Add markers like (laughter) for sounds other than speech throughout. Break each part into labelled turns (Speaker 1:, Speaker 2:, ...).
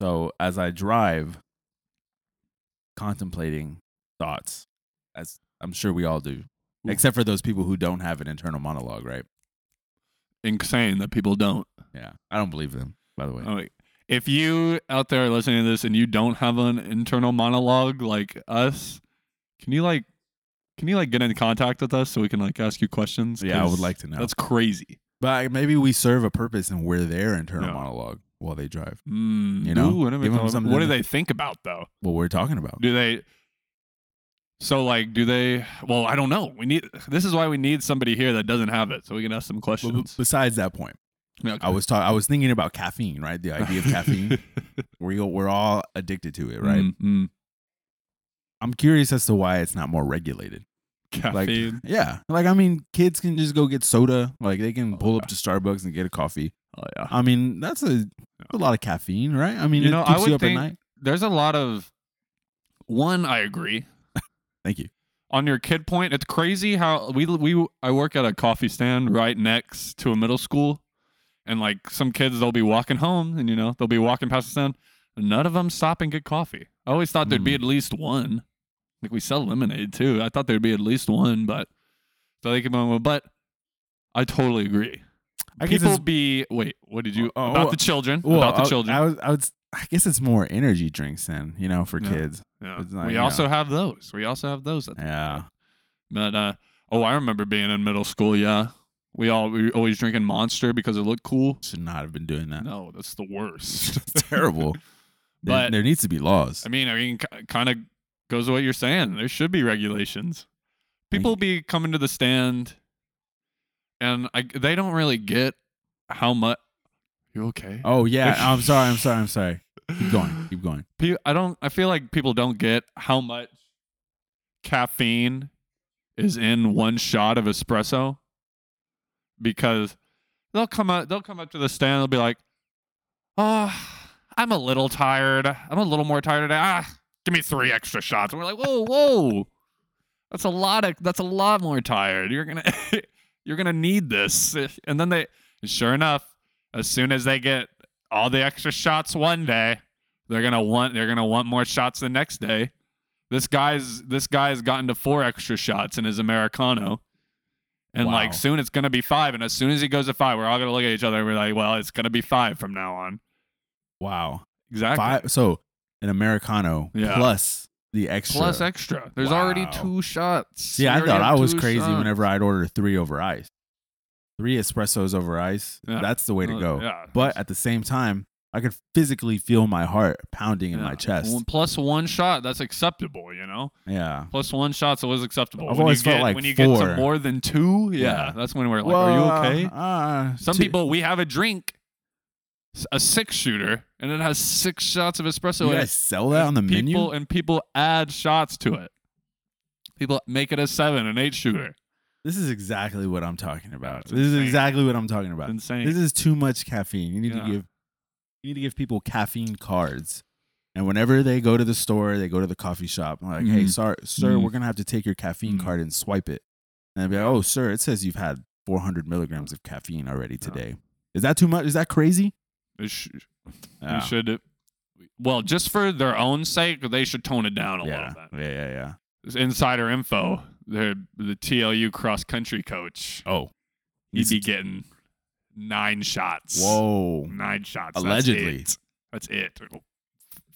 Speaker 1: So as I drive, contemplating thoughts, as I'm sure we all do, except for those people who don't have an internal monologue, right?
Speaker 2: Insane that people don't.
Speaker 1: Yeah, I don't believe them. By the way,
Speaker 2: Oh, wait. If you out there are listening to this and you don't have an internal monologue like us, can you like can you like get in contact with us so we can like ask you questions?
Speaker 1: yeah, I
Speaker 2: 'Cause
Speaker 1: would like to know.
Speaker 2: That's crazy.
Speaker 1: But maybe we serve a purpose and we're their internal
Speaker 2: Yeah.
Speaker 1: monologue while they drive.
Speaker 2: Mm,
Speaker 1: You know?
Speaker 2: ooh, I never
Speaker 1: Give 'em
Speaker 2: thought of-
Speaker 1: something
Speaker 2: what
Speaker 1: to-
Speaker 2: do they think about though?
Speaker 1: What we're talking about.
Speaker 2: Do they? So like, do they? Well, I don't know. We need. This is why we need somebody here that doesn't have it, so we can ask some
Speaker 1: But- but
Speaker 2: questions.
Speaker 1: besides that point,
Speaker 2: Yeah, okay.
Speaker 1: I was talking. I was thinking about caffeine, right? The idea of (laughs)
Speaker 2: (laughs)
Speaker 1: caffeine. we we're all addicted to it, right?
Speaker 2: Mm, mm.
Speaker 1: I'm curious as to why it's not more regulated. Like,
Speaker 2: Caffeine.
Speaker 1: yeah, like I mean, kids can just go get soda. Like they can pull up to Starbucks and get a coffee.
Speaker 2: oh yeah.
Speaker 1: I mean, that's a, a lot of caffeine, right? I mean,
Speaker 2: You
Speaker 1: it
Speaker 2: know, I
Speaker 1: keeps
Speaker 2: would
Speaker 1: you up
Speaker 2: think-
Speaker 1: at night.
Speaker 2: There's a lot of. One, I agree.
Speaker 1: Thank you.
Speaker 2: on your kid point, it's crazy how we we I work at a coffee stand right next to a middle school, and like some kids, they'll be walking home, and you know they'll be walking past the stand. and None of them stop and get coffee. I always thought there'd be
Speaker 1: Mm.
Speaker 2: at least one. Like we sell lemonade too. I thought there'd be at least one, but so they keep on. But I totally agree.
Speaker 1: I guess
Speaker 2: People
Speaker 1: it's-
Speaker 2: be wait. What did you
Speaker 1: Oh,
Speaker 2: about
Speaker 1: oh,
Speaker 2: the children?
Speaker 1: Well,
Speaker 2: about the
Speaker 1: I-
Speaker 2: children.
Speaker 1: I, was, I was. I guess it's more energy drinks then, you know, for
Speaker 2: Yeah.
Speaker 1: kids.
Speaker 2: Yeah.
Speaker 1: It's not-
Speaker 2: we
Speaker 1: yeah.
Speaker 2: also have those. We also have those. At the
Speaker 1: Yeah.
Speaker 2: But uh, oh, I remember being in middle school. Yeah, we all we were always drinking Monster because it looked cool.
Speaker 1: Should not have been doing that.
Speaker 2: No, that's the
Speaker 1: (laughs)
Speaker 2: worst.
Speaker 1: It's
Speaker 2: (laughs)
Speaker 1: terrible. There-
Speaker 2: But-
Speaker 1: there, needs to be laws.
Speaker 2: I mean, I mean, kind of goes to what you're saying. There should be regulations. People be coming to the stand, and I, they don't really get how much. You okay?
Speaker 1: Oh yeah, I'm sorry. I'm sorry. I'm sorry. Keep going. Keep going.
Speaker 2: Pe- I don't. I feel like people don't get how much caffeine is in one shot of espresso because they'll come up. They'll come up to the stand. They'll be like, "Oh, I'm a little tired. I'm a little more tired today. Ah, give me three extra shots." And we're like, "Whoa, whoa, that's a lot of. That's a lot more tired. You're gonna, (laughs) you're gonna need this." And then they, sure enough, as soon as they get all the extra shots one day, they're gonna want they're gonna want more shots the next day. This guy's this guy's gotten to four extra shots in his Americano. And
Speaker 1: Wow.
Speaker 2: like soon it's gonna be five. And as soon as he goes to five, we're all gonna look at each other and we're like, well, it's gonna be five from now on.
Speaker 1: Wow.
Speaker 2: Exactly.
Speaker 1: Five. So an americano
Speaker 2: Yeah.
Speaker 1: plus the extra.
Speaker 2: plus extra. There's already
Speaker 1: Wow.
Speaker 2: two shots.
Speaker 1: See,
Speaker 2: We
Speaker 1: I
Speaker 2: already
Speaker 1: thought
Speaker 2: have
Speaker 1: I was
Speaker 2: two
Speaker 1: crazy
Speaker 2: shots.
Speaker 1: whenever I'd order three over ice, three espressos over ice.
Speaker 2: Yeah.
Speaker 1: That's the way to
Speaker 2: Uh,
Speaker 1: go.
Speaker 2: Yeah.
Speaker 1: But at the same time, I could physically feel my heart pounding in
Speaker 2: Yeah.
Speaker 1: my chest.
Speaker 2: Well, plus one shot, that's acceptable, you know?
Speaker 1: yeah.
Speaker 2: Plus one shot's always acceptable.
Speaker 1: I've
Speaker 2: when
Speaker 1: always
Speaker 2: you
Speaker 1: felt
Speaker 2: get,
Speaker 1: like
Speaker 2: when you get
Speaker 1: four.
Speaker 2: to more than two, yeah,
Speaker 1: Yeah.
Speaker 2: that's when we're like,
Speaker 1: Well,
Speaker 2: are you okay?
Speaker 1: uh,
Speaker 2: Some
Speaker 1: two-
Speaker 2: people we have a drink, s- a six shooter, and it has six shots of espresso.
Speaker 1: you
Speaker 2: in
Speaker 1: guys
Speaker 2: it.
Speaker 1: sell that on the
Speaker 2: people,
Speaker 1: menu.
Speaker 2: and people add shots to it. People make it a seven, an eight shooter.
Speaker 1: This is exactly what I'm talking about.
Speaker 2: it's
Speaker 1: This is
Speaker 2: insane.
Speaker 1: exactly what I'm talking about.
Speaker 2: It's insane.
Speaker 1: This is too much caffeine. You need
Speaker 2: Yeah.
Speaker 1: to give you need to give people caffeine cards. And whenever they go to the store, they go to the coffee shop. I'm like, hey,
Speaker 2: Mhm.
Speaker 1: sorry, sir,
Speaker 2: Mhm.
Speaker 1: we're gonna have to take your caffeine
Speaker 2: Mhm.
Speaker 1: card and swipe it. And I'd be like, oh, sir, it says you've had 400 milligrams of caffeine already today. Is that too much? Is that crazy?
Speaker 2: It sh- you
Speaker 1: Yeah.
Speaker 2: should, well, just for their own sake, they should tone it down a
Speaker 1: yeah.
Speaker 2: little
Speaker 1: yeah, yeah, yeah.
Speaker 2: bit. Insider info: the the TLU cross country coach,
Speaker 1: Oh,
Speaker 2: he'd be getting nine shots.
Speaker 1: whoa,
Speaker 2: nine shots. That's
Speaker 1: Allegedly.
Speaker 2: it. that's it.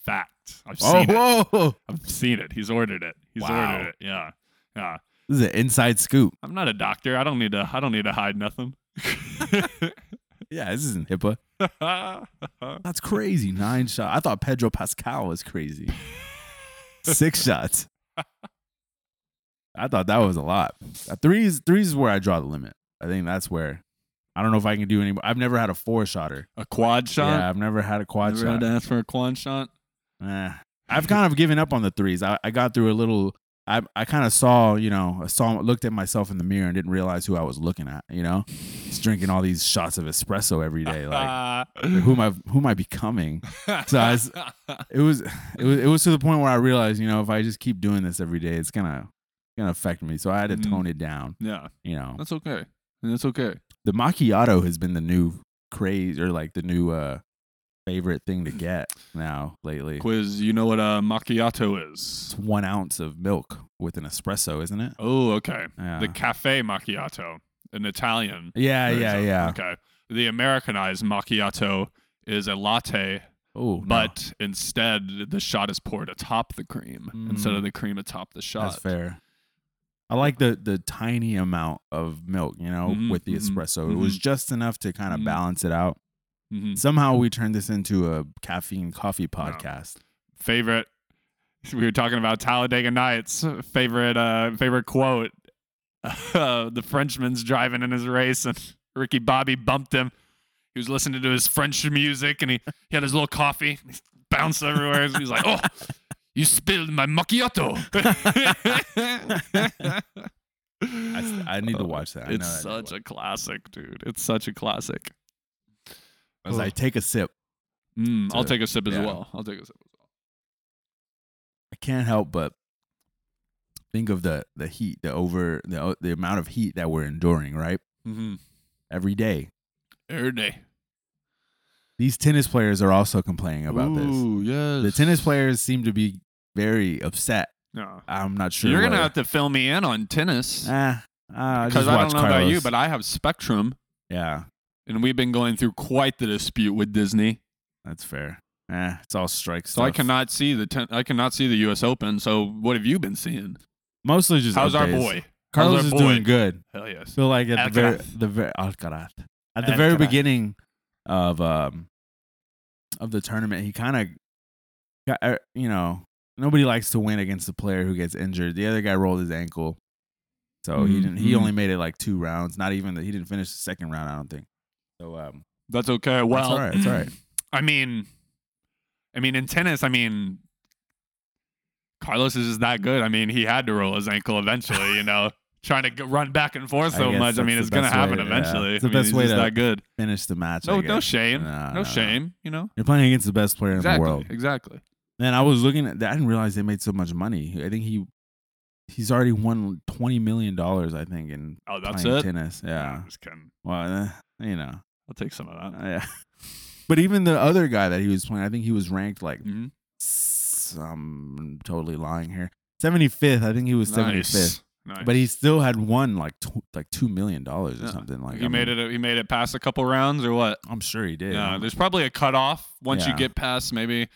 Speaker 2: Fact. I've
Speaker 1: oh,
Speaker 2: seen it.
Speaker 1: whoa! (laughs)
Speaker 2: I've seen it. He's ordered it. He's
Speaker 1: Wow.
Speaker 2: ordered it. Yeah. Yeah.
Speaker 1: This is an inside scoop.
Speaker 2: I'm not a doctor. I don't need to I don't need to hide nothing. (laughs)
Speaker 1: Yeah, this isn't HIPAA. That's crazy. Nine shots. I thought Pedro Pascal was
Speaker 2: (laughs)
Speaker 1: crazy. Six shots. I thought that was a lot. Uh, Threes, threes is where I draw the limit. I think that's where. I don't know if I can do any. I've never had a four shotter.
Speaker 2: a quad shot?
Speaker 1: Yeah, I've never had a quad
Speaker 2: Never had to
Speaker 1: shot.
Speaker 2: ask for a quad shot.
Speaker 1: Eh. I've kind of given up on the threes. I, I got through a little. I I kind of saw you know I saw looked at myself in the mirror and didn't realize who I was looking at. You know, just drinking all these shots of espresso every day. (laughs) Like who am I? Who am I becoming? so I
Speaker 2: (laughs)
Speaker 1: was- it was it was it was to the point where I realized, you know, if I just keep doing this every day, it's gonna gonna affect me. So I had to
Speaker 2: Mhm.
Speaker 1: tone it down.
Speaker 2: yeah,
Speaker 1: You know,
Speaker 2: that's okay. That's okay.
Speaker 1: the macchiato has been the new craze or like the new uh favorite thing to get now lately.
Speaker 2: Quiz, you know what a macchiato is?
Speaker 1: It's one ounce of milk with an espresso, isn't it?
Speaker 2: Oh, okay.
Speaker 1: Yeah.
Speaker 2: The cafe macchiato, an Italian.
Speaker 1: Ah. yeah,
Speaker 2: version.
Speaker 1: yeah, yeah.
Speaker 2: Okay. The Americanized macchiato is a latte,
Speaker 1: Oh, no.
Speaker 2: but instead the shot is poured atop the cream instead
Speaker 1: Mm.
Speaker 2: of the cream atop the shot.
Speaker 1: that's fair. I like the the tiny amount of milk, you know,
Speaker 2: Mhm,
Speaker 1: with the
Speaker 2: mhm,
Speaker 1: espresso. It was just enough to kind of
Speaker 2: Mhm.
Speaker 1: balance it out.
Speaker 2: hmm
Speaker 1: Somehow we turned this into a caffeine coffee podcast.
Speaker 2: Favorite. (laughs) We were talking about Talladega Nights. Favorite. Uh, favorite quote. (laughs) uh, the Frenchman's driving in his race, and (laughs) Ricky Bobby bumped him. He was listening to his French music, and he, he had his little coffee. (laughs) He bounced everywhere. He's like, "Oh, (laughs) you spilled my (laughs) macchiato."
Speaker 1: I s- I, need to watch that. I
Speaker 2: Oh, it's
Speaker 1: know that I need to
Speaker 2: such a classic, dude. It's such a classic.
Speaker 1: watch- as I
Speaker 2: Ugh.
Speaker 1: take a sip,
Speaker 2: Mm, I'll
Speaker 1: So,
Speaker 2: take a sip as
Speaker 1: yeah.
Speaker 2: well. I'll take a sip.
Speaker 1: I can't help but think of the the heat, the over the o- the amount of heat that we're enduring, right?
Speaker 2: Mm-hmm.
Speaker 1: Every day.
Speaker 2: Every day.
Speaker 1: These tennis players are also complaining about this.
Speaker 2: Ooh, Yes.
Speaker 1: The tennis players seem to be very upset.
Speaker 2: Yeah.
Speaker 1: I'm not sure.
Speaker 2: You're gonna
Speaker 1: whether-
Speaker 2: have to fill me in on tennis
Speaker 1: Ah, ah,
Speaker 2: because I don't know about you, but I have Spectrum,
Speaker 1: yeah,
Speaker 2: and we've been going through quite the dispute with Disney.
Speaker 1: that's fair. Eh, it's all strikes.
Speaker 2: So I cannot see the ten- I cannot see the U.S. Open. So what have you been seeing?
Speaker 1: Mostly just
Speaker 2: How's our
Speaker 1: updates.
Speaker 2: boy?
Speaker 1: Carlos
Speaker 2: our
Speaker 1: is
Speaker 2: boy?
Speaker 1: doing good.
Speaker 2: Hell yes.
Speaker 1: So like at the very,
Speaker 2: Alcaraz.
Speaker 1: the very Alcaraz. at the very
Speaker 2: Alcaraz.
Speaker 1: beginning of um of the tournament, he kind of got uh, you know nobody likes to win against the player who gets injured. The other guy rolled his ankle, so he didn't. He
Speaker 2: Mhm.
Speaker 1: only made it like two rounds. Not even that. He didn't finish the second round. I don't think. So um,
Speaker 2: That's okay. Well,
Speaker 1: all right, it's all right.
Speaker 2: I mean, I mean, in tennis, I mean, Carlos is just that good. I mean, he had to roll his ankle eventually.
Speaker 1: (laughs)
Speaker 2: You know, trying to g- run back and forth
Speaker 1: I
Speaker 2: so
Speaker 1: guess
Speaker 2: much. I
Speaker 1: that's
Speaker 2: mean,
Speaker 1: the
Speaker 2: it's gonna
Speaker 1: best
Speaker 2: happen
Speaker 1: way- yeah,
Speaker 2: eventually.
Speaker 1: it's the
Speaker 2: I mean,
Speaker 1: best
Speaker 2: he's
Speaker 1: way
Speaker 2: just
Speaker 1: to-
Speaker 2: that good.
Speaker 1: finish the match.
Speaker 2: No,
Speaker 1: I
Speaker 2: no
Speaker 1: guess.
Speaker 2: shame.
Speaker 1: No,
Speaker 2: No,
Speaker 1: no.
Speaker 2: shame. You know.
Speaker 1: You're playing against the best player in the
Speaker 2: Exactly.
Speaker 1: world.
Speaker 2: Exactly.
Speaker 1: Man, I was looking at that. I didn't realize they made so much money. I think he he's already won twenty million dollars. I think in
Speaker 2: Oh, that's
Speaker 1: playing
Speaker 2: it.
Speaker 1: tennis. Yeah.
Speaker 2: I'm just kidding.
Speaker 1: Well, eh, you know.
Speaker 2: I'll take some of that.
Speaker 1: Yeah. But even the other guy that he was playing, I think he was ranked like
Speaker 2: Mhm.
Speaker 1: s- I'm totally lying here. 75th. I think he was 75th.
Speaker 2: Nice. Nice.
Speaker 1: But he still had won like tw- like 2 million dollars or
Speaker 2: Yeah.
Speaker 1: something like
Speaker 2: he made it. He made it past a couple rounds or what?
Speaker 1: I'm sure he did.
Speaker 2: Yeah,
Speaker 1: I'm-
Speaker 2: there's probably a cutoff once
Speaker 1: Yeah.
Speaker 2: you get past maybe.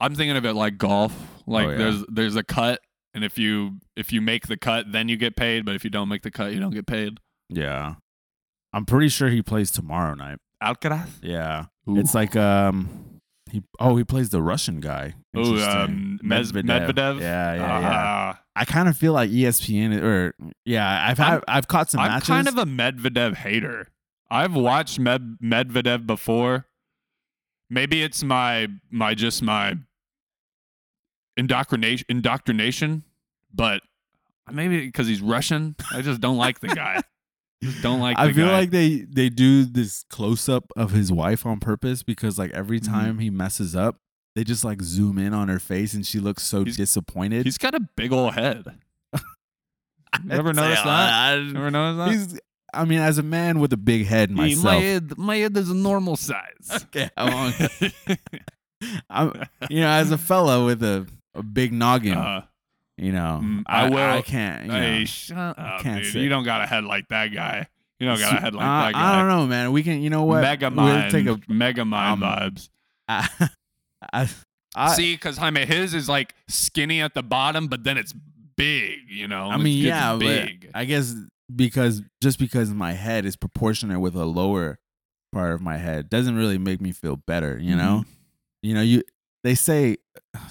Speaker 2: I'm thinking of it like golf. Like
Speaker 1: yeah.
Speaker 2: there's there's a cut, and if you if you make the cut, then you get paid. But if you don't make the cut, you don't get paid.
Speaker 1: yeah. I'm pretty sure he plays tomorrow night.
Speaker 2: Alcaraz.
Speaker 1: Yeah. It's like um he oh, he plays the Russian guy.
Speaker 2: Ooh, um,
Speaker 1: Interesting.
Speaker 2: Mez- Medvedev?
Speaker 1: Yeah, yeah, yeah.
Speaker 2: Ah,
Speaker 1: I kind of feel like E ESPN or yeah, I've had,
Speaker 2: I'm-
Speaker 1: I've caught some
Speaker 2: I'm
Speaker 1: matches.
Speaker 2: kind of
Speaker 1: (laughs)
Speaker 2: a Medvedev hater. I've watched Med- Medvedev before. Maybe it's my my just my indoctrination indoctrination, but maybe because he's Russian, I just don't like the (laughs) guy. Just don't like.
Speaker 1: I
Speaker 2: the
Speaker 1: feel
Speaker 2: guy.
Speaker 1: like they they do this close up of his wife on purpose because like every
Speaker 2: Mhm.
Speaker 1: time he messes up, they just like zoom in on her face and she looks so
Speaker 2: He's-
Speaker 1: disappointed. (laughs)
Speaker 2: He's got a big old head. (laughs) You ever noticed that?
Speaker 1: that?
Speaker 2: Ever noticed that?
Speaker 1: "Ah, He's I mean, as a man with a big head
Speaker 2: He-
Speaker 1: myself,
Speaker 2: my (laughs) head, my head is a normal (laughs) size.
Speaker 1: okay, I'm, I'm- you know, as a fella with a, a big noggin,
Speaker 2: Uh,
Speaker 1: you know,
Speaker 2: mm,
Speaker 1: I,
Speaker 2: I will-
Speaker 1: I can't. You know.
Speaker 2: hey, shut up,
Speaker 1: can't
Speaker 2: dude.
Speaker 1: sit.
Speaker 2: You don't got a head like that guy. You don't got a head like
Speaker 1: I,
Speaker 2: that guy.
Speaker 1: I don't know, man. We can, you know what?
Speaker 2: Mega
Speaker 1: We'll
Speaker 2: mind,
Speaker 1: take a.
Speaker 2: mega mind
Speaker 1: um,
Speaker 2: vibes.
Speaker 1: I, (laughs) I, I,
Speaker 2: See, because Jaime, his is like skinny at the bottom, but then it's big. You know,
Speaker 1: I
Speaker 2: It
Speaker 1: mean,
Speaker 2: gets
Speaker 1: yeah,
Speaker 2: big.
Speaker 1: but I guess because just because my head is proportionate with a lower part of my head doesn't really make me feel better, you
Speaker 2: Mm-hmm.
Speaker 1: know? You know, you they say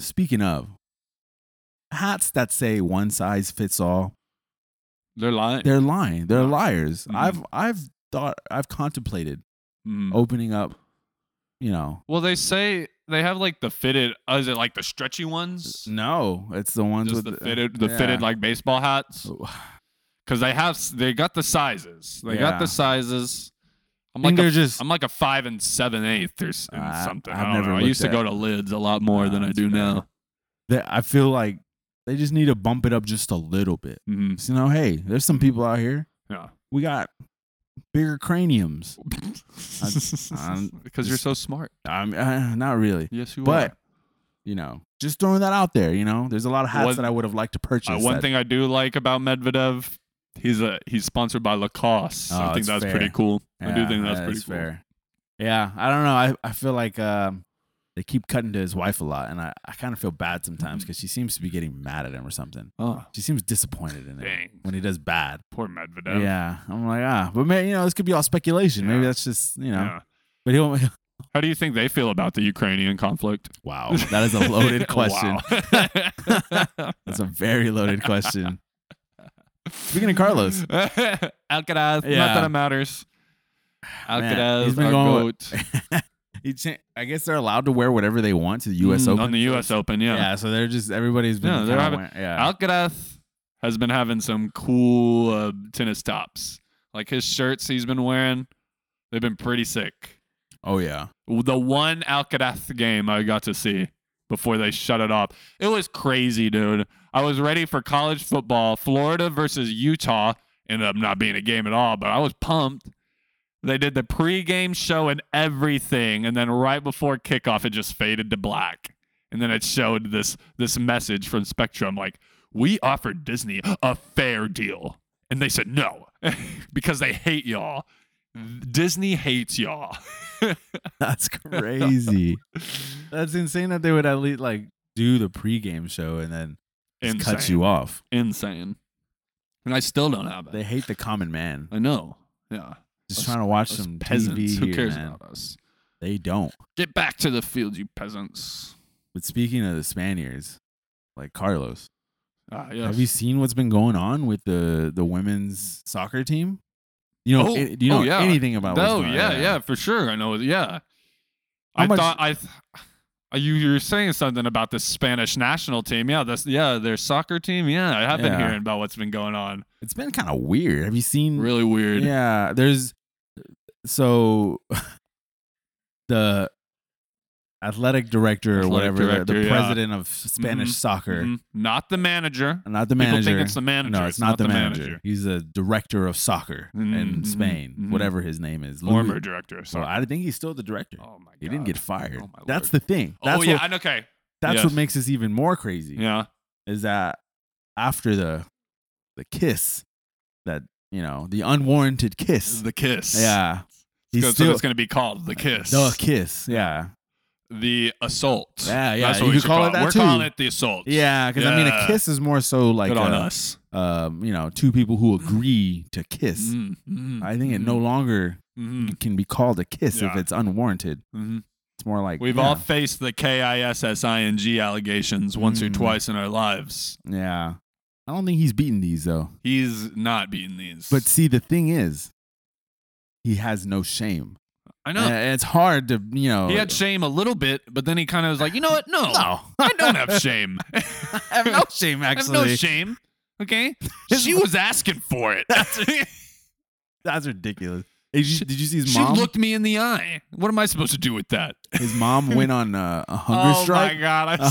Speaker 1: speaking of hats that say one size fits all,
Speaker 2: They're lying.
Speaker 1: they're lying. They're liars.
Speaker 2: Mhm.
Speaker 1: I've I've thought I've contemplated
Speaker 2: Mhm.
Speaker 1: opening up, you know.
Speaker 2: Well, they say they have like the fitted. Uh, is it like the stretchy ones?
Speaker 1: No, it's the ones
Speaker 2: Just
Speaker 1: with
Speaker 2: the fitted, the fitted
Speaker 1: yeah. Oh.
Speaker 2: like baseball hats. Because they have, s- they got the sizes. They got
Speaker 1: Yeah.
Speaker 2: the sizes. I'm
Speaker 1: I think
Speaker 2: like,
Speaker 1: they're
Speaker 2: a,
Speaker 1: just
Speaker 2: I'm like a five and seven eighth or s-
Speaker 1: Uh, I-
Speaker 2: something.
Speaker 1: I've
Speaker 2: I, don't
Speaker 1: never
Speaker 2: know. I
Speaker 1: looked
Speaker 2: used to
Speaker 1: at-
Speaker 2: go to lids a lot more
Speaker 1: No,
Speaker 2: than I
Speaker 1: that's
Speaker 2: do
Speaker 1: fair.
Speaker 2: now.
Speaker 1: that I feel like they just need to bump it up just a little bit.
Speaker 2: hmm
Speaker 1: So, you know, hey, there's some people out here.
Speaker 2: Yeah.
Speaker 1: We got bigger craniums. I'm-
Speaker 2: (laughs) Because you're so smart.
Speaker 1: I'm uh, not really,
Speaker 2: Yes, you
Speaker 1: but
Speaker 2: are.
Speaker 1: you know, just throwing that out there. You know, there's a lot of hats
Speaker 2: One-
Speaker 1: that I would have liked to purchase.
Speaker 2: Uh, one
Speaker 1: that-
Speaker 2: thing I do like about Medvedev, he's a he's sponsored by Lacoste.
Speaker 1: Oh,
Speaker 2: I think
Speaker 1: it's
Speaker 2: that's
Speaker 1: fair.
Speaker 2: pretty cool. I do
Speaker 1: Yeah,
Speaker 2: think that's
Speaker 1: that
Speaker 2: pretty
Speaker 1: is
Speaker 2: cool.
Speaker 1: Yeah, I don't know. I, I feel like um, they keep cutting to his wife a lot, and I, I kind of feel bad
Speaker 2: Mm-hmm.
Speaker 1: sometimes because she seems to be getting mad at him or something.
Speaker 2: Oh,
Speaker 1: She seems disappointed in him
Speaker 2: dang.
Speaker 1: when he does bad.
Speaker 2: Poor Medvedev.
Speaker 1: Yeah, I'm like ah, but man, you know, this could be all speculation. Maybe
Speaker 2: Yeah.
Speaker 1: that's just you know.
Speaker 2: Yeah.
Speaker 1: But he'll. (laughs)
Speaker 2: How do you think they feel about the Ukrainian conflict?
Speaker 1: Wow, that
Speaker 2: (laughs)
Speaker 1: is a loaded question.
Speaker 2: Wow.
Speaker 1: That's a very
Speaker 2: (laughs)
Speaker 1: loaded question. Speaking of Carlos.
Speaker 2: Alcaraz,
Speaker 1: Yeah.
Speaker 2: not that it matters.
Speaker 1: Man,
Speaker 2: Alcaraz,
Speaker 1: he's been
Speaker 2: our
Speaker 1: going
Speaker 2: goat.
Speaker 1: He cha- I guess they're allowed to wear whatever they want to the U.S.
Speaker 2: Mm,
Speaker 1: Open.
Speaker 2: on the U.S. Open,
Speaker 1: yeah.
Speaker 2: yeah.
Speaker 1: so they're just everybody's been.
Speaker 2: Yeah, they're
Speaker 1: kinda
Speaker 2: having-
Speaker 1: wearing- yeah.
Speaker 2: Alcaraz has been having some cool uh, tennis tops. Like his shirts he's been wearing, they've been pretty sick.
Speaker 1: oh yeah.
Speaker 2: The one Alcaraz game I got to see before they shut it off, it was crazy, dude. I was ready for college football, Florida versus Utah. Ended up not being a game at all, but I was pumped. They did the pregame show and everything, and then right before kickoff, it just faded to black, and then it showed this this message from Spectrum like, "We offered Disney a fair deal," and they said no (laughs) because they hate y'all. Disney hates y'all.
Speaker 1: (laughs)
Speaker 2: (laughs)
Speaker 1: That's crazy. That's insane that they would at least like do the pregame show and then just
Speaker 2: Insane.
Speaker 1: cut you off.
Speaker 2: Insane. And I still don't have it.
Speaker 1: They hate the common man.
Speaker 2: I know. Yeah.
Speaker 1: Just
Speaker 2: Us-
Speaker 1: trying to watch
Speaker 2: Us
Speaker 1: some
Speaker 2: peasants.
Speaker 1: TV
Speaker 2: Who
Speaker 1: here,
Speaker 2: cares
Speaker 1: man.
Speaker 2: about us?
Speaker 1: They don't.
Speaker 2: Get back to the field, you peasants.
Speaker 1: But speaking of the Spaniards, like Carlos,
Speaker 2: Ah, yes.
Speaker 1: have you seen what's been going on with the the women's soccer team? You know,
Speaker 2: Oh,
Speaker 1: it- do you
Speaker 2: oh,
Speaker 1: know
Speaker 2: yeah.
Speaker 1: anything about? what's
Speaker 2: No,
Speaker 1: going on?
Speaker 2: yeah, yeah, for sure. I know. Yeah.
Speaker 1: uh, How
Speaker 2: I
Speaker 1: much-
Speaker 2: thought I. Th- uh, you you were saying something about the Spanish national team. Yeah, that's yeah, their soccer team. Yeah, I have been
Speaker 1: Yeah.
Speaker 2: hearing about what's been going on.
Speaker 1: It's been kind of weird. Have you seen?
Speaker 2: Really weird.
Speaker 1: Yeah, there's so the athletic director or
Speaker 2: Athletic
Speaker 1: whatever, the- the
Speaker 2: director, yeah.
Speaker 1: president of Spanish
Speaker 2: Mhm,
Speaker 1: soccer,
Speaker 2: Mhm. Not the manager.
Speaker 1: not the manager.
Speaker 2: People think it's the manager.
Speaker 1: no, it's, not, the, manager. He's the director of soccer in
Speaker 2: Mhm,
Speaker 1: Spain,
Speaker 2: mhm, mhm.
Speaker 1: whatever his name is.
Speaker 2: Former
Speaker 1: Luis-
Speaker 2: director.
Speaker 1: So
Speaker 2: Sorry.
Speaker 1: I think he's still the director.
Speaker 2: oh my god.
Speaker 1: he didn't get fired.
Speaker 2: Oh, my
Speaker 1: that's the
Speaker 2: Lord.
Speaker 1: thing. That's
Speaker 2: oh yeah.
Speaker 1: what,
Speaker 2: and okay.
Speaker 1: that's
Speaker 2: yes.
Speaker 1: what makes this even more crazy.
Speaker 2: Yeah.
Speaker 1: Is that after the the kiss, that you know, the unwarranted kiss,
Speaker 2: The kiss.
Speaker 1: Yeah. He's
Speaker 2: That's what
Speaker 1: still
Speaker 2: it's going to be called. The kiss.
Speaker 1: the kiss. Yeah.
Speaker 2: the assault.
Speaker 1: Yeah, yeah,
Speaker 2: That's
Speaker 1: you
Speaker 2: what we
Speaker 1: could
Speaker 2: should
Speaker 1: call
Speaker 2: call
Speaker 1: it that
Speaker 2: We're
Speaker 1: too.
Speaker 2: calling it the assault.
Speaker 1: Yeah. Cause I mean, a
Speaker 2: Yeah.
Speaker 1: kiss is more so like, uh,
Speaker 2: Good on
Speaker 1: a,
Speaker 2: us.
Speaker 1: um, you know, two people who agree to kiss.
Speaker 2: Mm, mm,
Speaker 1: I think it no
Speaker 2: mm,
Speaker 1: longer
Speaker 2: mm,
Speaker 1: can be called a kiss if
Speaker 2: Yeah.
Speaker 1: it's unwarranted.
Speaker 2: mhm.
Speaker 1: It's more like
Speaker 2: We've
Speaker 1: yeah,
Speaker 2: all faced the K I S S I N G allegations once or
Speaker 1: Mm.
Speaker 2: twice in our lives.
Speaker 1: Yeah. I don't think he's beaten these though.
Speaker 2: He's not beating these.
Speaker 1: But see, the thing is, he has no shame.
Speaker 2: I know.
Speaker 1: And it's hard to, you know.
Speaker 2: He had shame a little bit, but then he kind of was like, you know what? No,
Speaker 1: no.
Speaker 2: I don't have shame. (laughs) I
Speaker 1: (laughs) I have no shame,
Speaker 2: have
Speaker 1: actually.
Speaker 2: no shame.
Speaker 1: (laughs)
Speaker 2: Okay, she was asking for it. (laughs)
Speaker 1: That's ridiculous. Did you, did you see his
Speaker 2: she
Speaker 1: mom?
Speaker 2: looked me in the eye. What am I supposed to do with that?
Speaker 1: his
Speaker 2: (laughs)
Speaker 1: mom went on uh, a hunger
Speaker 2: oh
Speaker 1: strike.
Speaker 2: my god, I
Speaker 1: Uh,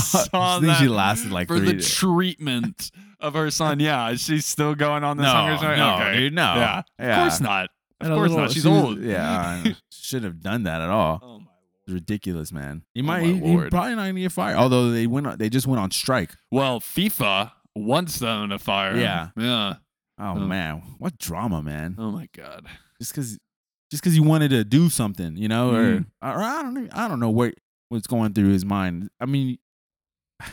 Speaker 1: (laughs)
Speaker 2: saw
Speaker 1: I (laughs) think
Speaker 2: that.
Speaker 1: she lasted like
Speaker 2: for
Speaker 1: three
Speaker 2: the
Speaker 1: days.
Speaker 2: treatment of her son.
Speaker 1: (laughs)
Speaker 2: Yeah, she's still going on this hunger strike. okay.
Speaker 1: dude, no.
Speaker 2: Yeah. Of course not. Of
Speaker 1: And a
Speaker 2: course
Speaker 1: little-
Speaker 2: not. She's
Speaker 1: she was-
Speaker 2: old. (laughs)
Speaker 1: Yeah, should have done that at all.
Speaker 2: oh my.
Speaker 1: It's ridiculous, man. He
Speaker 2: Oh
Speaker 1: might,
Speaker 2: my
Speaker 1: he, he
Speaker 2: lord.
Speaker 1: probably not gonna get fired. Although they went, on, they just went on strike.
Speaker 2: Well, FIFA wants them to fire. him.
Speaker 1: Yeah.
Speaker 2: Yeah.
Speaker 1: Oh
Speaker 2: Oh.
Speaker 1: man, what drama, man!
Speaker 2: Oh my god.
Speaker 1: Just because, just because you wanted to do something, you know, or,
Speaker 2: Mhm.
Speaker 1: or I don't, even- I don't know what what's going through his mind. I mean, (sighs) I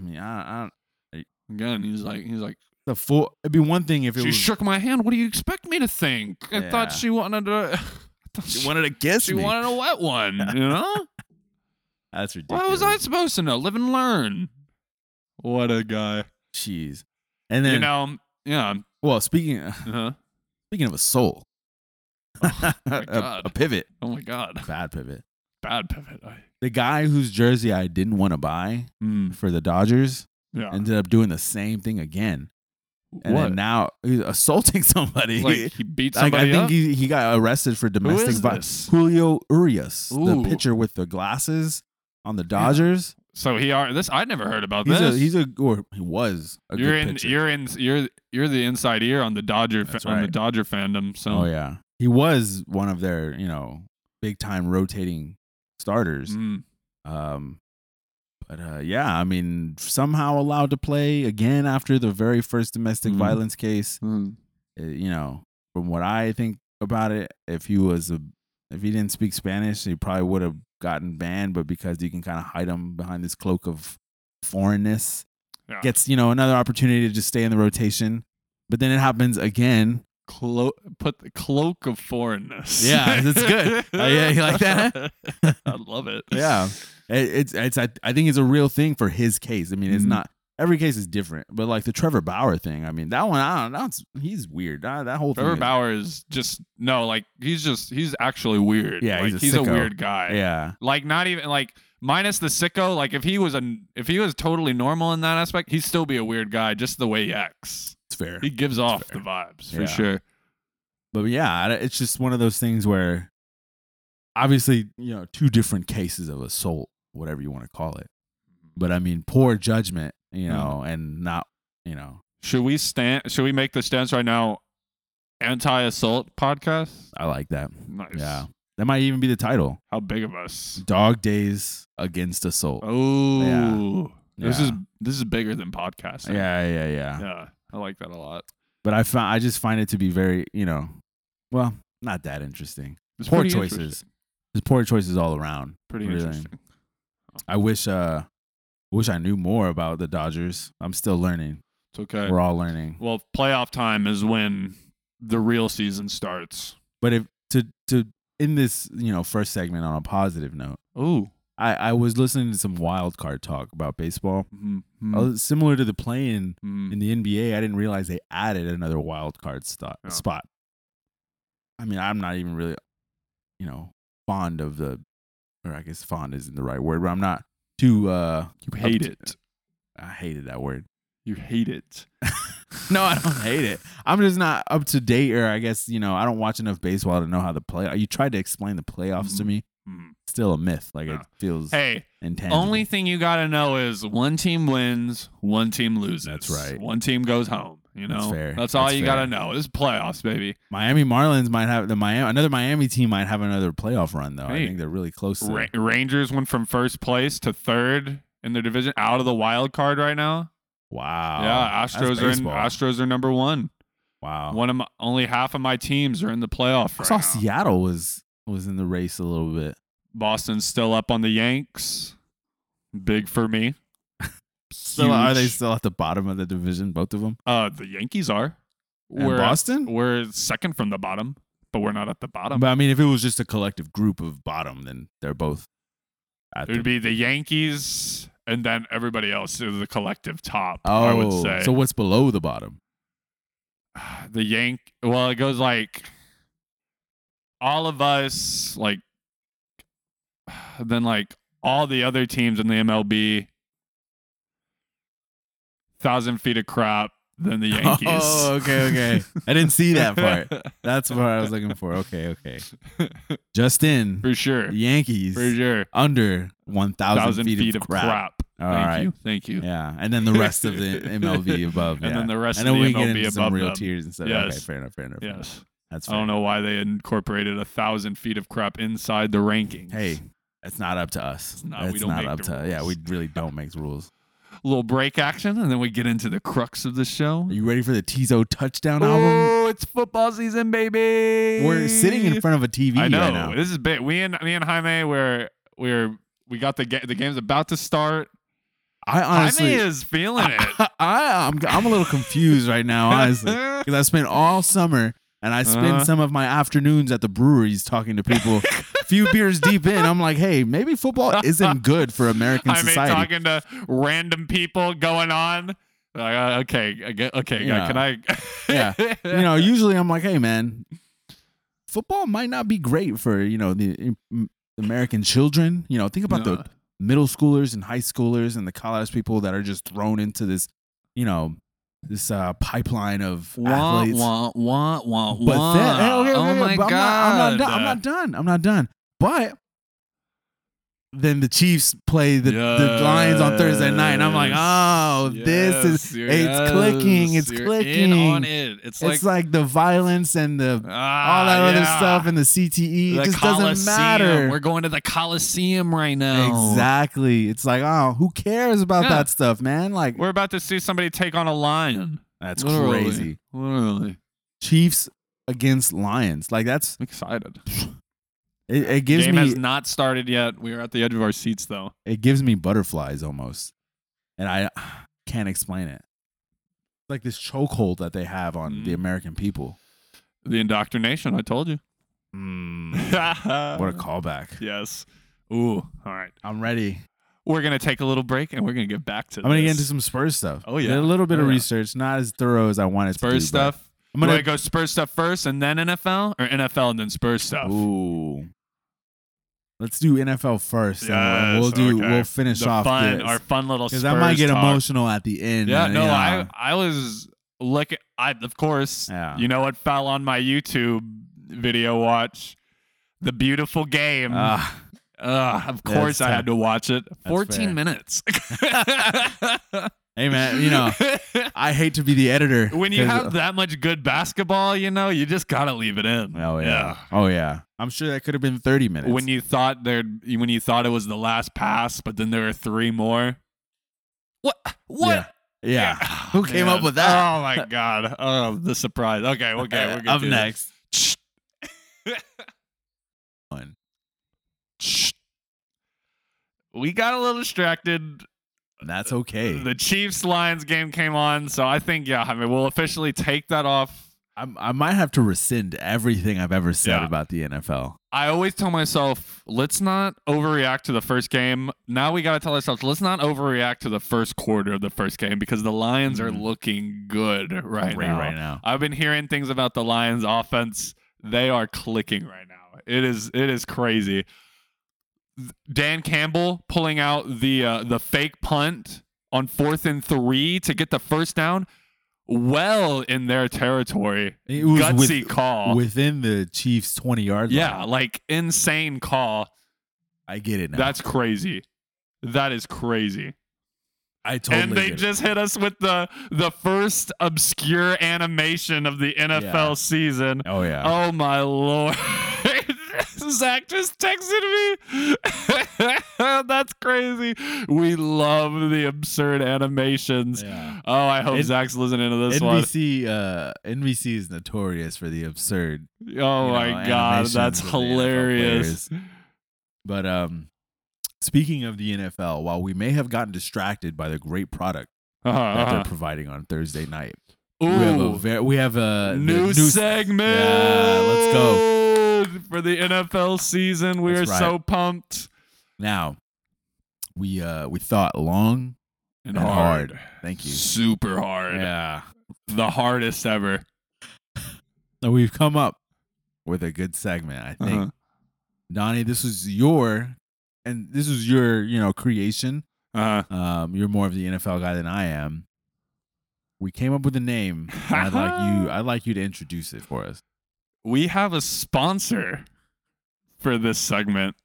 Speaker 1: mean, I, I don't,
Speaker 2: Again, he's like, he's like,
Speaker 1: the full. It'd be one thing if it
Speaker 2: she
Speaker 1: was
Speaker 2: shook my hand. What do you expect me to think? I thought
Speaker 1: Yeah.
Speaker 2: she wanted to. (laughs) I thought she,
Speaker 1: wanted to kiss
Speaker 2: she wanted a wet one.
Speaker 1: (laughs)
Speaker 2: You know.
Speaker 1: That's ridiculous.
Speaker 2: Why was I supposed to know? Live and learn. What a guy.
Speaker 1: Jeez. And then,
Speaker 2: you know. Yeah.
Speaker 1: well, speaking (laughs)
Speaker 2: Uh-huh.
Speaker 1: speaking of a soul, (laughs) a- a,
Speaker 2: Oh God.
Speaker 1: pivot,
Speaker 2: Oh my god.
Speaker 1: bad pivot.
Speaker 2: Bad pivot. I,
Speaker 1: The guy whose jersey I didn't want to buy
Speaker 2: Mm.
Speaker 1: for the Dodgers
Speaker 2: Yeah.
Speaker 1: ended up doing the same thing again, and
Speaker 2: Uh-huh. what?
Speaker 1: then now he's assaulting (laughs) somebody.
Speaker 2: like he beat
Speaker 1: Like, I
Speaker 2: somebody
Speaker 1: think
Speaker 2: up.
Speaker 1: he, he got arrested for
Speaker 2: Who
Speaker 1: domestic
Speaker 2: is
Speaker 1: violence.
Speaker 2: this?
Speaker 1: Julio Urias,
Speaker 2: Ooh.
Speaker 1: the pitcher with the glasses on the Dodgers.
Speaker 2: So he are this. I never heard about
Speaker 1: He's
Speaker 2: this.
Speaker 1: a he's a or he was a
Speaker 2: you're
Speaker 1: good
Speaker 2: in.
Speaker 1: pitcher.
Speaker 2: You're in. You're you're the inside ear on the Dodger fa-
Speaker 1: That's
Speaker 2: on
Speaker 1: right.
Speaker 2: the Dodger fandom. So
Speaker 1: oh yeah, he was one of their you know big time rotating starters.
Speaker 2: Mm.
Speaker 1: Um, but uh, yeah, I mean, somehow allowed to play again after the very first domestic
Speaker 2: Mhm.
Speaker 1: violence case.
Speaker 2: Mm.
Speaker 1: Uh, you know, from what I think about it, if he was a, if he didn't speak Spanish, he probably would have gotten banned. But because you can kind of hide him behind this cloak of foreignness,
Speaker 2: Yeah.
Speaker 1: gets you know another opportunity to just stay in the rotation. But then it happens again.
Speaker 2: Clo- put the cloak of foreignness.
Speaker 1: Yeah, that's
Speaker 2: (laughs)
Speaker 1: good. Uh, yeah, you like that?
Speaker 2: I love it.
Speaker 1: Yeah. It, it's it's I, I think it's a real thing for his case. I mean, it's
Speaker 2: Mhm.
Speaker 1: not every case is different, but like the Trevor Bauer thing. I mean, that one I don't. That's he's weird. That, that whole
Speaker 2: Trevor
Speaker 1: thing. is-
Speaker 2: Bauer is just no, like he's just he's actually weird.
Speaker 1: Yeah,
Speaker 2: Like,
Speaker 1: he's
Speaker 2: he's,
Speaker 1: a
Speaker 2: a,
Speaker 1: sicko.
Speaker 2: weird guy.
Speaker 1: yeah,
Speaker 2: Like not even like minus the sicko. Like if he was a if he was totally normal in that aspect, he'd still be a weird guy. Just the way he acts,
Speaker 1: it's fair.
Speaker 2: he gives off
Speaker 1: fair.
Speaker 2: the vibes
Speaker 1: Yeah.
Speaker 2: for sure.
Speaker 1: but yeah, I- it's just one of those things where obviously you know two different cases of assault, whatever you want to call it. But I mean, poor judgment, you know, and not you know,
Speaker 2: Should we stand? Should we make the stance right now? Anti-assault podcast.
Speaker 1: I like that.
Speaker 2: Nice.
Speaker 1: Yeah, that might even be the title:
Speaker 2: How big of us?
Speaker 1: Dog Days Against Assault.
Speaker 2: Oh, this is
Speaker 1: Yeah.
Speaker 2: this is bigger than podcasting.
Speaker 1: yeah, yeah, yeah.
Speaker 2: yeah, I like that a lot.
Speaker 1: but I found I just find it to be very, you know, well, not that interesting.
Speaker 2: It's
Speaker 1: Poor
Speaker 2: pretty
Speaker 1: choices.
Speaker 2: interesting.
Speaker 1: There's poor choices all around.
Speaker 2: Pretty
Speaker 1: Really.
Speaker 2: interesting.
Speaker 1: I wish, uh, wish I knew more about the Dodgers. I'm still learning.
Speaker 2: It's okay.
Speaker 1: We're all learning.
Speaker 2: Well, playoff time is when the real season starts.
Speaker 1: But if to to in this, you know, first segment on a positive note,
Speaker 2: Ooh.
Speaker 1: I I was listening to some wild card talk about baseball.
Speaker 2: Mm-hmm.
Speaker 1: Uh, similar to the play-in in the NBA, I didn't realize they added another wild card sto-
Speaker 2: Yeah.
Speaker 1: spot. I mean, I'm not even really, you know, fond of the, or I guess fond isn't the right word, but I'm not too. uh
Speaker 2: You hate
Speaker 1: up
Speaker 2: it.
Speaker 1: I hated that word. (laughs)
Speaker 2: You hate it.
Speaker 1: No, I don't hate it. I'm just not up to date, or I guess you know, I don't watch enough baseball to know how the play. You tried to explain the playoffs to
Speaker 2: Mhm.
Speaker 1: me.
Speaker 2: Mm.
Speaker 1: Still a myth. Like it
Speaker 2: Yeah.
Speaker 1: feels
Speaker 2: Hey,
Speaker 1: intangible.
Speaker 2: only thing you got to know is one team wins, one team loses.
Speaker 1: That's right.
Speaker 2: One team goes home. You know,
Speaker 1: That's fair.
Speaker 2: all
Speaker 1: That's fair.
Speaker 2: you got to know. This is playoffs, baby.
Speaker 1: Miami Marlins might have the Miami another Miami team might have another playoff run though. I
Speaker 2: Hey.
Speaker 1: think they're really close to.
Speaker 2: Ra- Rangers went from first place to third in their division, out of the wild card right now.
Speaker 1: Wow.
Speaker 2: yeah,
Speaker 1: Oh, That's
Speaker 2: Astros are in,
Speaker 1: baseball.
Speaker 2: Astros are number one.
Speaker 1: Wow.
Speaker 2: One of my, only half of my teams are in the playoff.
Speaker 1: I
Speaker 2: Right
Speaker 1: saw
Speaker 2: now.
Speaker 1: Seattle was was in the race a little bit.
Speaker 2: Boston's still up on the Yanks. Big
Speaker 1: (laughs)
Speaker 2: for me.
Speaker 1: Still, are they
Speaker 2: Huge.
Speaker 1: still at the bottom of the division? Both of them.
Speaker 2: Uh, the Yankees are.
Speaker 1: And
Speaker 2: we're
Speaker 1: Boston.
Speaker 2: we're second from the bottom, but we're not at the bottom.
Speaker 1: But I mean, if it was just a collective group of bottom, then they're both. At
Speaker 2: It would
Speaker 1: the,
Speaker 2: be the Yankees and then everybody else is the collective top.
Speaker 1: oh,
Speaker 2: I would say
Speaker 1: so what's below the bottom?
Speaker 2: (sighs) the Yank. Well, it goes like all of us, like (sighs) then like all the other teams in the MLB. Thousand feet of crap. Then the
Speaker 1: (laughs)
Speaker 2: Yankees.
Speaker 1: Oh, okay, okay.
Speaker 2: (laughs)
Speaker 1: I didn't see (laughs) that part. That's what I was looking for. Okay, okay. Justin,
Speaker 2: (laughs) For sure.
Speaker 1: Yankees
Speaker 2: For sure.
Speaker 1: under one thousand feet, of crap. All
Speaker 2: Thank
Speaker 1: right.
Speaker 2: you. Thank you.
Speaker 1: Yeah, and then the rest
Speaker 2: (laughs)
Speaker 1: of the MLV above.
Speaker 2: And
Speaker 1: yeah.
Speaker 2: then the rest
Speaker 1: and
Speaker 2: of
Speaker 1: then
Speaker 2: the
Speaker 1: we
Speaker 2: MLB
Speaker 1: get into
Speaker 2: above
Speaker 1: some real
Speaker 2: them.
Speaker 1: tears and stuff. Okay,
Speaker 2: Yes.
Speaker 1: fair enough. Fair enough. fair enough.
Speaker 2: Yes.
Speaker 1: that's fair.
Speaker 2: I don't know why they incorporated a thousand feet of crap inside the rankings.
Speaker 1: hey, that's not up to us. It's
Speaker 2: not- we don't make
Speaker 1: up
Speaker 2: the
Speaker 1: to. Yeah, we
Speaker 2: rules.
Speaker 1: really don't make rules.
Speaker 2: little break action, and then we get into the crux of the show.
Speaker 1: Are you ready for the Tizo touchdown album?
Speaker 2: Oh, it's football season, baby.
Speaker 1: We're sitting in front of a TV
Speaker 2: I know.
Speaker 1: right now.
Speaker 2: This is big. We and me and Jaime we're we're we got the ga- the game's about to start.
Speaker 1: I honestly,
Speaker 2: Jaime is feeling it.
Speaker 1: (laughs) I, am I'm a little confused right now, honestly,
Speaker 2: (laughs)
Speaker 1: because I spent all summer and I spend
Speaker 2: Uh-huh.
Speaker 1: some of my afternoons at the breweries talking to people. a few beers deep in, I'm like, hey, maybe football isn't good for American
Speaker 2: (laughs) I mean,
Speaker 1: society.
Speaker 2: talking to random people going on. Like, uh, okay, I get- okay,
Speaker 1: You
Speaker 2: yeah, can I?
Speaker 1: Yeah.
Speaker 2: (laughs)
Speaker 1: you know, usually I'm like, hey, man, football might not be great for you know the um, American children. You know, think about the middle schoolers and high schoolers and the college people that are just thrown into this, you know, this uh, pipeline of
Speaker 2: Wah,
Speaker 1: athletes.
Speaker 2: wah, wah, wah,
Speaker 1: But
Speaker 2: wah.
Speaker 1: then, hey, okay, okay,
Speaker 2: oh
Speaker 1: okay,
Speaker 2: my
Speaker 1: but
Speaker 2: god!
Speaker 1: I'm not, I'm not done. I'm not done. I'm not done. But then the Chiefs play the, the Lions on Thursday night, and I'm like,
Speaker 2: Yes.
Speaker 1: oh, this is
Speaker 2: Yes, you're-
Speaker 1: it's clicking, it's
Speaker 2: you're
Speaker 1: clicking.
Speaker 2: in on it. It's,
Speaker 1: it's like, the violence and the
Speaker 2: ah,
Speaker 1: all that other
Speaker 2: yeah.
Speaker 1: stuff and the CTE.
Speaker 2: The
Speaker 1: it just doesn't
Speaker 2: Coliseum.
Speaker 1: matter.
Speaker 2: We're going to the Coliseum right now.
Speaker 1: Exactly. It's like, oh, who cares about
Speaker 2: Yeah.
Speaker 1: that stuff, man? Like
Speaker 2: We're about to see somebody take on a lion.
Speaker 1: that's
Speaker 2: Literally.
Speaker 1: crazy.
Speaker 2: Literally.
Speaker 1: Chiefs against Lions. Like that's
Speaker 2: I'm excited.
Speaker 1: it, it gives
Speaker 2: Game
Speaker 1: me
Speaker 2: has not started yet. We are at the edge of our seats though.
Speaker 1: it gives me butterflies almost, and I (sighs) can't explain it. Like this chokehold that they have on
Speaker 2: Mhm.
Speaker 1: the American people.
Speaker 2: The indoctrination, I told (laughs) you.
Speaker 1: Mm, (laughs) what
Speaker 2: what
Speaker 1: a
Speaker 2: (laughs)
Speaker 1: callback!
Speaker 2: Yes. Ooh. All right.
Speaker 1: I'm ready.
Speaker 2: We're gonna take a little break and we're gonna get back to
Speaker 1: I'm gonna get into
Speaker 2: this.
Speaker 1: some Spurs stuff.
Speaker 2: Oh, yeah.
Speaker 1: Did a little bit
Speaker 2: Oh,
Speaker 1: of
Speaker 2: yeah.
Speaker 1: research, not as thorough as I wanted. to do,
Speaker 2: Spurs
Speaker 1: but
Speaker 2: stuff.
Speaker 1: I'm
Speaker 2: I'm
Speaker 1: gonna
Speaker 2: gonna go Spurs stuff first and then NFL or NFL and then Spurs stuff.
Speaker 1: Ooh. Let's do NFL first. and
Speaker 2: Yes,
Speaker 1: we'll do.
Speaker 2: okay.
Speaker 1: We'll finish
Speaker 2: The
Speaker 1: off
Speaker 2: fun,
Speaker 1: this.
Speaker 2: our fun little Spurs
Speaker 1: because I might get
Speaker 2: talk.
Speaker 1: emotional at the end.
Speaker 2: Yeah,
Speaker 1: uh,
Speaker 2: no,
Speaker 1: you know.
Speaker 2: I I was looking. I of course,
Speaker 1: Yeah.
Speaker 2: you know what fell on my YouTube video watch, the beautiful game.
Speaker 1: Ah,
Speaker 2: Ugh, of
Speaker 1: that's
Speaker 2: course, I
Speaker 1: tough.
Speaker 2: had to watch it. Fourteen
Speaker 1: fair. (laughs)
Speaker 2: minutes. (laughs)
Speaker 1: hey man, you know I hate to be the editor
Speaker 2: when you
Speaker 1: 'cause-
Speaker 2: have that much good basketball, you know you just gotta leave it in.
Speaker 1: Oh yeah. Oh yeah. I'm sure that could have been 30 minutes.
Speaker 2: When you thought there, when you thought it was the last pass, but then there were three more. What? What?
Speaker 1: Yeah. yeah. (laughs) Who came up with that?
Speaker 2: Oh my god! Oh, the surprise. Okay, (laughs) okay,
Speaker 1: (laughs)
Speaker 2: we're gonna
Speaker 1: I'm
Speaker 2: do this.
Speaker 1: next.
Speaker 2: Shh.
Speaker 1: One.
Speaker 2: Shh. We got a little distracted.
Speaker 1: That's okay.
Speaker 2: Uh, The Chiefs Lions game came on, so I think yeah. I mean, we'll officially take that off.
Speaker 1: I'm, I might have to rescind everything I've ever said
Speaker 2: Yeah.
Speaker 1: about the NFL.
Speaker 2: I always tell myself, let's not overreact to the first game. Now we got to tell ourselves, let's not overreact to the first quarter of the first game because the Lions are
Speaker 1: Mhm.
Speaker 2: looking good right
Speaker 1: Great
Speaker 2: now.
Speaker 1: Right now.
Speaker 2: I've been hearing things about the Lions offense. They are clicking right now. It is it is crazy. Dan Campbell pulling out the uh, the fake punt on fourth and three to get the first down, well in their territory.
Speaker 1: It was
Speaker 2: Gutsy
Speaker 1: with-
Speaker 2: call.
Speaker 1: within the Chiefs 20 yard line.
Speaker 2: yeah, like insane call.
Speaker 1: I get it now.
Speaker 2: That's crazy. That is crazy.
Speaker 1: I totally
Speaker 2: and they
Speaker 1: get it.
Speaker 2: just hit us with the the first obscure animation of the NFL
Speaker 1: Yeah.
Speaker 2: season.
Speaker 1: Oh yeah.
Speaker 2: Oh my lord. (laughs) Zach just texted me. (laughs) That's crazy. We love the absurd animations.
Speaker 1: Yeah.
Speaker 2: Oh, I hope
Speaker 1: N-
Speaker 2: Zach's listening to this one.
Speaker 1: NBC uh NBC is notorious for the absurd.
Speaker 2: Oh
Speaker 1: you know,
Speaker 2: my god,
Speaker 1: animations
Speaker 2: that's
Speaker 1: of the NFL
Speaker 2: hilarious.
Speaker 1: But um speaking of the NFL, while we may have gotten distracted by the great product that they're
Speaker 2: Uh-huh.
Speaker 1: providing on Thursday night, we have a
Speaker 2: (laughs) Ooh,
Speaker 1: ver- we have a
Speaker 2: new,
Speaker 1: the
Speaker 2: segment.
Speaker 1: Yeah, let's go.
Speaker 2: For the NFL season, we
Speaker 1: That's
Speaker 2: are
Speaker 1: right.
Speaker 2: so pumped
Speaker 1: Now, we uh we thought long
Speaker 2: and,
Speaker 1: and hard.
Speaker 2: hard.
Speaker 1: Thank you.
Speaker 2: Super hard.
Speaker 1: Yeah.
Speaker 2: The hardest ever.
Speaker 1: So we've come up with a good segment, I think.
Speaker 2: Uh-huh.
Speaker 1: Donnie, this was your and this was your, you know, creation.
Speaker 2: Uh,
Speaker 1: Um, you're more of the NFL guy than I am. We came up with a name. and I'd like
Speaker 2: (laughs)
Speaker 1: you. I'd like you to introduce it for us.
Speaker 2: we have a sponsor for this segment.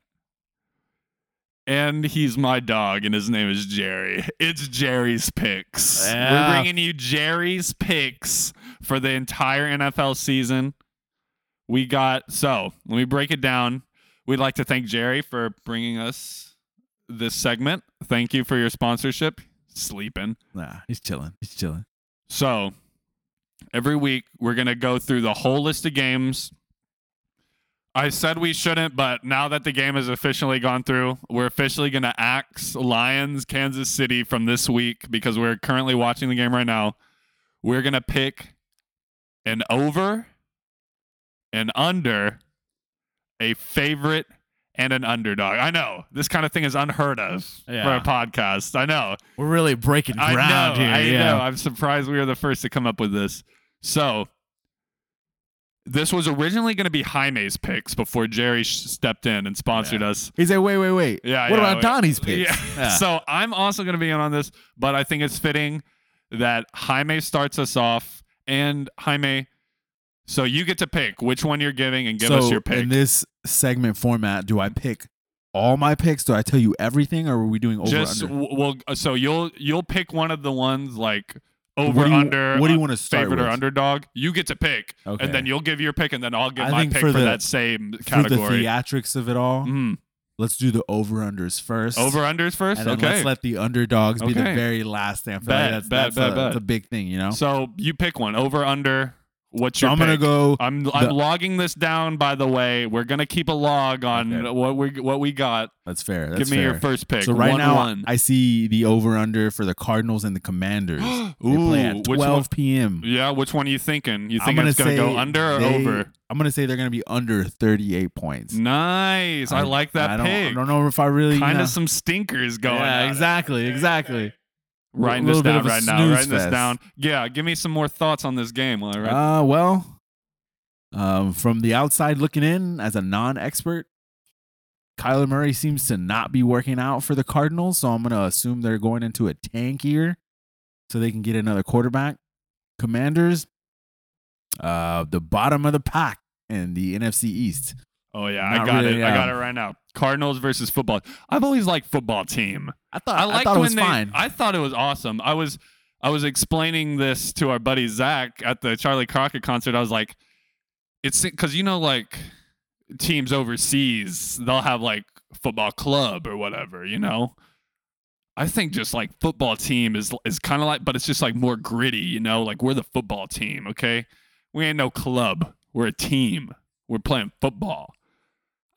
Speaker 2: And he's my dog, and his name is Jerry. It's Jerry's Picks.
Speaker 1: Yeah.
Speaker 2: We're bringing you Jerry's Picks for the entire NFL season. We got, so let me break it down. We'd like to thank Jerry for bringing us this segment. Thank you for your sponsorship. Sleeping.
Speaker 1: Nah, he's chilling. He's chilling.
Speaker 2: So every week we're gonna go through the whole list of games. I said we shouldn't, but now that the game has officially gone through, we're officially gonna axe Lions Kansas City from this week because we're currently watching the game right now. We're gonna pick an over, an under, a favorite, and an underdog. I know this kind of thing is unheard of for
Speaker 1: Yeah.
Speaker 2: a podcast. I know.
Speaker 1: We're really breaking
Speaker 2: I know, I know. I'm surprised we were the first to come up with this. So this was originally going to be Jaime's picks before Jerry sh- stepped in and sponsored
Speaker 1: Yeah.
Speaker 2: us.
Speaker 1: He said, "Wait, wait, wait.
Speaker 2: Yeah.
Speaker 1: what
Speaker 2: yeah,
Speaker 1: about
Speaker 2: wait.
Speaker 1: Donnie's picks?"
Speaker 2: (laughs) Yeah. So I'm also going to be in on this, but I think it's fitting that Jaime starts us off and Jaime. So you get to pick which one you're giving and give
Speaker 1: So
Speaker 2: us your pick.
Speaker 1: in this segment format. Do I pick all my picks? Do I tell you everything, or are we doing over
Speaker 2: Just
Speaker 1: under?
Speaker 2: w- well, so you'll you'll pick one of the ones like over
Speaker 1: what do you,
Speaker 2: under.
Speaker 1: What do you
Speaker 2: uh,
Speaker 1: want to start
Speaker 2: favorite
Speaker 1: with?
Speaker 2: or underdog? You get to pick,
Speaker 1: Okay.
Speaker 2: and then you'll give your pick, and then I'll give
Speaker 1: I
Speaker 2: my
Speaker 1: think
Speaker 2: pick
Speaker 1: for
Speaker 2: for,
Speaker 1: the-
Speaker 2: that same
Speaker 1: For the
Speaker 2: category.
Speaker 1: theatrics of it all,
Speaker 2: Mm.
Speaker 1: let's do the over unders first.
Speaker 2: Over unders first.
Speaker 1: And then
Speaker 2: okay.
Speaker 1: let's let the underdogs be the
Speaker 2: Okay.
Speaker 1: very last thing. I feel
Speaker 2: Bet,
Speaker 1: like that's,
Speaker 2: bet,
Speaker 1: that's
Speaker 2: bet,
Speaker 1: a,
Speaker 2: bet.
Speaker 1: that's a big thing, you know? So,
Speaker 2: so you pick one. Over under. What's your?
Speaker 1: I'm going to
Speaker 2: pick? Uh,
Speaker 1: go.
Speaker 2: I'm I'm
Speaker 1: the-
Speaker 2: logging this down. By the way, we're gonna keep a log on
Speaker 1: Okay.
Speaker 2: what we what we got.
Speaker 1: That's fair. That's
Speaker 2: give me your
Speaker 1: fair.
Speaker 2: first pick.
Speaker 1: So right
Speaker 2: one,
Speaker 1: now,
Speaker 2: one.
Speaker 1: I see the over under for the Cardinals and the
Speaker 2: (gasps)
Speaker 1: Commanders. they play
Speaker 2: Ooh,
Speaker 1: at
Speaker 2: which one?
Speaker 1: 12 p.m.
Speaker 2: Yeah, which one are you thinking? You
Speaker 1: I'm
Speaker 2: think
Speaker 1: gonna
Speaker 2: it's gonna go
Speaker 1: say
Speaker 2: under or
Speaker 1: they-
Speaker 2: over?
Speaker 1: I'm going to say they're going to be under 38 points.
Speaker 2: Nice. I,
Speaker 1: I-
Speaker 2: like that
Speaker 1: I don't, I
Speaker 2: pick.
Speaker 1: don't know if I really you
Speaker 2: Kind
Speaker 1: know-
Speaker 2: of some stinkers going.
Speaker 1: Yeah,
Speaker 2: on it.
Speaker 1: exactly, exactly.
Speaker 2: Writing
Speaker 1: Little
Speaker 2: this
Speaker 1: bit
Speaker 2: down
Speaker 1: of a
Speaker 2: right now.
Speaker 1: snooze
Speaker 2: Writing this
Speaker 1: fest.
Speaker 2: down. Yeah, give me some more thoughts on this game while I write.
Speaker 1: Uh, well, um, from the outside looking in, as a non-expert, Kyler Murray seems to not be working out for the Cardinals, so I'm gonna assume they're going into a tank year, so they can get another quarterback. Commanders, uh, the bottom of the pack in the NFC East.
Speaker 2: oh yeah, I
Speaker 1: not
Speaker 2: got
Speaker 1: really,
Speaker 2: it. I
Speaker 1: yeah.
Speaker 2: got it right now. Cardinals versus football. I've always liked football team.
Speaker 1: I thought
Speaker 2: I
Speaker 1: I,
Speaker 2: liked
Speaker 1: thought it
Speaker 2: when
Speaker 1: was
Speaker 2: they,
Speaker 1: fine.
Speaker 2: I thought it was awesome. I was I was explaining this to our buddy Zach at the Charlie Crockett concert. I was like, it's because you know like teams overseas they'll have like football club or whatever you know. I think just like football team is is kind of like, but it's just like more gritty, you know. Like we're the football team, okay? We ain't no club. We're a team. We're playing football.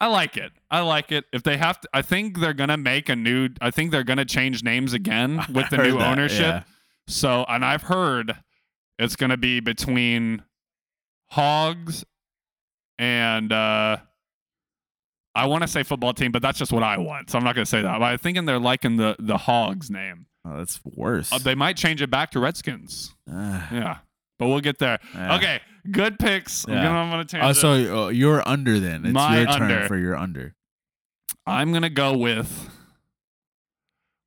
Speaker 2: I like it. I like it. If they have to, I think they're gonna make a new. I think they're gonna change
Speaker 1: (laughs)
Speaker 2: names again with the
Speaker 1: heard
Speaker 2: new
Speaker 1: that,
Speaker 2: ownership.
Speaker 1: yeah.
Speaker 2: So, and I've heard it's gonna be between Hogs and uh I want to say football team, but that's just what I want. So I'm not gonna say that. But I'm thinking they're liking the the Hogs name.
Speaker 1: Oh, that's worse.
Speaker 2: Uh, they might change it back to Redskins.
Speaker 1: Ah,
Speaker 2: Yeah, but we'll get there.
Speaker 1: yeah.
Speaker 2: Okay, good picks. I'm
Speaker 1: Yeah.
Speaker 2: gonna, I'm gonna change.
Speaker 1: Oh,
Speaker 2: it.
Speaker 1: so uh, you're under then. It's
Speaker 2: My
Speaker 1: your turn
Speaker 2: under.
Speaker 1: for your under.
Speaker 2: I'm gonna go with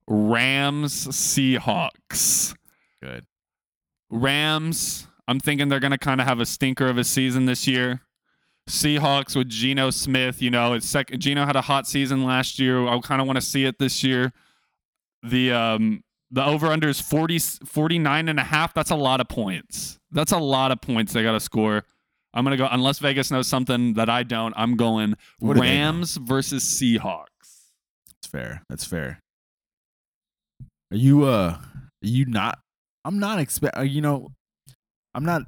Speaker 2: Rams Seahawks.
Speaker 1: Good.
Speaker 2: Rams, I'm thinking they're gonna kind of have a stinker of a season this year. Seahawks with Geno Smith, you know, it's second. Geno had a hot season last year. I kind of want to see it this year. The um the over under is 40 49 and a half. That's a lot of points. That's a lot of points they got to score. I'm going to go unless Vegas knows something that I don't. I'm going
Speaker 1: What do they know?
Speaker 2: Rams versus Seahawks.
Speaker 1: That's fair. That's fair. Are you uh are you not I'm not expect uh, you know I'm not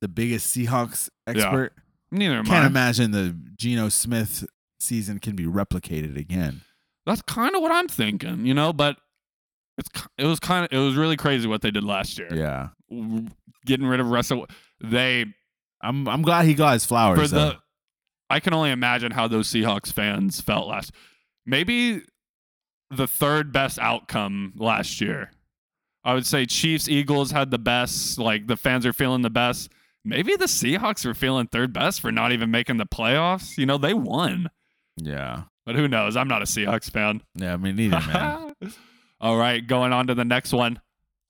Speaker 1: the biggest Seahawks expert.
Speaker 2: Neither am
Speaker 1: Can't
Speaker 2: I.
Speaker 1: imagine the Geno Smith season can be replicated again.
Speaker 2: That's kind of what I'm thinking, you know. But it's ki- it was kind of it was really crazy what they did last year.
Speaker 1: Yeah.
Speaker 2: W- Getting rid of Russell, they
Speaker 1: I'm I'm glad he got his flowers.
Speaker 2: for
Speaker 1: though.
Speaker 2: the. I can only imagine how those Seahawks fans felt last. Maybe the third best outcome last year. I would say Chiefs Eagles had the best. Like the fans are feeling the best. Maybe the Seahawks were feeling third best for not even making the playoffs. You know they won,
Speaker 1: yeah.
Speaker 2: but who knows? I'm not a Seahawks fan.
Speaker 1: Yeah, I mean neither man.
Speaker 2: All right, going on to the next one.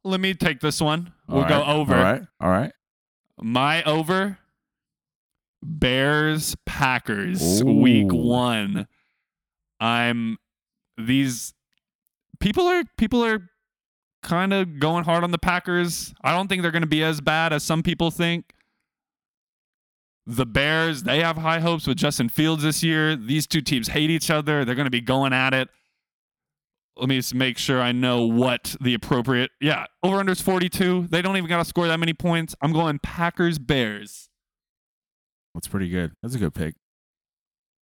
Speaker 2: Let me take this one. (laughs) We'll
Speaker 1: All
Speaker 2: go
Speaker 1: right,
Speaker 2: over.
Speaker 1: All right. All right.
Speaker 2: My over Bears Packers week
Speaker 1: Ooh.
Speaker 2: 1. I'm these people are people are kind of going hard on the Packers. I don't think they're going to be as bad as some people think. The Bears, they have high hopes with Justin Fields this year. These two teams hate each other. They're going to be going at it. Let me just make sure I know what the appropriate. Yeah, over under is 42. They don't even got to score that many points. I'm going Packers Bears.
Speaker 1: That's pretty good. That's a good pick.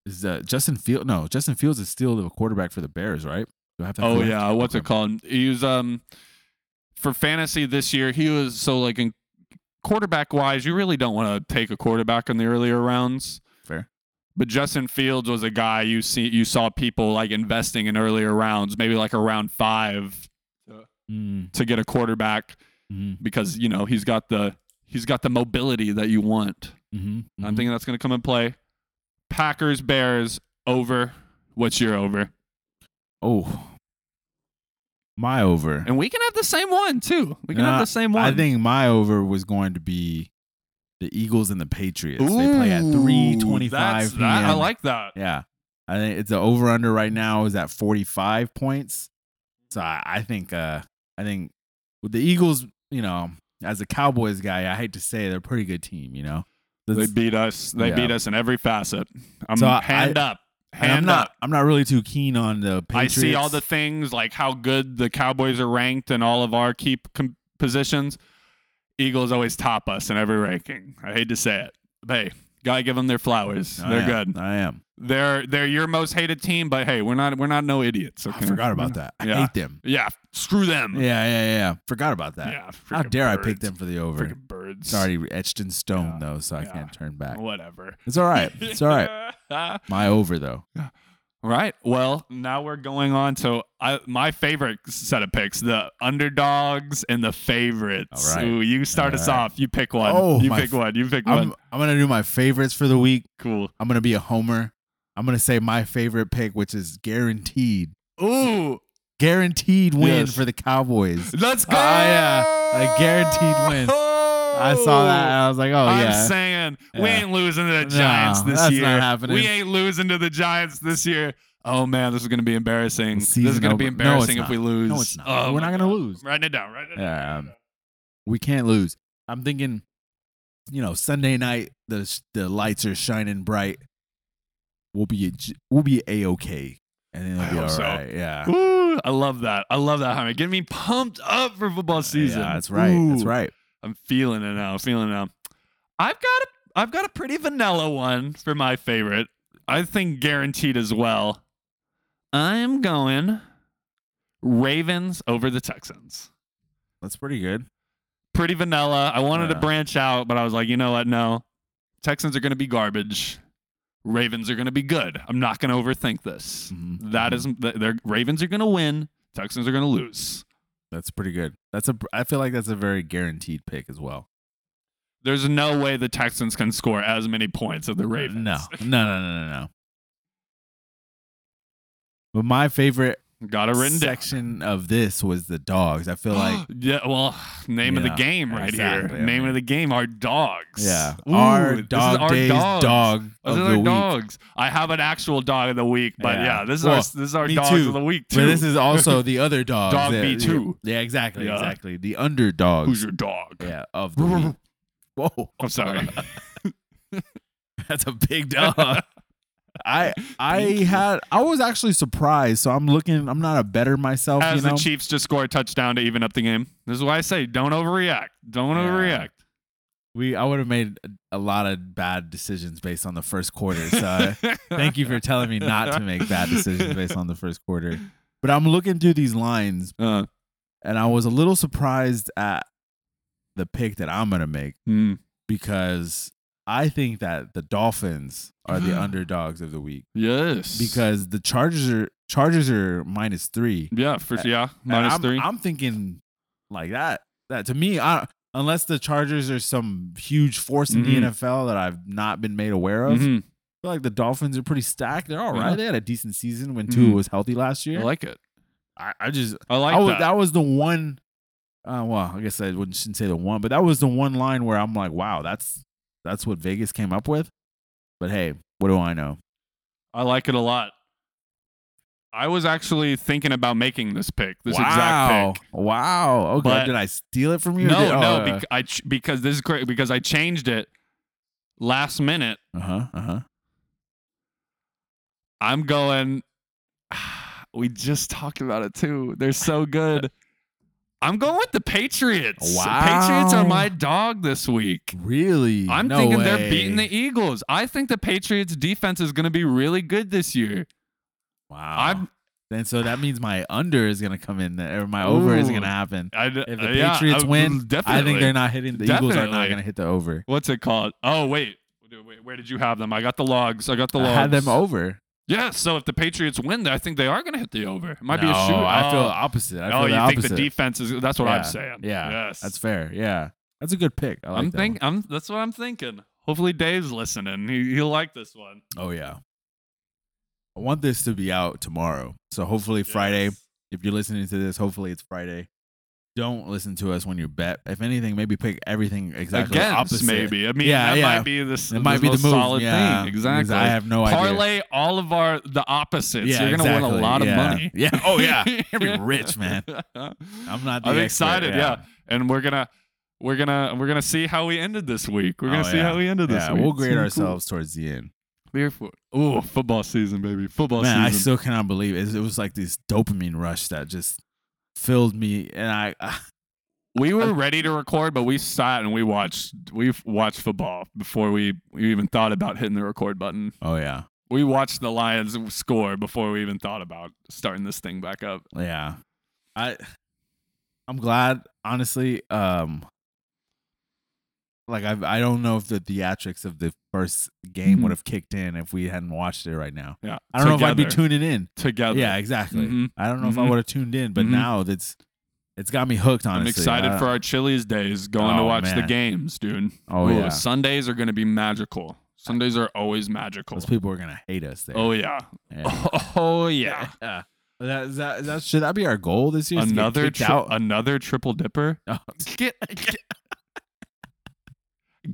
Speaker 1: Is uh, Justin Field no, Justin Fields is still the quarterback for the Bears, right? Do I have to
Speaker 2: Oh
Speaker 1: correct?
Speaker 2: yeah, what's it
Speaker 1: Okay.
Speaker 2: called? He was um for fantasy this year. He was so like in quarterback wise, you really don't want to take a quarterback in the earlier rounds.
Speaker 1: Fair.
Speaker 2: But Justin Fields was a guy you see you saw people like investing in earlier rounds, maybe like around five
Speaker 1: Mm,
Speaker 2: to get a quarterback
Speaker 1: mm,
Speaker 2: because you know he's got the he's got the mobility that you want.
Speaker 1: mhm, mhm.
Speaker 2: I'm thinking that's going to come and play. Packers Bears over. What's your over?
Speaker 1: Oh, my over.
Speaker 2: And we can have the same one too. We can
Speaker 1: Nah,
Speaker 2: have the same one.
Speaker 1: I think my over was going to be the Eagles and the Patriots. they play at
Speaker 2: Ooh,
Speaker 1: three twenty-five
Speaker 2: that's-
Speaker 1: p.m.
Speaker 2: that- I like that.
Speaker 1: Yeah, I think it's the over under right now is at 45 points. So I, I think uh I think with the Eagles, you know, as a Cowboys guy, I hate to say it, they're a pretty good team, you know.
Speaker 2: They
Speaker 1: That's-
Speaker 2: beat us. They
Speaker 1: Yeah.
Speaker 2: beat us in every facet. I'm
Speaker 1: So I-
Speaker 2: hand up.
Speaker 1: and
Speaker 2: Hand
Speaker 1: I'm not
Speaker 2: up.
Speaker 1: I'm not really too keen on the Patriots.
Speaker 2: I see all the things like how good the Cowboys are ranked and all of our key com- positions. Eagles always top us in every ranking. I hate to say it, but hey, gotta give them their flowers.
Speaker 1: I
Speaker 2: they're
Speaker 1: am,
Speaker 2: good.
Speaker 1: I am.
Speaker 2: They're they're your most hated team, but hey, we're not we're not no idiots. Okay?
Speaker 1: I forgot about that. I
Speaker 2: Yeah.
Speaker 1: hate them.
Speaker 2: Yeah, screw them.
Speaker 1: Yeah, yeah, yeah. Forgot about that.
Speaker 2: yeah
Speaker 1: How
Speaker 2: freaking
Speaker 1: dare I
Speaker 2: birds.
Speaker 1: pick them for the over?
Speaker 2: Freaking birds.
Speaker 1: It's already etched in stone
Speaker 2: Yeah.
Speaker 1: though, so I
Speaker 2: Yeah.
Speaker 1: can't turn back.
Speaker 2: Whatever.
Speaker 1: It's all
Speaker 2: (laughs)
Speaker 1: right. It's all right.
Speaker 2: all
Speaker 1: My over though.
Speaker 2: right. Well, now we're going on to I, my favorite set of picks: the underdogs and the favorites.
Speaker 1: All right.
Speaker 2: Ooh, you start
Speaker 1: All
Speaker 2: us
Speaker 1: right.
Speaker 2: off. You pick one.
Speaker 1: Oh,
Speaker 2: you
Speaker 1: my
Speaker 2: pick one. You pick
Speaker 1: I'm
Speaker 2: one.
Speaker 1: I'm gonna do my favorites for the week.
Speaker 2: Cool.
Speaker 1: I'm gonna be a homer. I'm gonna say my favorite pick, which is guaranteed,
Speaker 2: Ooh,
Speaker 1: guaranteed win
Speaker 2: Yes.
Speaker 1: for the
Speaker 2: (laughs)
Speaker 1: Cowboys.
Speaker 2: let's go.
Speaker 1: Ah, yeah. A guaranteed win. I saw that and I was like, oh
Speaker 2: I'm
Speaker 1: yeah,
Speaker 2: saying we
Speaker 1: Yeah.
Speaker 2: ain't losing to the
Speaker 1: No,
Speaker 2: Giants this
Speaker 1: that's
Speaker 2: year.
Speaker 1: not happening.
Speaker 2: We ain't losing to the Giants this year. Oh man, this is gonna be embarrassing. This is
Speaker 1: season
Speaker 2: gonna be
Speaker 1: over. No, it's
Speaker 2: embarrassing if
Speaker 1: not.
Speaker 2: we lose.
Speaker 1: No, it's not.
Speaker 2: Oh,
Speaker 1: We're
Speaker 2: my
Speaker 1: not gonna
Speaker 2: God.
Speaker 1: lose.
Speaker 2: I'm writing it down. Writing it
Speaker 1: Yeah,
Speaker 2: down.
Speaker 1: um, we can't lose. I'm thinking, you know, Sunday night the the lights are shining bright. We'll be a, G- we'll be a okay, and then
Speaker 2: I
Speaker 1: it'll be
Speaker 2: hope
Speaker 1: all
Speaker 2: so.
Speaker 1: right. Yeah,
Speaker 2: Ooh, I love that. I love that, Jaime. Get me pumped up for football season.
Speaker 1: Yeah, that's right. That's
Speaker 2: Ooh.
Speaker 1: right.
Speaker 2: I'm feeling it now. Feeling it now. I've got a I've got a pretty vanilla one for my favorite. I think guaranteed as well. I'm going Ravens over the Texans.
Speaker 1: That's pretty good.
Speaker 2: Pretty vanilla. I wanted to
Speaker 1: Yeah.
Speaker 2: branch out, but I was like, you know what? No. Texans are going to be garbage. Ravens are going to be good. I'm not going to overthink this.
Speaker 1: Mhm.
Speaker 2: That is, th- they're, Ravens are going to win. Texans are going to lose.
Speaker 1: That's pretty good. That's a. I feel like that's a very guaranteed pick as well.
Speaker 2: There's no way the Texans can score as many points as the Ravens.
Speaker 1: No, no, no, no, no, no. But my favorite
Speaker 2: Got it written down.
Speaker 1: section of this was the dogs. I feel like,
Speaker 2: (gasps) yeah, well, name of the
Speaker 1: Yeah,
Speaker 2: game right
Speaker 1: exactly. I
Speaker 2: here. Name
Speaker 1: mean-
Speaker 2: of the game are dogs.
Speaker 1: yeah,
Speaker 2: Ooh,
Speaker 1: our
Speaker 2: this is
Speaker 1: dog days
Speaker 2: dogs.
Speaker 1: dog
Speaker 2: Those
Speaker 1: of
Speaker 2: are
Speaker 1: the
Speaker 2: our
Speaker 1: week.
Speaker 2: dogs. I have an actual dog of the week, but
Speaker 1: Yeah.
Speaker 2: yeah, this is
Speaker 1: Well,
Speaker 2: our this is our
Speaker 1: me
Speaker 2: dogs
Speaker 1: too.
Speaker 2: of the week too.
Speaker 1: But this is also the (laughs) other dogs.
Speaker 2: Dog
Speaker 1: that-
Speaker 2: B2.
Speaker 1: Yeah, exactly,
Speaker 2: Yeah.
Speaker 1: exactly. The underdogs.
Speaker 2: who's your dog?
Speaker 1: yeah, of the week. (laughs) Whoa, (laughs)
Speaker 2: I'm sorry. (laughs)
Speaker 1: that's a big dog. (laughs) I I
Speaker 2: Thank you.
Speaker 1: had I was actually surprised. So I'm looking. I'm not a better myself.
Speaker 2: As
Speaker 1: you know?
Speaker 2: the Chiefs just score a touchdown to even up the game. This is why I say don't overreact. Don't
Speaker 1: Yeah.
Speaker 2: overreact.
Speaker 1: We I would have made a- a lot of bad decisions based on the first quarter. So (laughs)
Speaker 2: (laughs)
Speaker 1: thank you for telling me not to make bad decisions based on the first quarter. But I'm looking through these lines
Speaker 2: Uh,
Speaker 1: and I was a little surprised at the pick that I'm going to make
Speaker 2: mm,
Speaker 1: because I think that the Dolphins are
Speaker 2: Mm-hmm.
Speaker 1: the underdogs of the week
Speaker 2: yes.
Speaker 1: because the Chargers are Chargers are minus 3.
Speaker 2: yeah, for yeah,
Speaker 1: And
Speaker 2: minus
Speaker 1: I'm,
Speaker 2: three.
Speaker 1: I'm thinking like that. That to me, I, unless the Chargers are some huge force in
Speaker 2: Mhm.
Speaker 1: the NFL that I've not been made aware of,
Speaker 2: Mhm.
Speaker 1: I feel like the Dolphins are pretty stacked. They're all right.
Speaker 2: Yeah.
Speaker 1: They had a decent season when
Speaker 2: Mhm.
Speaker 1: Tua was healthy last
Speaker 2: Mm-hmm. I
Speaker 1: year.
Speaker 2: like it.
Speaker 1: I, I just
Speaker 2: I like
Speaker 1: I was, that.
Speaker 2: that.
Speaker 1: was the one. Uh, well, I guess I wouldn't shouldn't say the one, but that was the one line where I'm like, wow, that's that's what Vegas came up with. But hey, what do I know?
Speaker 2: I like it a lot. I was actually thinking about making this pick, this
Speaker 1: wow,
Speaker 2: exact pick.
Speaker 1: wow. Okay,
Speaker 2: But-
Speaker 1: did I steal it from you? or
Speaker 2: No,
Speaker 1: did- oh,
Speaker 2: no, bec- I ch- because this is great because I changed it last minute.
Speaker 1: uh huh, uh huh.
Speaker 2: I'm going. (sighs) We just talked about it too. They're so good. I'm going with the Patriots. Patriots are
Speaker 1: Wow.
Speaker 2: my dog this week.
Speaker 1: Really?
Speaker 2: I'm
Speaker 1: No
Speaker 2: thinking
Speaker 1: way.
Speaker 2: they're beating the Eagles. I think the Patriots defense is going to be really good this year.
Speaker 1: Wow.
Speaker 2: I'm
Speaker 1: then so that means my under is gonna come in there, or my over is
Speaker 2: Ooh.
Speaker 1: gonna happen.
Speaker 2: I,
Speaker 1: If the
Speaker 2: yeah,
Speaker 1: Patriots
Speaker 2: I-
Speaker 1: win, I think
Speaker 2: definitely.
Speaker 1: they're not hitting. The Eagles are not
Speaker 2: Definitely.
Speaker 1: gonna hit the over.
Speaker 2: what's it called? Oh wait. wait, where did you have them? I got the logs. I got the
Speaker 1: I
Speaker 2: logs.
Speaker 1: had them over.
Speaker 2: Yeah, so if the Patriots win, I think they are going to hit the over. It might be a
Speaker 1: No,
Speaker 2: shoot.
Speaker 1: I feel
Speaker 2: oh,
Speaker 1: opposite. I feel
Speaker 2: oh,
Speaker 1: the
Speaker 2: you
Speaker 1: opposite.
Speaker 2: think the defense is? That's what I'm
Speaker 1: Yeah,
Speaker 2: saying.
Speaker 1: yeah,
Speaker 2: Yes.
Speaker 1: That's fair. Yeah, that's a good pick. I like
Speaker 2: I'm
Speaker 1: that one.
Speaker 2: thinking. I'm. That's what I'm thinking. Hopefully, Dave's listening. He, he'll like this one.
Speaker 1: Oh yeah. I want this to be out tomorrow, so hopefully Friday.
Speaker 2: Yes.
Speaker 1: If you're listening to this, hopefully it's Friday. don't listen to us when you bet. If anything, maybe pick everything exactly
Speaker 2: Against,
Speaker 1: opposite.
Speaker 2: maybe. I mean,
Speaker 1: Yeah,
Speaker 2: that
Speaker 1: yeah.
Speaker 2: might be this.
Speaker 1: It might be the move.
Speaker 2: most solid
Speaker 1: yeah,
Speaker 2: thing.
Speaker 1: because
Speaker 2: Exactly.
Speaker 1: I have no idea.
Speaker 2: Parlay all of our the opposites.
Speaker 1: Yeah,
Speaker 2: You're gonna win
Speaker 1: exactly.
Speaker 2: a lot
Speaker 1: Yeah.
Speaker 2: of money.
Speaker 1: (laughs)
Speaker 2: (laughs)
Speaker 1: Yeah. Oh yeah. You'd be rich, man. I'm not. The
Speaker 2: I'm
Speaker 1: expert,
Speaker 2: excited. Yeah. and we're gonna we're gonna we're gonna see how we ended this week. We're gonna
Speaker 1: Oh,
Speaker 2: see
Speaker 1: yeah.
Speaker 2: how we ended this.
Speaker 1: Yeah,
Speaker 2: week.
Speaker 1: we'll
Speaker 2: It's
Speaker 1: grade
Speaker 2: gonna be
Speaker 1: ourselves towards the end.
Speaker 2: Cool. Beer for ooh football season, baby. Football
Speaker 1: Man, I
Speaker 2: season.
Speaker 1: still cannot believe it. It was like this dopamine rush that just filled me, and I. ah,
Speaker 2: we were ready to record, but we sat and we watched we watched football before we, we even thought about hitting the record button.
Speaker 1: oh yeah,
Speaker 2: We watched the Lions score before we even thought about starting this thing back up.
Speaker 1: yeah. I. I'm glad, honestly. Um. Like I, I don't know if the theatrics of the first game
Speaker 2: Mhm.
Speaker 1: would have kicked in if we hadn't watched it right now.
Speaker 2: Yeah,
Speaker 1: I don't know if I'd be
Speaker 2: together.
Speaker 1: tuning in.
Speaker 2: together.
Speaker 1: Yeah, exactly.
Speaker 2: Mhm.
Speaker 1: I don't know if I
Speaker 2: Mhm.
Speaker 1: would have tuned in, but
Speaker 2: Mhm.
Speaker 1: now it's it's got me hooked.
Speaker 2: I'm
Speaker 1: Honestly, Uh,
Speaker 2: excited
Speaker 1: I-
Speaker 2: for our Chili's days going to
Speaker 1: Oh,
Speaker 2: watch the
Speaker 1: man.
Speaker 2: games, dude.
Speaker 1: Oh
Speaker 2: Ooh,
Speaker 1: yeah,
Speaker 2: Sundays are going to be magical. Sundays are always magical.
Speaker 1: those people are gonna hate us. There.
Speaker 2: Oh yeah. (laughs)
Speaker 1: yeah.
Speaker 2: Oh yeah.
Speaker 1: yeah. That, that, that should that be our goal this year? is to get
Speaker 2: Another
Speaker 1: kicked
Speaker 2: tri-
Speaker 1: out.
Speaker 2: (laughs) another triple dipper.
Speaker 1: Oh.
Speaker 2: Get, get,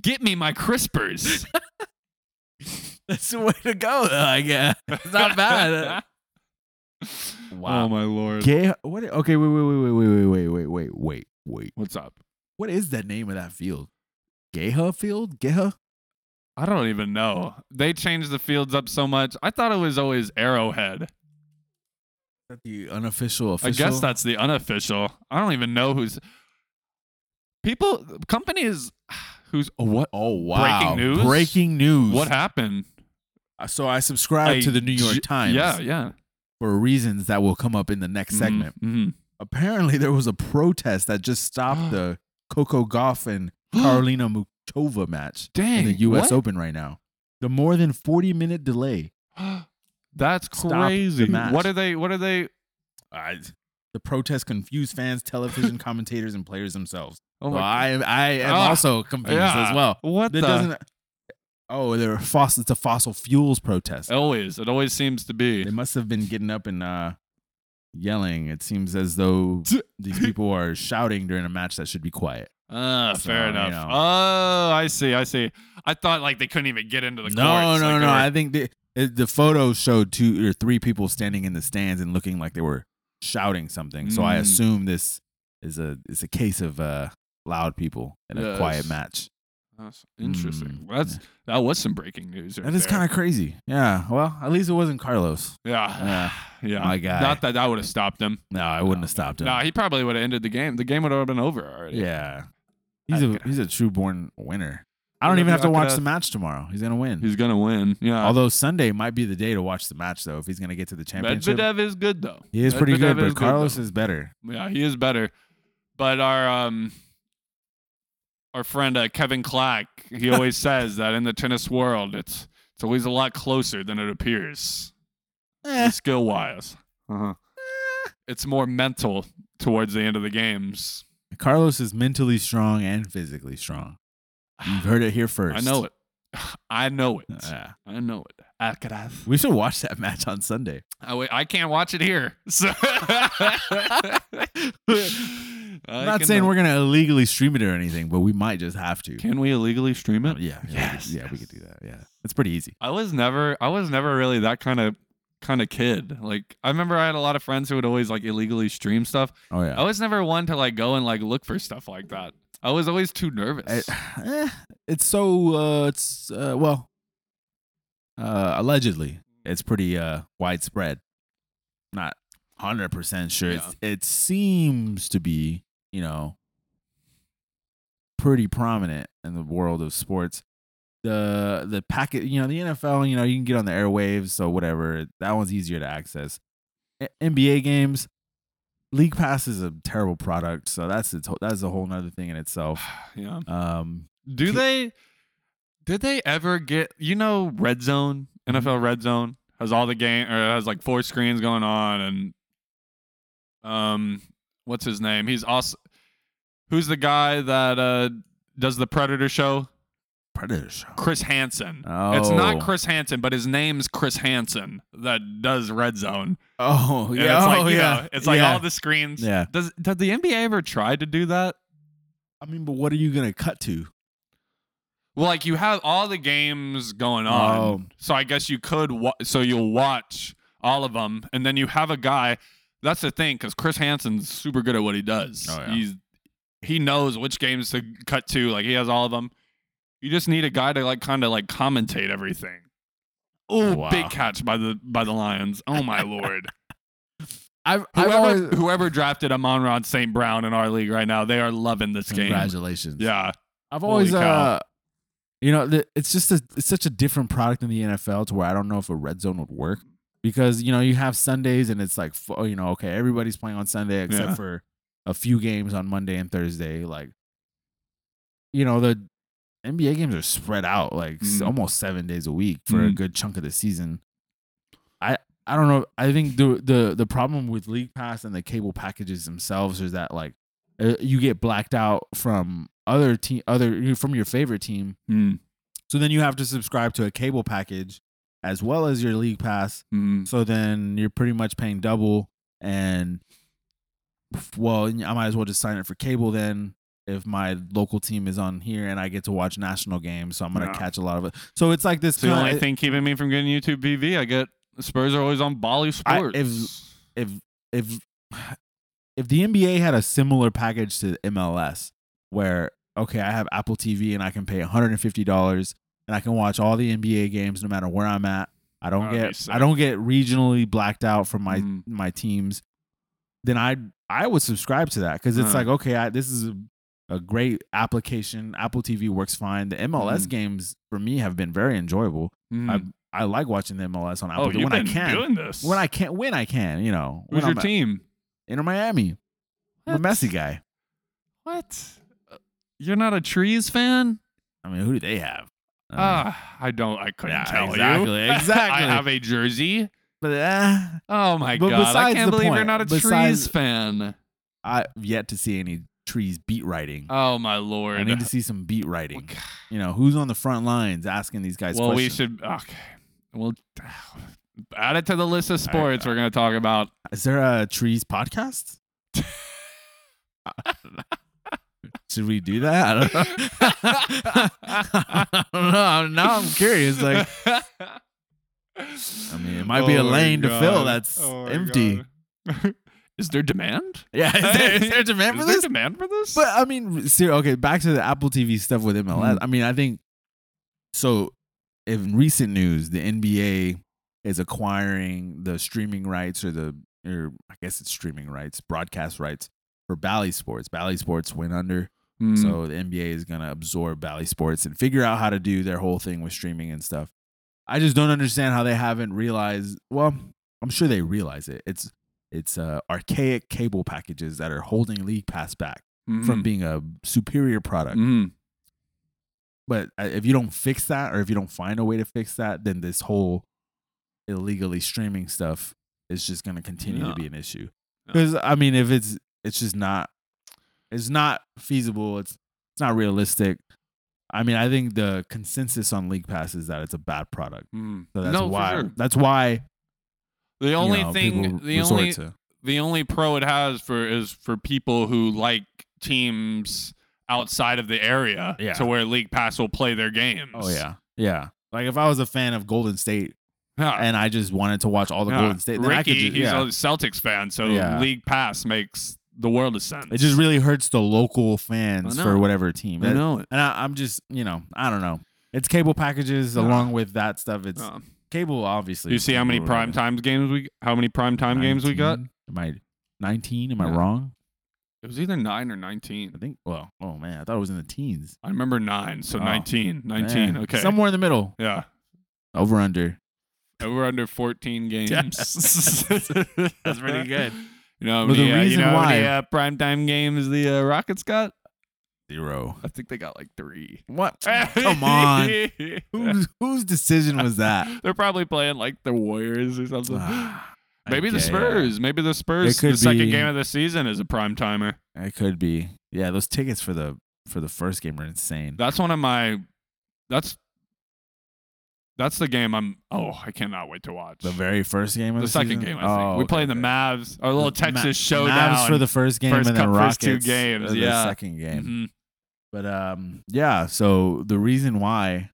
Speaker 2: get me my crispers.
Speaker 1: That's the way to go, though. I guess it's not
Speaker 2: (laughs)
Speaker 1: bad.
Speaker 2: Oh my lord.
Speaker 1: Gay, what? Okay, wait, wait, wait, wait, wait, wait, wait, wait, wait, wait.
Speaker 2: What's up?
Speaker 1: What is that name of that field? Geha Field? Geha?
Speaker 2: I don't even know. They changed the fields up so much. I thought it was always Arrowhead.
Speaker 1: Is that the unofficial official?
Speaker 2: I guess that's the unofficial. I don't even know who's people companies (sighs) who's what
Speaker 1: Oh wow!
Speaker 2: Breaking news?
Speaker 1: Breaking news.
Speaker 2: what happened?
Speaker 1: Uh, So I subscribe
Speaker 2: I
Speaker 1: to the New York
Speaker 2: j-
Speaker 1: Times.
Speaker 2: Yeah, yeah.
Speaker 1: for reasons that will come up in the next
Speaker 2: Mhm,
Speaker 1: segment.
Speaker 2: mhm.
Speaker 1: Apparently, there was a protest that just
Speaker 2: (gasps)
Speaker 1: stopped the Coco Gauff and Carolina Muchova match
Speaker 2: Dang.
Speaker 1: in the U.S.
Speaker 2: what?
Speaker 1: Open right now. The more than 40 minute delay.
Speaker 2: (gasps) That's
Speaker 1: Stop the
Speaker 2: crazy.
Speaker 1: match.
Speaker 2: What are they what are they
Speaker 1: I, the protest confused fans,
Speaker 2: (laughs)
Speaker 1: television commentators, and players themselves.
Speaker 2: Oh
Speaker 1: So
Speaker 2: my
Speaker 1: I am, I am
Speaker 2: Ah,
Speaker 1: also confused
Speaker 2: yeah.
Speaker 1: as well.
Speaker 2: What
Speaker 1: That
Speaker 2: the
Speaker 1: doesn't. Oh, they're fossil. It's a fossil fuels protest.
Speaker 2: always it always seems to
Speaker 1: They
Speaker 2: be.
Speaker 1: must have been getting up and uh, yelling. It seems as
Speaker 2: (laughs)
Speaker 1: though these people are shouting during a match that should be quiet.
Speaker 2: Uh,
Speaker 1: So,
Speaker 2: fair
Speaker 1: you
Speaker 2: enough.
Speaker 1: know.
Speaker 2: Oh, I see. I see. I thought like they couldn't even get into the
Speaker 1: No,
Speaker 2: courts,
Speaker 1: no,
Speaker 2: like,
Speaker 1: no.
Speaker 2: they were-
Speaker 1: I think the it, the photos showed two or three people standing in the stands and looking like they were shouting something. So I
Speaker 2: Mm.
Speaker 1: assume this is a is a case of uh, loud people in a quiet
Speaker 2: Yes.
Speaker 1: match.
Speaker 2: That's interesting.
Speaker 1: Mm,
Speaker 2: Well, that's that was some breaking news. Right
Speaker 1: That is
Speaker 2: there.
Speaker 1: kind of crazy. Yeah. Well, at least it wasn't Carlos.
Speaker 2: Yeah. (sighs) yeah.
Speaker 1: my guy.
Speaker 2: Not that that would have stopped him.
Speaker 1: No, I wouldn't have stopped him.
Speaker 2: No, he probably would have ended the game. The game would have been over already.
Speaker 1: yeah. He's a
Speaker 2: Okay.
Speaker 1: he's a true born winner. I don't
Speaker 2: Maybe
Speaker 1: even have
Speaker 2: I
Speaker 1: to
Speaker 2: could
Speaker 1: watch
Speaker 2: have-
Speaker 1: the match tomorrow. He's gonna win.
Speaker 2: He's going to win. Yeah.
Speaker 1: Although Sunday might be the day to watch the match though, if he's gonna get to the championship.
Speaker 2: Medvedev is good, though.
Speaker 1: He is pretty good,
Speaker 2: Medvedev
Speaker 1: but Carlos
Speaker 2: though.
Speaker 1: is better.
Speaker 2: Yeah, he is better. But our um our friend uh, Kevin Clack, he
Speaker 1: (laughs)
Speaker 2: always says that in the tennis world, it's it's always a lot closer than it appears,
Speaker 1: Eh.
Speaker 2: skill wise. Uh-huh. It's more mental towards the end of the games.
Speaker 1: Carlos is mentally strong and physically strong. You've heard it here first.
Speaker 2: (sighs) I know it. I know it.
Speaker 1: Yeah.
Speaker 2: I know it. Alcaraz.
Speaker 1: We should watch that match on Sunday.
Speaker 2: I, w- I can't watch it here. (laughs) So
Speaker 1: (laughs) I'm
Speaker 2: I'm
Speaker 1: not saying we're gonna illegally stream it or anything, but we might just have to.
Speaker 2: uh, Can we illegally stream
Speaker 1: Uh,
Speaker 2: it?
Speaker 1: yeah, yeah,
Speaker 2: Yes,
Speaker 1: we could, yeah, we
Speaker 2: yes.
Speaker 1: could do that. Yeah, it's pretty easy.
Speaker 2: I was never. I was never really that kind of kind of kid. Like I remember I had a lot of friends who would always like illegally stream stuff.
Speaker 1: Oh yeah,
Speaker 2: I was never one to like go and like look for stuff like that. I was always too nervous.
Speaker 1: I- (sighs) eh, it's so uh, it's uh, well, uh, allegedly it's pretty uh, widespread. Not hundred percent sure. It's, it seems to be, you know, pretty prominent in the world of sports. The the packet, you know, the NFL, you know, you can get on the airwaves, so whatever. That one's easier to access. A- NBA games, League Pass is a terrible product, so that's a, that's a whole nother thing in itself.
Speaker 2: yeah.
Speaker 1: Um,
Speaker 2: Do they? Did they ever get? You know, Red Zone,
Speaker 1: Mm-hmm.
Speaker 2: NFL Red Zone has all the game or has like four screens going on, and um, what's his name? He's also who's the guy that uh does the Predator show?
Speaker 1: Predator show.
Speaker 2: Chris Hansen. It's not
Speaker 1: Oh.
Speaker 2: Chris Hansen, but his name's Chris Hansen that does Red Zone.
Speaker 1: (laughs) Oh
Speaker 2: And
Speaker 1: yeah,
Speaker 2: it's like,
Speaker 1: oh,
Speaker 2: you
Speaker 1: yeah.
Speaker 2: know, it's like
Speaker 1: yeah.
Speaker 2: all the screens.
Speaker 1: Yeah.
Speaker 2: Does does the NBA ever try to do that?
Speaker 1: I mean, but what are you gonna cut to?
Speaker 2: Well, like you have all the games going on,
Speaker 1: Oh.
Speaker 2: so I guess you could. Wa- so you'll watch all of them, and then you have a guy. That's the thing, because Chris Hansen's super good at what he does.
Speaker 1: Oh, yeah.
Speaker 2: He's he knows which games to cut to. Like he has all of them. You just need a guy to like kind of like commentate everything. Oh,
Speaker 1: Wow.
Speaker 2: big catch by the by the Lions.
Speaker 1: (laughs)
Speaker 2: Oh my lord.
Speaker 1: I've,
Speaker 2: Whoever, whoever drafted Amon Rod St. Brown in our league right now, they are loving this game.
Speaker 1: congratulations.
Speaker 2: Yeah.
Speaker 1: I've
Speaker 2: Holy
Speaker 1: always,
Speaker 2: cow.
Speaker 1: uh, you know, th- it's just a, it's such a different product in the NFL to where I don't know if a red zone would work because you know you have Sundays and it's like fo- you know okay everybody's playing on Sunday except
Speaker 2: Yeah.
Speaker 1: for a few games on Monday and Thursday like you know the NBA games are spread out like s-
Speaker 2: Mm.
Speaker 1: almost seven days a week for a
Speaker 2: Mm.
Speaker 1: good chunk of the season. I I don't know. I think the the the problem with League Pass and the cable packages themselves is that like uh, you get blacked out from other team other from your favorite team.
Speaker 2: Mm,
Speaker 1: So then you have to subscribe to a cable package as well as your League Pass.
Speaker 2: mm.
Speaker 1: So then you're pretty much paying double and well, I might as well just sign up for cable then if my local team is on here and I get to watch national games, so I'm going to
Speaker 2: Yeah.
Speaker 1: catch a lot of it. So it's like this
Speaker 2: It's the
Speaker 1: kinda-
Speaker 2: only thing keeping me from getting YouTube PV. I get Spurs are always on Bali
Speaker 1: I-
Speaker 2: Sports.
Speaker 1: if if if the NBA had a similar package to MLS, where okay, I have Apple TV and I can pay one hundred and fifty dollars and I can watch all the NBA games no matter where I'm at. I don't
Speaker 2: That'd be
Speaker 1: get
Speaker 2: sick.
Speaker 1: I don't get regionally blacked out from my
Speaker 2: Mm.
Speaker 1: my teams. Then I I would subscribe to that because it's
Speaker 2: Uh-huh.
Speaker 1: like okay, I, this is a, a great application. Apple TV works fine. The MLS
Speaker 2: Mm.
Speaker 1: games for me have been very enjoyable.
Speaker 2: Mm.
Speaker 1: I like watching the MLS on Apple
Speaker 2: oh,
Speaker 1: TV
Speaker 2: you've
Speaker 1: when
Speaker 2: been
Speaker 1: I can
Speaker 2: doing this.
Speaker 1: when I can't win, I can. You know, when
Speaker 2: who's your
Speaker 1: I'm at-
Speaker 2: team?
Speaker 1: Inter Miami. I'm a
Speaker 2: What?
Speaker 1: messy guy.
Speaker 2: What? Uh, You're not a trees fan?
Speaker 1: I mean, who do they have? Um, I don't know.
Speaker 2: Ah, I don't. I couldn't
Speaker 1: Yeah,
Speaker 2: tell you. (laughs)
Speaker 1: exactly, exactly.
Speaker 2: I have a jersey.
Speaker 1: but uh,
Speaker 2: Oh my
Speaker 1: But
Speaker 2: god! I
Speaker 1: besides
Speaker 2: can't
Speaker 1: the
Speaker 2: believe you're
Speaker 1: point,
Speaker 2: not a
Speaker 1: besides-
Speaker 2: trees fan.
Speaker 1: I've yet to see any trees beat writing.
Speaker 2: Oh my lord!
Speaker 1: I need to see some beat writing.
Speaker 2: Well,
Speaker 1: You know, who's on the front lines asking these guys
Speaker 2: Well, we
Speaker 1: questions?
Speaker 2: should. Okay. Well, (sighs) add it to the list of sports we're going to talk about.
Speaker 1: Is there a trees
Speaker 2: (laughs)
Speaker 1: podcast? should we do that? I don't know. (laughs) I don't know. I'm- Now I'm curious.
Speaker 2: (laughs)
Speaker 1: Like,
Speaker 2: I
Speaker 1: mean, it might be a lane to fill that's empty.
Speaker 2: Oh (laughs) Is there demand?
Speaker 1: yeah, is there, is there demand
Speaker 2: Is
Speaker 1: for
Speaker 2: there
Speaker 1: this?
Speaker 2: demand for this? uh,
Speaker 1: But I mean, ser- okay, back to the Apple TV stuff with MLS.
Speaker 2: Mm-hmm.
Speaker 1: I mean, I think so. In recent news, the NBA is acquiring the streaming rights or the or I guess it's streaming rights, broadcast rights for Bally Sports. Bally Sports went under,
Speaker 2: Hmm.
Speaker 1: so the NBA is gonna absorb Bally Sports and figure out how to do their whole thing with streaming and stuff. I just don't understand how they haven't realized. Well, I'm sure they realize it. It's it's uh, archaic cable packages that are holding League Pass back from
Speaker 2: Mhm.
Speaker 1: being a superior product.
Speaker 2: Mhm.
Speaker 1: But uh, if you don't fix that, or if you don't find a way to fix that, then this whole illegally streaming stuff is just going to continue
Speaker 2: Yeah.
Speaker 1: to be an issue.
Speaker 2: Yeah.
Speaker 1: Because I mean, if it's it's just not it's not feasible. It's it's not realistic. I mean, I think the consensus on League Pass is that it's a bad product.
Speaker 2: Mhm.
Speaker 1: Hmm. So that's
Speaker 2: no, for
Speaker 1: why
Speaker 2: sure.
Speaker 1: that's why
Speaker 2: the
Speaker 1: you
Speaker 2: only
Speaker 1: know,
Speaker 2: thing,
Speaker 1: people
Speaker 2: the
Speaker 1: resort
Speaker 2: only,
Speaker 1: to.
Speaker 2: the only pro it has for is for people who like teams outside of the area
Speaker 1: Yeah.
Speaker 2: to where League Pass will play their games.
Speaker 1: Oh yeah, yeah. Like if I was a fan of Golden State
Speaker 2: Yeah.
Speaker 1: and I just wanted to watch all the
Speaker 2: Uh, Yeah.
Speaker 1: Golden State, then
Speaker 2: Ricky,
Speaker 1: I could just,
Speaker 2: he's
Speaker 1: yeah.
Speaker 2: a Celtics fan, so
Speaker 1: Yeah.
Speaker 2: league pass makes the world of sense.
Speaker 1: It just really hurts the local fans
Speaker 2: I
Speaker 1: for
Speaker 2: know.
Speaker 1: whatever team.
Speaker 2: I
Speaker 1: That-
Speaker 2: know it.
Speaker 1: And I, I'm just, you know, I don't know. It's cable packages
Speaker 2: Yeah.
Speaker 1: along with that stuff. It's
Speaker 2: Uh,
Speaker 1: cable, obviously.
Speaker 2: you see how many prime time games we how many prime time games we got?
Speaker 1: Am I 19? Am I
Speaker 2: Yeah.
Speaker 1: wrong?
Speaker 2: It was either nine or
Speaker 1: I
Speaker 2: nineteen.
Speaker 1: think. Well, oh man, I thought it was in the teens.
Speaker 2: I remember nine, so
Speaker 1: Oh,
Speaker 2: nineteen. Nineteen.
Speaker 1: Man,
Speaker 2: Okay.
Speaker 1: somewhere in the middle,
Speaker 2: yeah.
Speaker 1: over under.
Speaker 2: And we're under fourteen games. (laughs)
Speaker 1: Yes. That's pretty good.
Speaker 2: You know, how
Speaker 1: Well, the
Speaker 2: many, uh, you
Speaker 1: reason
Speaker 2: know how many
Speaker 1: why-
Speaker 2: uh, prime time games the uh, Rockets got?
Speaker 1: Zero.
Speaker 2: I think they got like three. (laughs)
Speaker 1: What? Come on. Whose whose decision was
Speaker 2: (laughs)
Speaker 1: that? (sighs) Ah,
Speaker 2: They're probably playing like the Warriors or something. Maybe the
Speaker 1: Okay, yeah.
Speaker 2: Spurs. Maybe the Spurs.
Speaker 1: It could
Speaker 2: the second
Speaker 1: be-
Speaker 2: game of the season is a prime timer.
Speaker 1: It could be. Yeah, those tickets for the for the first game are insane.
Speaker 2: That's one of my. that's that's the game I'm. Oh, I cannot wait to watch
Speaker 1: The very first game of
Speaker 2: the
Speaker 1: the,
Speaker 2: second
Speaker 1: season?
Speaker 2: game. I think
Speaker 1: Oh,
Speaker 2: we
Speaker 1: okay,
Speaker 2: played the
Speaker 1: okay.
Speaker 2: Mavs, our little
Speaker 1: Ma-
Speaker 2: Texas showdown.
Speaker 1: Mavs for the first game
Speaker 2: First
Speaker 1: and then
Speaker 2: cup, first
Speaker 1: Rockets
Speaker 2: two games,
Speaker 1: for the
Speaker 2: yeah.
Speaker 1: second game.
Speaker 2: Mhm.
Speaker 1: But um, yeah. So the reason why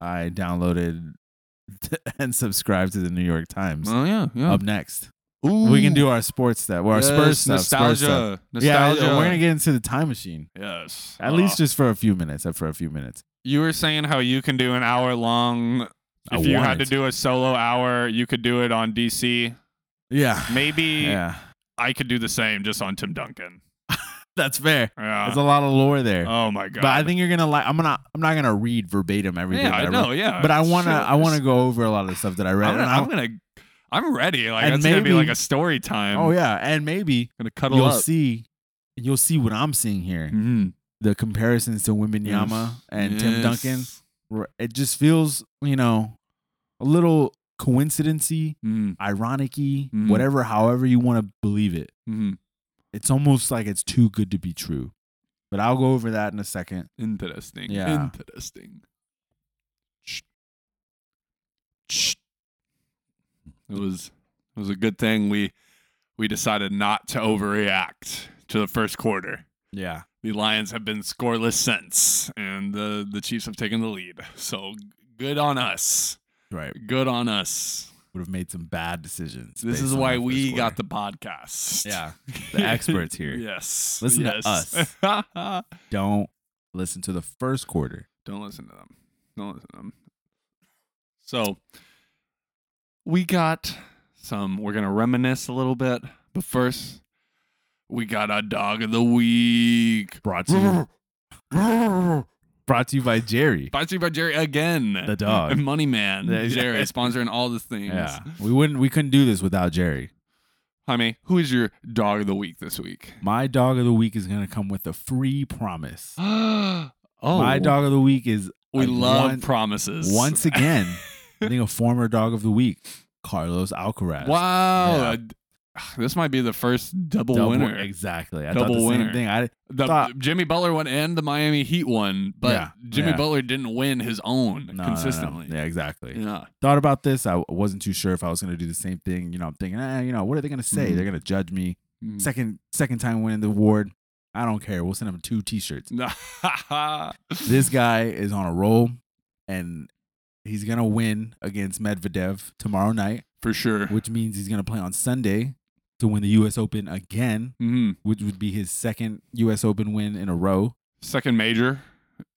Speaker 1: I downloaded (laughs) and subscribed to the New York Times
Speaker 2: Oh yeah, yeah.
Speaker 1: up next, we can do our sports stuff, well, our
Speaker 2: Yes,
Speaker 1: Spurs stuff, Spurs
Speaker 2: nostalgia,
Speaker 1: stuff.
Speaker 2: nostalgia.
Speaker 1: Yeah, we're gonna get into the time machine
Speaker 2: yes.
Speaker 1: at
Speaker 2: Oh.
Speaker 1: least just for a few minutes. uh, For a few minutes,
Speaker 2: you were saying how you can do an hour long.
Speaker 1: I
Speaker 2: If you
Speaker 1: want
Speaker 2: had to
Speaker 1: it.
Speaker 2: do a solo hour, you could do it on DC.
Speaker 1: yeah, (laughs)
Speaker 2: Maybe
Speaker 1: yeah,
Speaker 2: I could do the same just on Tim Duncan.
Speaker 1: that's fair.
Speaker 2: Yeah.
Speaker 1: There's a lot of lore there,
Speaker 2: oh my god.
Speaker 1: but I think you're gonna like. I'm gonna. I'm not gonna read verbatim everything.
Speaker 2: yeah,
Speaker 1: that
Speaker 2: I
Speaker 1: read.
Speaker 2: know. Yeah,
Speaker 1: But I wanna.
Speaker 2: Sure.
Speaker 1: I wanna go over a lot of the stuff that I read.
Speaker 2: I'm gonna,
Speaker 1: and I-
Speaker 2: I'm gonna. I'm ready. Like
Speaker 1: And
Speaker 2: that's gonna be
Speaker 1: maybe-
Speaker 2: like a story time.
Speaker 1: oh yeah, and maybe
Speaker 2: gonna cuddle
Speaker 1: you'll
Speaker 2: up.
Speaker 1: see. You'll see what I'm seeing here.
Speaker 2: Mhm.
Speaker 1: The comparisons to Wimbenyama and Tim
Speaker 2: Mm. Yes.
Speaker 1: Duncan. r- It just feels, you know, a little coincidency,
Speaker 2: Mhm.
Speaker 1: ironicy,
Speaker 2: Mhm.
Speaker 1: whatever, however you want to believe it.
Speaker 2: Mhm.
Speaker 1: It's almost like it's too good to be true. But I'll go over that in a second.
Speaker 2: Interesting.
Speaker 1: Yeah.
Speaker 2: Interesting. Ch- ch- It was it was a good thing we we decided not to overreact to the first quarter.
Speaker 1: Yeah.
Speaker 2: The Lions have been scoreless since, and the the Chiefs have taken the lead. So g- good on us.
Speaker 1: Right.
Speaker 2: Good on us.
Speaker 1: Would have made some bad decisions.
Speaker 2: This
Speaker 1: based
Speaker 2: is
Speaker 1: on
Speaker 2: why
Speaker 1: that first
Speaker 2: we
Speaker 1: quarter.
Speaker 2: got the podcast. (laughs)
Speaker 1: Yeah. The experts here.
Speaker 2: Yes.
Speaker 1: Listen to
Speaker 2: yes. us.
Speaker 1: Don't listen to the first quarter.
Speaker 2: (laughs) Don't listen to them. Don't listen to them. So we got some. We're gonna reminisce a little bit, but first we got our dog of
Speaker 1: (laughs)
Speaker 2: the week.
Speaker 1: Brought to
Speaker 2: (laughs)
Speaker 1: you,
Speaker 2: Brought
Speaker 1: brought to you by Jerry.
Speaker 2: to you by Jerry again.
Speaker 1: The dog.
Speaker 2: And (laughs) Money Man.
Speaker 1: Yeah,
Speaker 2: Jerry
Speaker 1: yeah.
Speaker 2: sponsoring all the things.
Speaker 1: Yeah. We wouldn't we couldn't do this without Jerry.
Speaker 2: Jaime, who is your dog of the week this week? (gasps)
Speaker 1: My dog of the week is gonna come with a free promise.
Speaker 2: oh,
Speaker 1: My dog of the week is
Speaker 2: We
Speaker 1: I
Speaker 2: love
Speaker 1: want-
Speaker 2: promises. (laughs)
Speaker 1: once again, I think a former dog of the week, Carlos Alcaraz.
Speaker 2: Wow.
Speaker 1: Yeah.
Speaker 2: This might be the first double,
Speaker 1: Double-
Speaker 2: winner.
Speaker 1: Exactly. I
Speaker 2: Double
Speaker 1: thought the
Speaker 2: winner.
Speaker 1: same thing. I
Speaker 2: The
Speaker 1: Thought-
Speaker 2: Jimmy Butler one and the Miami Heat one, but
Speaker 1: Yeah,
Speaker 2: Jimmy
Speaker 1: yeah.
Speaker 2: Butler didn't win his own
Speaker 1: no, no, no.
Speaker 2: consistently.
Speaker 1: Yeah, exactly.
Speaker 2: Yeah.
Speaker 1: Thought about this. I wasn't too sure if I was going to do the same thing. You know, I'm thinking, eh, you know, what are they going to say?
Speaker 2: Mhm.
Speaker 1: They're going to judge me.
Speaker 2: Mm.
Speaker 1: Second, second time winning the award. I don't care. We'll send him two T-shirts.
Speaker 2: Mm. (laughs)
Speaker 1: This guy is on a roll, and he's going to win against Medvedev tomorrow night,
Speaker 2: for sure.
Speaker 1: which means he's going to play on Sunday to win the U.S. Open again,
Speaker 2: Mhm.
Speaker 1: which would be his second U.S. Open win in a row.
Speaker 2: Second major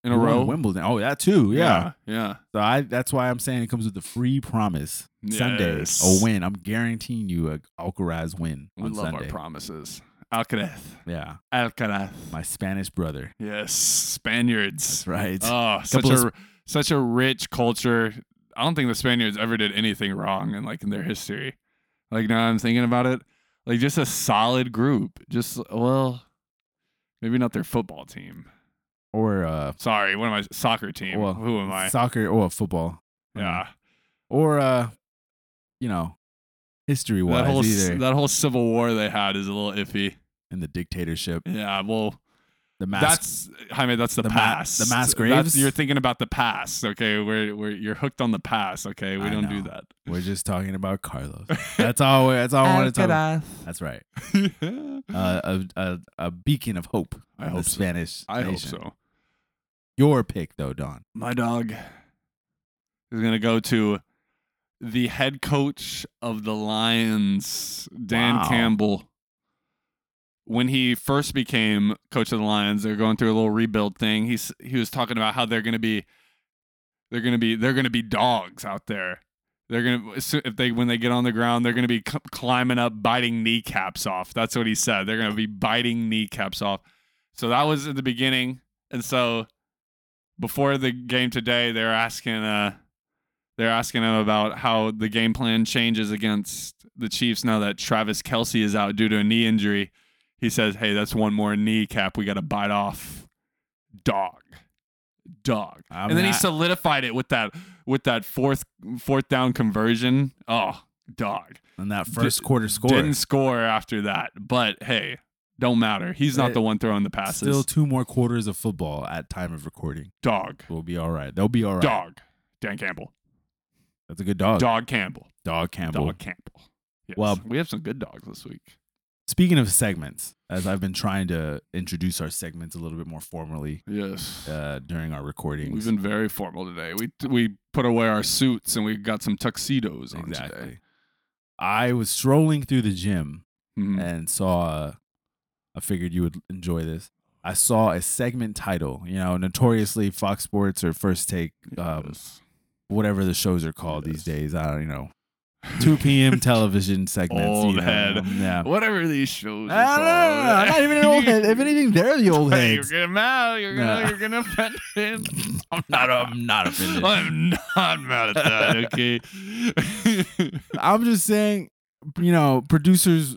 Speaker 2: in a
Speaker 1: He won
Speaker 2: row.
Speaker 1: Wimbledon. Oh, that too. yeah.
Speaker 2: Yeah.
Speaker 1: So I that's why I'm saying it comes with a free promise. Sunday,
Speaker 2: Yes.
Speaker 1: a win. I'm guaranteeing you a Alcaraz win
Speaker 2: We
Speaker 1: on
Speaker 2: love
Speaker 1: Sunday.
Speaker 2: our promises. Alcaraz.
Speaker 1: yeah,
Speaker 2: Alcaraz.
Speaker 1: my Spanish brother.
Speaker 2: Yes. Spaniards. (laughs)
Speaker 1: That's (laughs) right.
Speaker 2: Oh, such
Speaker 1: Couple of
Speaker 2: a such a rich culture. I don't think the Spaniards ever did anything wrong in like in their history. Like now I'm thinking about it, like just a solid group. Just well, maybe not their football team.
Speaker 1: or uh,
Speaker 2: Sorry, what am I? Soccer team.
Speaker 1: Well,
Speaker 2: Who am I?
Speaker 1: soccer or football.
Speaker 2: yeah,
Speaker 1: Or uh, you know, history
Speaker 2: that whole
Speaker 1: wise
Speaker 2: s-
Speaker 1: either.
Speaker 2: that whole civil war they had is a little iffy.
Speaker 1: and the dictatorship,
Speaker 2: Yeah, well,
Speaker 1: the mass.
Speaker 2: that's Jaime. That's the,
Speaker 1: the ma-
Speaker 2: past.
Speaker 1: the mass
Speaker 2: That's-
Speaker 1: graves?
Speaker 2: you're thinking about the past. Okay, we're, we're you're hooked on the past. Okay, we
Speaker 1: I
Speaker 2: don't do
Speaker 1: know.
Speaker 2: that.
Speaker 1: we're just talking about
Speaker 2: (laughs)
Speaker 1: Carlos. That's all. That's all I want to talk. about. That's right.
Speaker 2: (laughs)
Speaker 1: Uh, a, a a beacon of hope.
Speaker 2: I
Speaker 1: in
Speaker 2: hope
Speaker 1: the
Speaker 2: so.
Speaker 1: Spanish.
Speaker 2: I hope
Speaker 1: nation.
Speaker 2: so.
Speaker 1: Your pick though, Don.
Speaker 2: My dog is going to go to the head coach of the Lions, Dan
Speaker 1: Wow.
Speaker 2: Campbell. When he first became coach of the Lions, they're going through a little rebuild thing. He's he was talking about how they're going to be they're going to be they're going to be dogs out there. They're going to if they when they get on the ground, they're going to be c- climbing up, biting kneecaps off. That's what he said. They're going to be biting kneecaps off. So that was at the beginning. And so before the game today, they're asking uh they're asking him about how the game plan changes against the Chiefs now that Travis Kelsey is out due to a knee injury. He says, Hey, that's one more kneecap we gotta bite off. Dog. Dog.
Speaker 1: I
Speaker 2: and then
Speaker 1: mean,
Speaker 2: he
Speaker 1: I-
Speaker 2: solidified it with that with that fourth fourth down conversion. Oh, dog.
Speaker 1: And that first quarter score.
Speaker 2: Didn't score after that. But hey, Don't matter. He's not
Speaker 1: It-
Speaker 2: the one throwing the passes.
Speaker 1: Still two more quarters of football at time of recording.
Speaker 2: dog.
Speaker 1: We'll be all right. They'll be all right.
Speaker 2: Dog. Dan Campbell.
Speaker 1: That's a good dog. Dog,
Speaker 2: Dog Campbell.
Speaker 1: Oh, Campbell.
Speaker 2: Dog Campbell. Yes.
Speaker 1: Well-
Speaker 2: we have some good dogs this week.
Speaker 1: Speaking of segments, as I've been trying to introduce our segments a little bit more formally
Speaker 2: Yes.
Speaker 1: uh, during our recordings.
Speaker 2: We've been very formal today. We we put away our suits and we got some tuxedos on today.
Speaker 1: exactly. I was strolling through the gym
Speaker 2: Mhm.
Speaker 1: and saw. I figured you would enjoy this. I saw a segment title. You know, notoriously Fox Sports or First Take, um,
Speaker 2: Yes.
Speaker 1: whatever the shows are called these
Speaker 2: Yes.
Speaker 1: days. I don't you
Speaker 2: (laughs)
Speaker 1: know. 2 p.m. television segments.
Speaker 2: Old
Speaker 1: you know,
Speaker 2: head.
Speaker 1: Yeah.
Speaker 2: Whatever these shows.
Speaker 1: I don't know. I'm not even an old head. If
Speaker 2: (laughs)
Speaker 1: anything, they're the old
Speaker 2: You're
Speaker 1: heads.
Speaker 2: gonna mad. You're gonna.
Speaker 1: Nah.
Speaker 2: You're gonna offend
Speaker 1: (laughs)
Speaker 2: him.
Speaker 1: I'm not. I'm not offended. (laughs)
Speaker 2: I'm not mad at that. Okay.
Speaker 1: I'm just saying, you know, producers'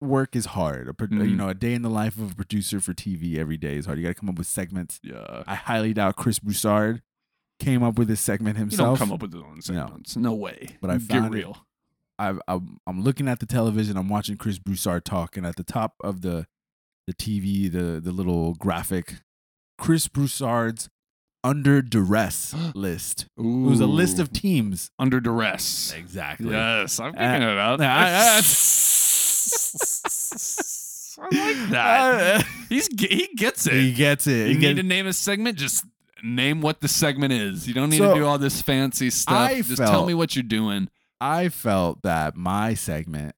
Speaker 1: work is hard. A, pro- You
Speaker 2: Mhm.
Speaker 1: know, a day in the life of a producer for TV every day is hard. You got to come up with segments.
Speaker 2: yeah.
Speaker 1: I highly doubt Chris Broussard came up with this segment
Speaker 2: You don't
Speaker 1: himself.
Speaker 2: come up with his own segments. No, way.
Speaker 1: But I
Speaker 2: get
Speaker 1: found it-
Speaker 2: real.
Speaker 1: I've, I'm, I'm looking at the television. I'm watching Chris Broussard talk, and at the top of the the TV, the the little graphic, Chris Broussard's under
Speaker 2: (gasps)
Speaker 1: duress list. It was a list of teams.
Speaker 2: under duress.
Speaker 1: Exactly.
Speaker 2: Yes, I'm picking
Speaker 1: Uh, (laughs)
Speaker 2: it up.
Speaker 1: I- I-
Speaker 2: I like that.
Speaker 1: (laughs)
Speaker 2: He's ge- he gets it.
Speaker 1: Uh, He gets it. He
Speaker 2: you need
Speaker 1: gets-
Speaker 2: to name a segment. Just name what the segment is. You don't need
Speaker 1: So,
Speaker 2: to do all this fancy stuff.
Speaker 1: I
Speaker 2: just tell
Speaker 1: felt-
Speaker 2: me what you're
Speaker 1: (laughs)
Speaker 2: doing.
Speaker 1: I felt that my segment,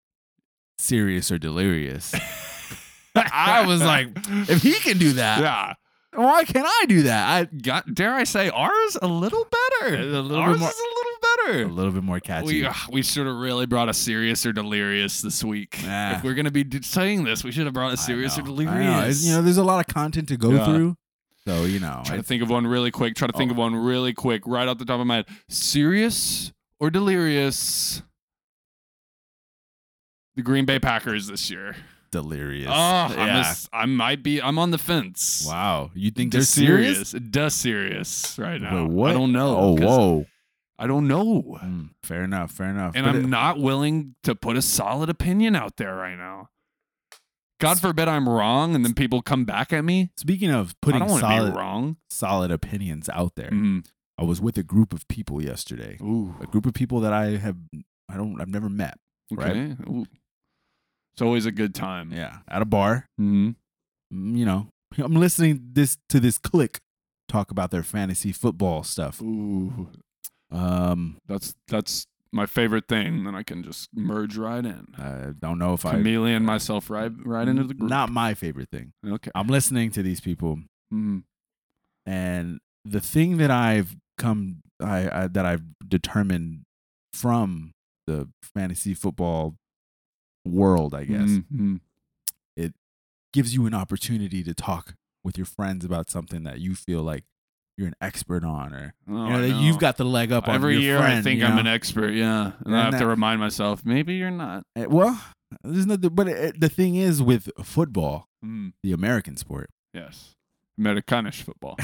Speaker 1: serious or
Speaker 2: (laughs)
Speaker 1: delirious, I was like, if he can do that,
Speaker 2: yeah.
Speaker 1: why can't I do that?
Speaker 2: Got, dare I say, ours a little better.
Speaker 1: A little
Speaker 2: ours
Speaker 1: bit more-
Speaker 2: is a
Speaker 1: I a
Speaker 2: little better.
Speaker 1: little bit more catchy.
Speaker 2: We, ah, we should have really brought a serious or delirious this week.
Speaker 1: Nah.
Speaker 2: If we're gonna be d- saying this, we should have brought a serious
Speaker 1: Ah. I
Speaker 2: or
Speaker 1: know. I know.
Speaker 2: delirious.
Speaker 1: It's- You know, there's a lot of content to go
Speaker 2: Yeah.
Speaker 1: through, so you know,
Speaker 2: Try to
Speaker 1: it's-
Speaker 2: think of one really quick. Try to think
Speaker 1: Oh.
Speaker 2: of one really quick, right off the top of my head. Serious or delirious? The Green Bay Packers this year.
Speaker 1: delirious.
Speaker 2: Oh, I'm a
Speaker 1: Yeah.
Speaker 2: s- I might be. I'm on the fence.
Speaker 1: wow, you think
Speaker 2: Da
Speaker 1: they're serious?
Speaker 2: Da serious right now.
Speaker 1: Wait, what?
Speaker 2: I don't know.
Speaker 1: Oh,
Speaker 2: 'cause
Speaker 1: whoa.
Speaker 2: I don't know.
Speaker 1: Mm, fair enough. Fair enough.
Speaker 2: And
Speaker 1: But uh,
Speaker 2: I'm
Speaker 1: it-
Speaker 2: not willing to put a solid opinion out there right now. God forbid I'm wrong, and then people come back at me.
Speaker 1: speaking of
Speaker 2: I
Speaker 1: putting
Speaker 2: don't want to be
Speaker 1: solid
Speaker 2: wrong.
Speaker 1: solid opinions out there.
Speaker 2: Mhm.
Speaker 1: I was with a group of people yesterday.
Speaker 2: Ooh.
Speaker 1: A group of people that I have I don't I've never met. right?
Speaker 2: Okay. Ooh. It's always a good time.
Speaker 1: Yeah, at a bar.
Speaker 2: Mm-hmm.
Speaker 1: Mm, You know, (laughs) I'm listening this to this click talk about their fantasy football stuff.
Speaker 2: Ooh,
Speaker 1: Um,
Speaker 2: that's that's my favorite thing. Then I can just merge right in,
Speaker 1: I don't know if I
Speaker 2: chameleon myself right right into the group.
Speaker 1: Not my favorite thing.
Speaker 2: okay.
Speaker 1: I'm listening to these people,
Speaker 2: Mm.
Speaker 1: and the thing that I've come I, I that I've determined from the fantasy football world, I guess,
Speaker 2: Mhm.
Speaker 1: gives you an opportunity to talk with your friends about something that you feel like you're an expert on or
Speaker 2: Oh,
Speaker 1: you know,
Speaker 2: I
Speaker 1: that you've
Speaker 2: know.
Speaker 1: got the leg up on
Speaker 2: every
Speaker 1: your
Speaker 2: year. I
Speaker 1: friend,
Speaker 2: think
Speaker 1: you
Speaker 2: I'm
Speaker 1: know?
Speaker 2: an expert. Yeah, and,
Speaker 1: And
Speaker 2: I have to
Speaker 1: that-
Speaker 2: remind myself maybe you're not.
Speaker 1: Eh, well there's nothing but it, the thing is with football
Speaker 2: Mm.
Speaker 1: the american sport
Speaker 2: Yes,
Speaker 1: (laughs)
Speaker 2: Americanish football.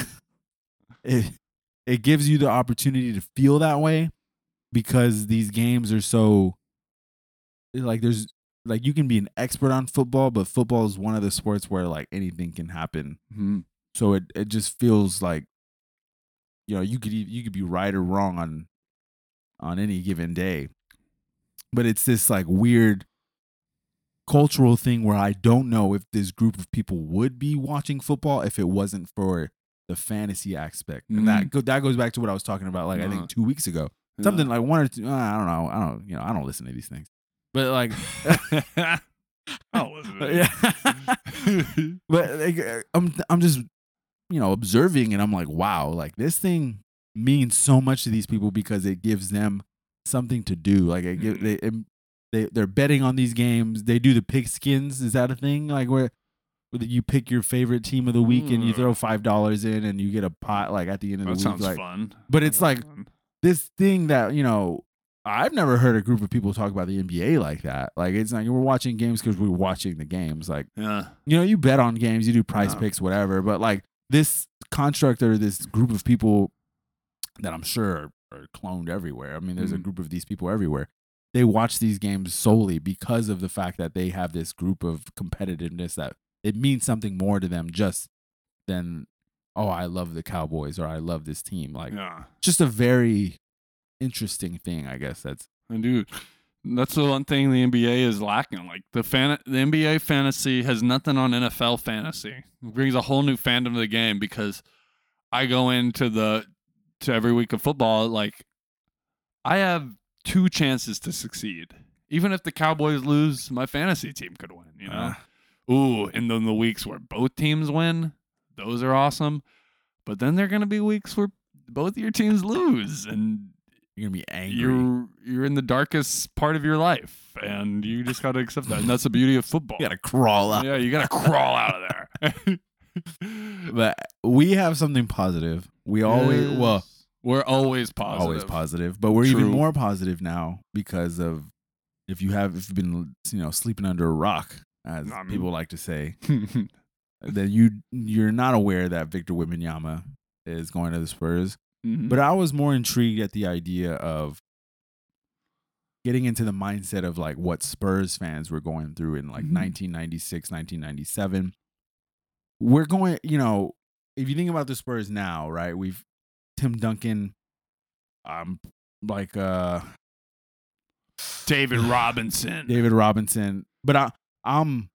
Speaker 1: it, it gives you the opportunity to feel that way because these games are so eh, like there's like you can be an expert on football but football is one of the sports where like anything can happen
Speaker 2: Mhm.
Speaker 1: so it, it just feels like you know you could e- you could be right or wrong on on any given day but it's this like weird cultural thing where i don't know if this group of people would be watching football if it wasn't for the fantasy aspect and that go, that goes back to what i was talking about like i
Speaker 2: Mm-hmm. Uh-huh.
Speaker 1: think 2 weeks ago
Speaker 2: Yeah.
Speaker 1: something like one or two uh, i don't know i don't you know i don't listen to these things but (laughs)
Speaker 2: (laughs)
Speaker 1: like
Speaker 2: oh, listen
Speaker 1: (laughs)
Speaker 2: to
Speaker 1: yeah
Speaker 2: (laughs) this.
Speaker 1: but like, uh, I'm I'm just you know observing, and I'm like, wow, like this thing means so much to these people because it gives them something to do. Like it give,
Speaker 2: Mhm.
Speaker 1: they em- they they're betting on these games. They do the pick skins. Is that a thing? Like where. where You pick your favorite team of the week and you
Speaker 2: Mm.
Speaker 1: throw five dollars in and you get a pot like at the end of
Speaker 2: that
Speaker 1: the week.
Speaker 2: sounds
Speaker 1: Like
Speaker 2: fun.
Speaker 1: but it's like-
Speaker 2: Fun.
Speaker 1: this thing that you know, I've never heard a group of people talk about the NBA like that. Like it's like we're watching games because we're watching the games. Like
Speaker 2: yeah.
Speaker 1: you know, you bet on games, you do price
Speaker 2: Yeah.
Speaker 1: picks, whatever. But like this construct or this group of people that I'm sure are, are cloned everywhere. I mean, there's a
Speaker 2: Mhm.
Speaker 1: group of these people everywhere. They watch these games solely because of the fact that they have this group of competitiveness that it means something more to them just than oh I love the Cowboys or I love this team. Like
Speaker 2: yeah.
Speaker 1: just a very interesting thing, I guess. That's
Speaker 2: And dude, that's the one thing the NBA is lacking. Like the fan, the NBA fantasy has nothing on NFL fantasy. It brings a whole new fandom to the game because I go into the to every week of football like I have two chances to succeed. Even if the Cowboys lose, my fantasy team could win. You
Speaker 1: uh,
Speaker 2: know. Ooh, and then the weeks where both teams win, those are awesome. But then there are gonna be weeks where both your teams lose, and
Speaker 1: you're gonna be angry. You
Speaker 2: you're you're in the darkest part of your life and you just got to accept that and that's the beauty of
Speaker 1: (laughs)
Speaker 2: football
Speaker 1: gotta crawl up.
Speaker 2: yeah you got to crawl out of there
Speaker 1: But we have something positive. (laughs) We always well
Speaker 2: we're always positive
Speaker 1: always positive, but we're even
Speaker 2: True.
Speaker 1: more positive now because of if you have if you've been you know sleeping under a rock, as
Speaker 2: I mean-
Speaker 1: people like to
Speaker 2: (laughs)
Speaker 1: say,
Speaker 2: positive
Speaker 1: that you you're not aware that Victor Wembanyama is going to the Spurs.
Speaker 2: Mm-hmm.
Speaker 1: But uh, I was more intrigued at the idea of getting into the mindset of like what Spurs fans were going through in like
Speaker 2: Mhm.
Speaker 1: 1996, 1997. We're going, you know, if you think about the Spurs now, right? We've Tim Duncan, um, like uh
Speaker 2: david robinson
Speaker 1: David Robinson, but I, I'm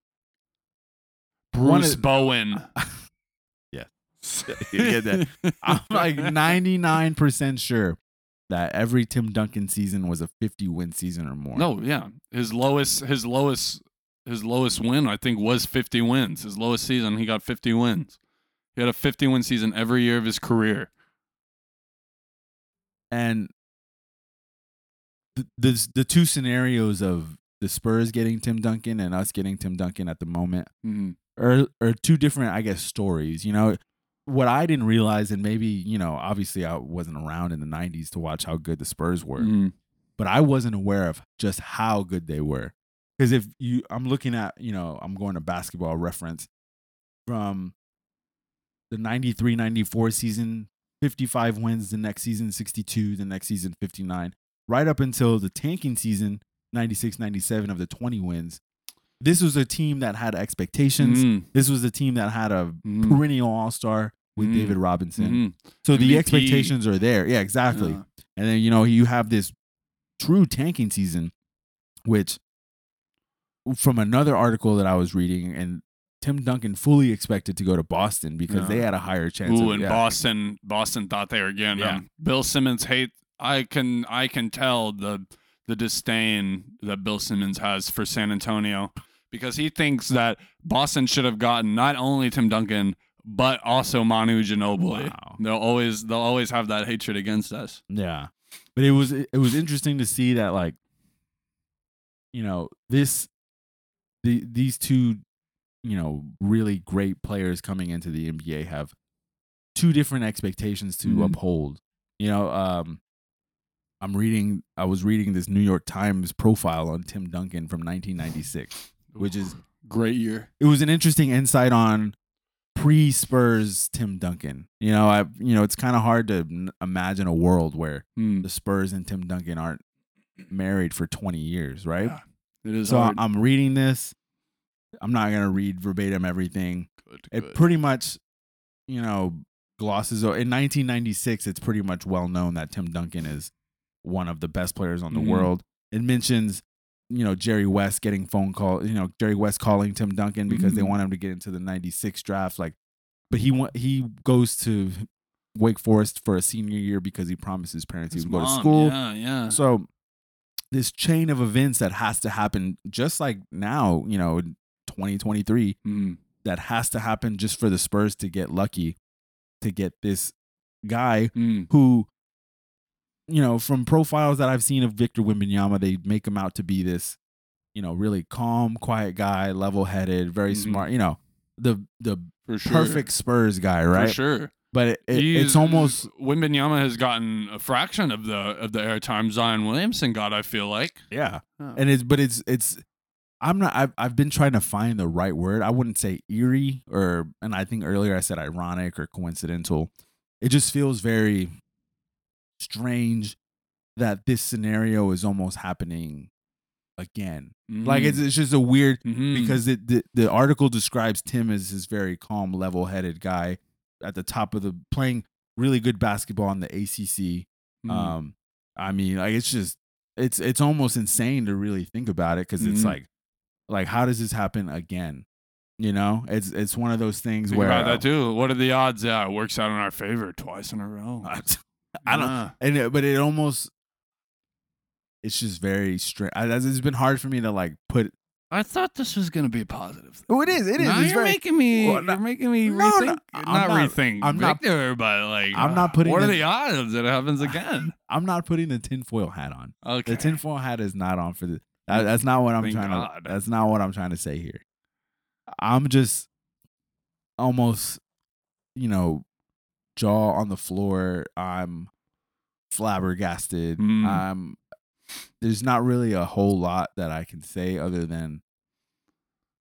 Speaker 2: bruce
Speaker 1: wanted- (laughs)
Speaker 2: bowen
Speaker 1: get that.
Speaker 2: (laughs)
Speaker 1: I'm like 99% sure that every Tim Duncan season was a 50 win season or more.
Speaker 2: no yeah his lowest his lowest his lowest win i think was 50 wins his lowest season he got 50 wins he had a 50 win season every year of his career
Speaker 1: And the, the the two scenarios of the Spurs getting Tim Duncan and us getting Tim Duncan at the moment
Speaker 2: Mhm.
Speaker 1: are are two different, I guess, stories. You know, what I didn't realize, and maybe you know, obviously I wasn't around in the '90s to watch how good the Spurs were.
Speaker 2: Mhm.
Speaker 1: but I wasn't aware of just how good they were. Because if you, I'm looking at, you know, I'm going to basketball reference from the 93 94 season, 55 wins, the next season, 62, the next season, 59, right up until the tanking season, 96 97 of the 20 wins. This was a team that had expectations.
Speaker 2: Mhm.
Speaker 1: This was a team that had a
Speaker 2: Mhm.
Speaker 1: perennial all star with
Speaker 2: Mm.
Speaker 1: David Robinson.
Speaker 2: Mhm.
Speaker 1: So the
Speaker 2: MVP.
Speaker 1: expectations are there. Yeah, exactly.
Speaker 2: Yeah.
Speaker 1: And then, you know, you have this true tanking season, which from another article that I was reading, and Tim Duncan fully expected to go to Boston because
Speaker 2: Yeah.
Speaker 1: they had a higher chance.
Speaker 2: Ooh,
Speaker 1: of,
Speaker 2: and
Speaker 1: yeah.
Speaker 2: Boston, Boston thought they were getting
Speaker 1: Yeah.
Speaker 2: him. Bill Simmons hate. I can, I can tell the the disdain that Bill Simmons has for San Antonio because he thinks that Boston should have gotten not only Tim Duncan but also Manu Ginobili.
Speaker 1: Wow.
Speaker 2: They'll always, they'll always have that hatred against us.
Speaker 1: Yeah. But it was it was interesting to see that like you know, this the these two you know, really great players coming into the NBA have two different expectations to
Speaker 2: Mhm.
Speaker 1: uphold. You know, um I'm reading I was reading this New York Times profile on Tim Duncan from 1996. Which is-
Speaker 2: great year.
Speaker 1: It was an interesting insight on pre-Spurs Tim Duncan. You know, I you know, it's kind of hard to n- imagine a world where
Speaker 2: Mm.
Speaker 1: the Spurs and Tim Duncan aren't married for 20 years, right?
Speaker 2: Yeah, It is
Speaker 1: so uh, I-
Speaker 2: hard.
Speaker 1: I'm reading this. I'm not going to read verbatim everything.
Speaker 2: Good,
Speaker 1: It
Speaker 2: good.
Speaker 1: pretty much, you know, glosses over. In 1996, it's pretty much well known that Tim Duncan is one of the best players on the
Speaker 2: Mhm.
Speaker 1: world. It mentions, you know, Jerry West getting phone call, you know, Jerry West calling Tim Duncan because they
Speaker 2: Mhm.
Speaker 1: want him to get into the 96 draft like but he wa- he goes to Wake Forest for a senior year because he promised his parents
Speaker 2: His
Speaker 1: he would go
Speaker 2: mom,
Speaker 1: to school.
Speaker 2: Yeah, yeah.
Speaker 1: So this chain of events that has to happen just like now, you know, in 2023
Speaker 2: Mm.
Speaker 1: that has to happen just for the Spurs to get lucky to get this guy
Speaker 2: Mm.
Speaker 1: who you know, from profiles that I've seen of Victor Wimbanyama, they make him out to be this, you know, really calm, quiet guy, level-headed, very
Speaker 2: Mhm.
Speaker 1: smart, you know, the the
Speaker 2: for sure.
Speaker 1: perfect Spurs guy, right?
Speaker 2: For sure.
Speaker 1: But it, it, it's
Speaker 2: He's-
Speaker 1: almost
Speaker 2: Wembanyama has gotten a fraction of the of the airtime Zion Williamson got. I feel like.
Speaker 1: yeah. and it's but it's it's i'm not I've, I've been trying to find the right word i wouldn't say eerie or and i think earlier i said ironic or coincidental it just feels very strange that this scenario is almost happening again.
Speaker 2: Mm-hmm.
Speaker 1: Like it's, it's just a weird
Speaker 2: Mhm.
Speaker 1: because it, the the article describes Tim as this very calm, level-headed guy at the top of the playing really good basketball in the ACC.
Speaker 2: Mhm.
Speaker 1: Um, I mean, like it's just it's it's almost insane to really think about it because it's
Speaker 2: Mhm.
Speaker 1: like like how does this happen again? You know, it's it's one of those things
Speaker 2: Think
Speaker 1: where uh,
Speaker 2: about that too. What are the odds? Yeah, it works out in our favor twice in a row.
Speaker 1: I, (laughs) I don't,
Speaker 2: Yeah.
Speaker 1: and it, but it almost it's just very strange. It's been hard for me to like put.
Speaker 2: I thought this was going to be a positive. Thing.
Speaker 1: Oh, it is. It is.
Speaker 2: Now
Speaker 1: it's
Speaker 2: you're
Speaker 1: very,
Speaker 2: making me.
Speaker 1: Well, no-
Speaker 2: you're making me
Speaker 1: no,
Speaker 2: rethink.
Speaker 1: no, I'm
Speaker 2: not,
Speaker 1: not-
Speaker 2: rethink.
Speaker 1: I'm not-
Speaker 2: Victor, but like,
Speaker 1: I'm not putting
Speaker 2: What are
Speaker 1: in-
Speaker 2: the odds that
Speaker 1: (laughs)
Speaker 2: it happens again?
Speaker 1: I'm not putting the tinfoil hat on.
Speaker 2: Okay.
Speaker 1: The tinfoil hat is not on for the. that- that's not what I'm
Speaker 2: Thank
Speaker 1: trying
Speaker 2: God.
Speaker 1: to. That's not what I'm trying to say here. I'm just almost, you know, jaw on the floor. I'm flabbergasted.
Speaker 2: Mm.
Speaker 1: I'm. There's not really a whole lot that I can say other than,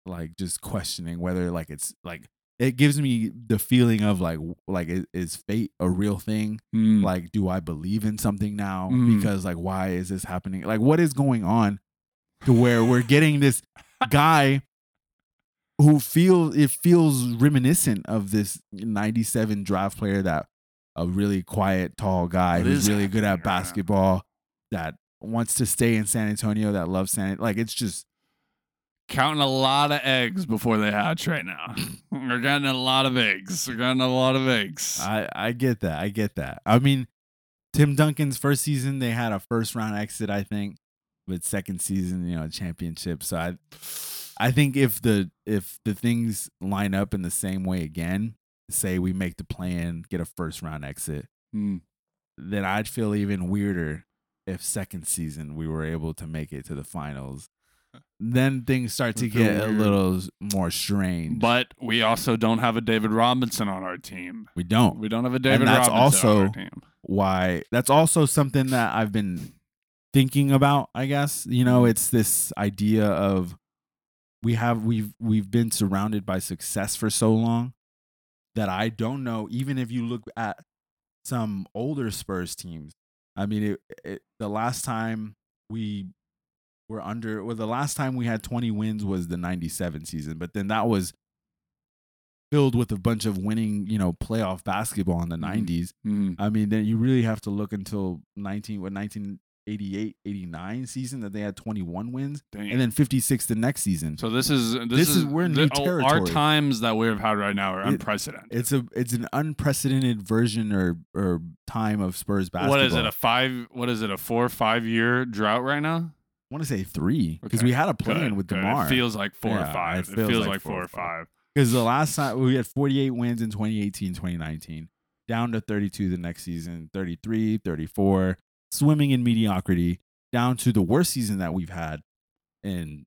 Speaker 1: like, just questioning whether like it's like it gives me the feeling of like w- like i- is fate a real thing
Speaker 2: Mm.
Speaker 1: like do i believe in something now
Speaker 2: Mm.
Speaker 1: because like why is this happening like what is going on to where we're getting this guy who feels it feels reminiscent of this 97 draft player that a really quiet tall guy
Speaker 2: What
Speaker 1: who's
Speaker 2: is
Speaker 1: really good at
Speaker 2: happening right now?
Speaker 1: basketball that wants to stay in san antonio that loves san like it's just
Speaker 2: counting a lot of eggs before they hatch right
Speaker 1: (laughs)
Speaker 2: now. We're getting a lot of eggs. We're getting a lot of eggs.
Speaker 1: i i get that i get that i mean tim duncan's first season they had a first round exit i think but second season you know championship so i I think if the if the things line up in the same way again, say we make the plan, get a first round exit,
Speaker 2: Mm.
Speaker 1: then I'd feel even weirder if second season we were able to make it to the finals. Then things start to
Speaker 2: Would feel
Speaker 1: get a
Speaker 2: weird.
Speaker 1: little s- more strange.
Speaker 2: But we also don't have a David Robinson on our team.
Speaker 1: we don't.
Speaker 2: We don't have a David
Speaker 1: that's
Speaker 2: Robinson on
Speaker 1: also-
Speaker 2: our team.
Speaker 1: Why? That's also something that I've been thinking about, I guess. You know, it's this idea of we have we've we've been surrounded by success for so long that I don't know. Even if you look at some older Spurs teams, I mean, it, it, the last time we were under, well, the last time we had 20 wins was the 97 season, but then that was filled with a bunch of winning, you know, playoff basketball in the
Speaker 2: Mhm.
Speaker 1: 90s.
Speaker 2: Mm.
Speaker 1: I mean, then you really have to look until 19, what, 1988, 89 season that they had 21 wins
Speaker 2: Dang.
Speaker 1: and then 56 the next season.
Speaker 2: so this is this,
Speaker 1: This is- we're in new
Speaker 2: oh, Our
Speaker 1: territory.
Speaker 2: times that we have had right now are
Speaker 1: It-
Speaker 2: unprecedented.
Speaker 1: It's a it's an unprecedented version or or time of Spurs basketball.
Speaker 2: What is it? A five? What is it? A four or five year drought right now?
Speaker 1: I want to say three because
Speaker 2: Okay.
Speaker 1: we had a play
Speaker 2: Good,
Speaker 1: in with
Speaker 2: good.
Speaker 1: Demar.
Speaker 2: It feels like four
Speaker 1: Yeah,
Speaker 2: or five.
Speaker 1: it
Speaker 2: It feels,
Speaker 1: feels
Speaker 2: like, four or five.
Speaker 1: Because the last time we had 48 wins in 2018, 2019, down to 32 the next season, 33, 34, swimming in mediocrity, down to the worst season that we've had in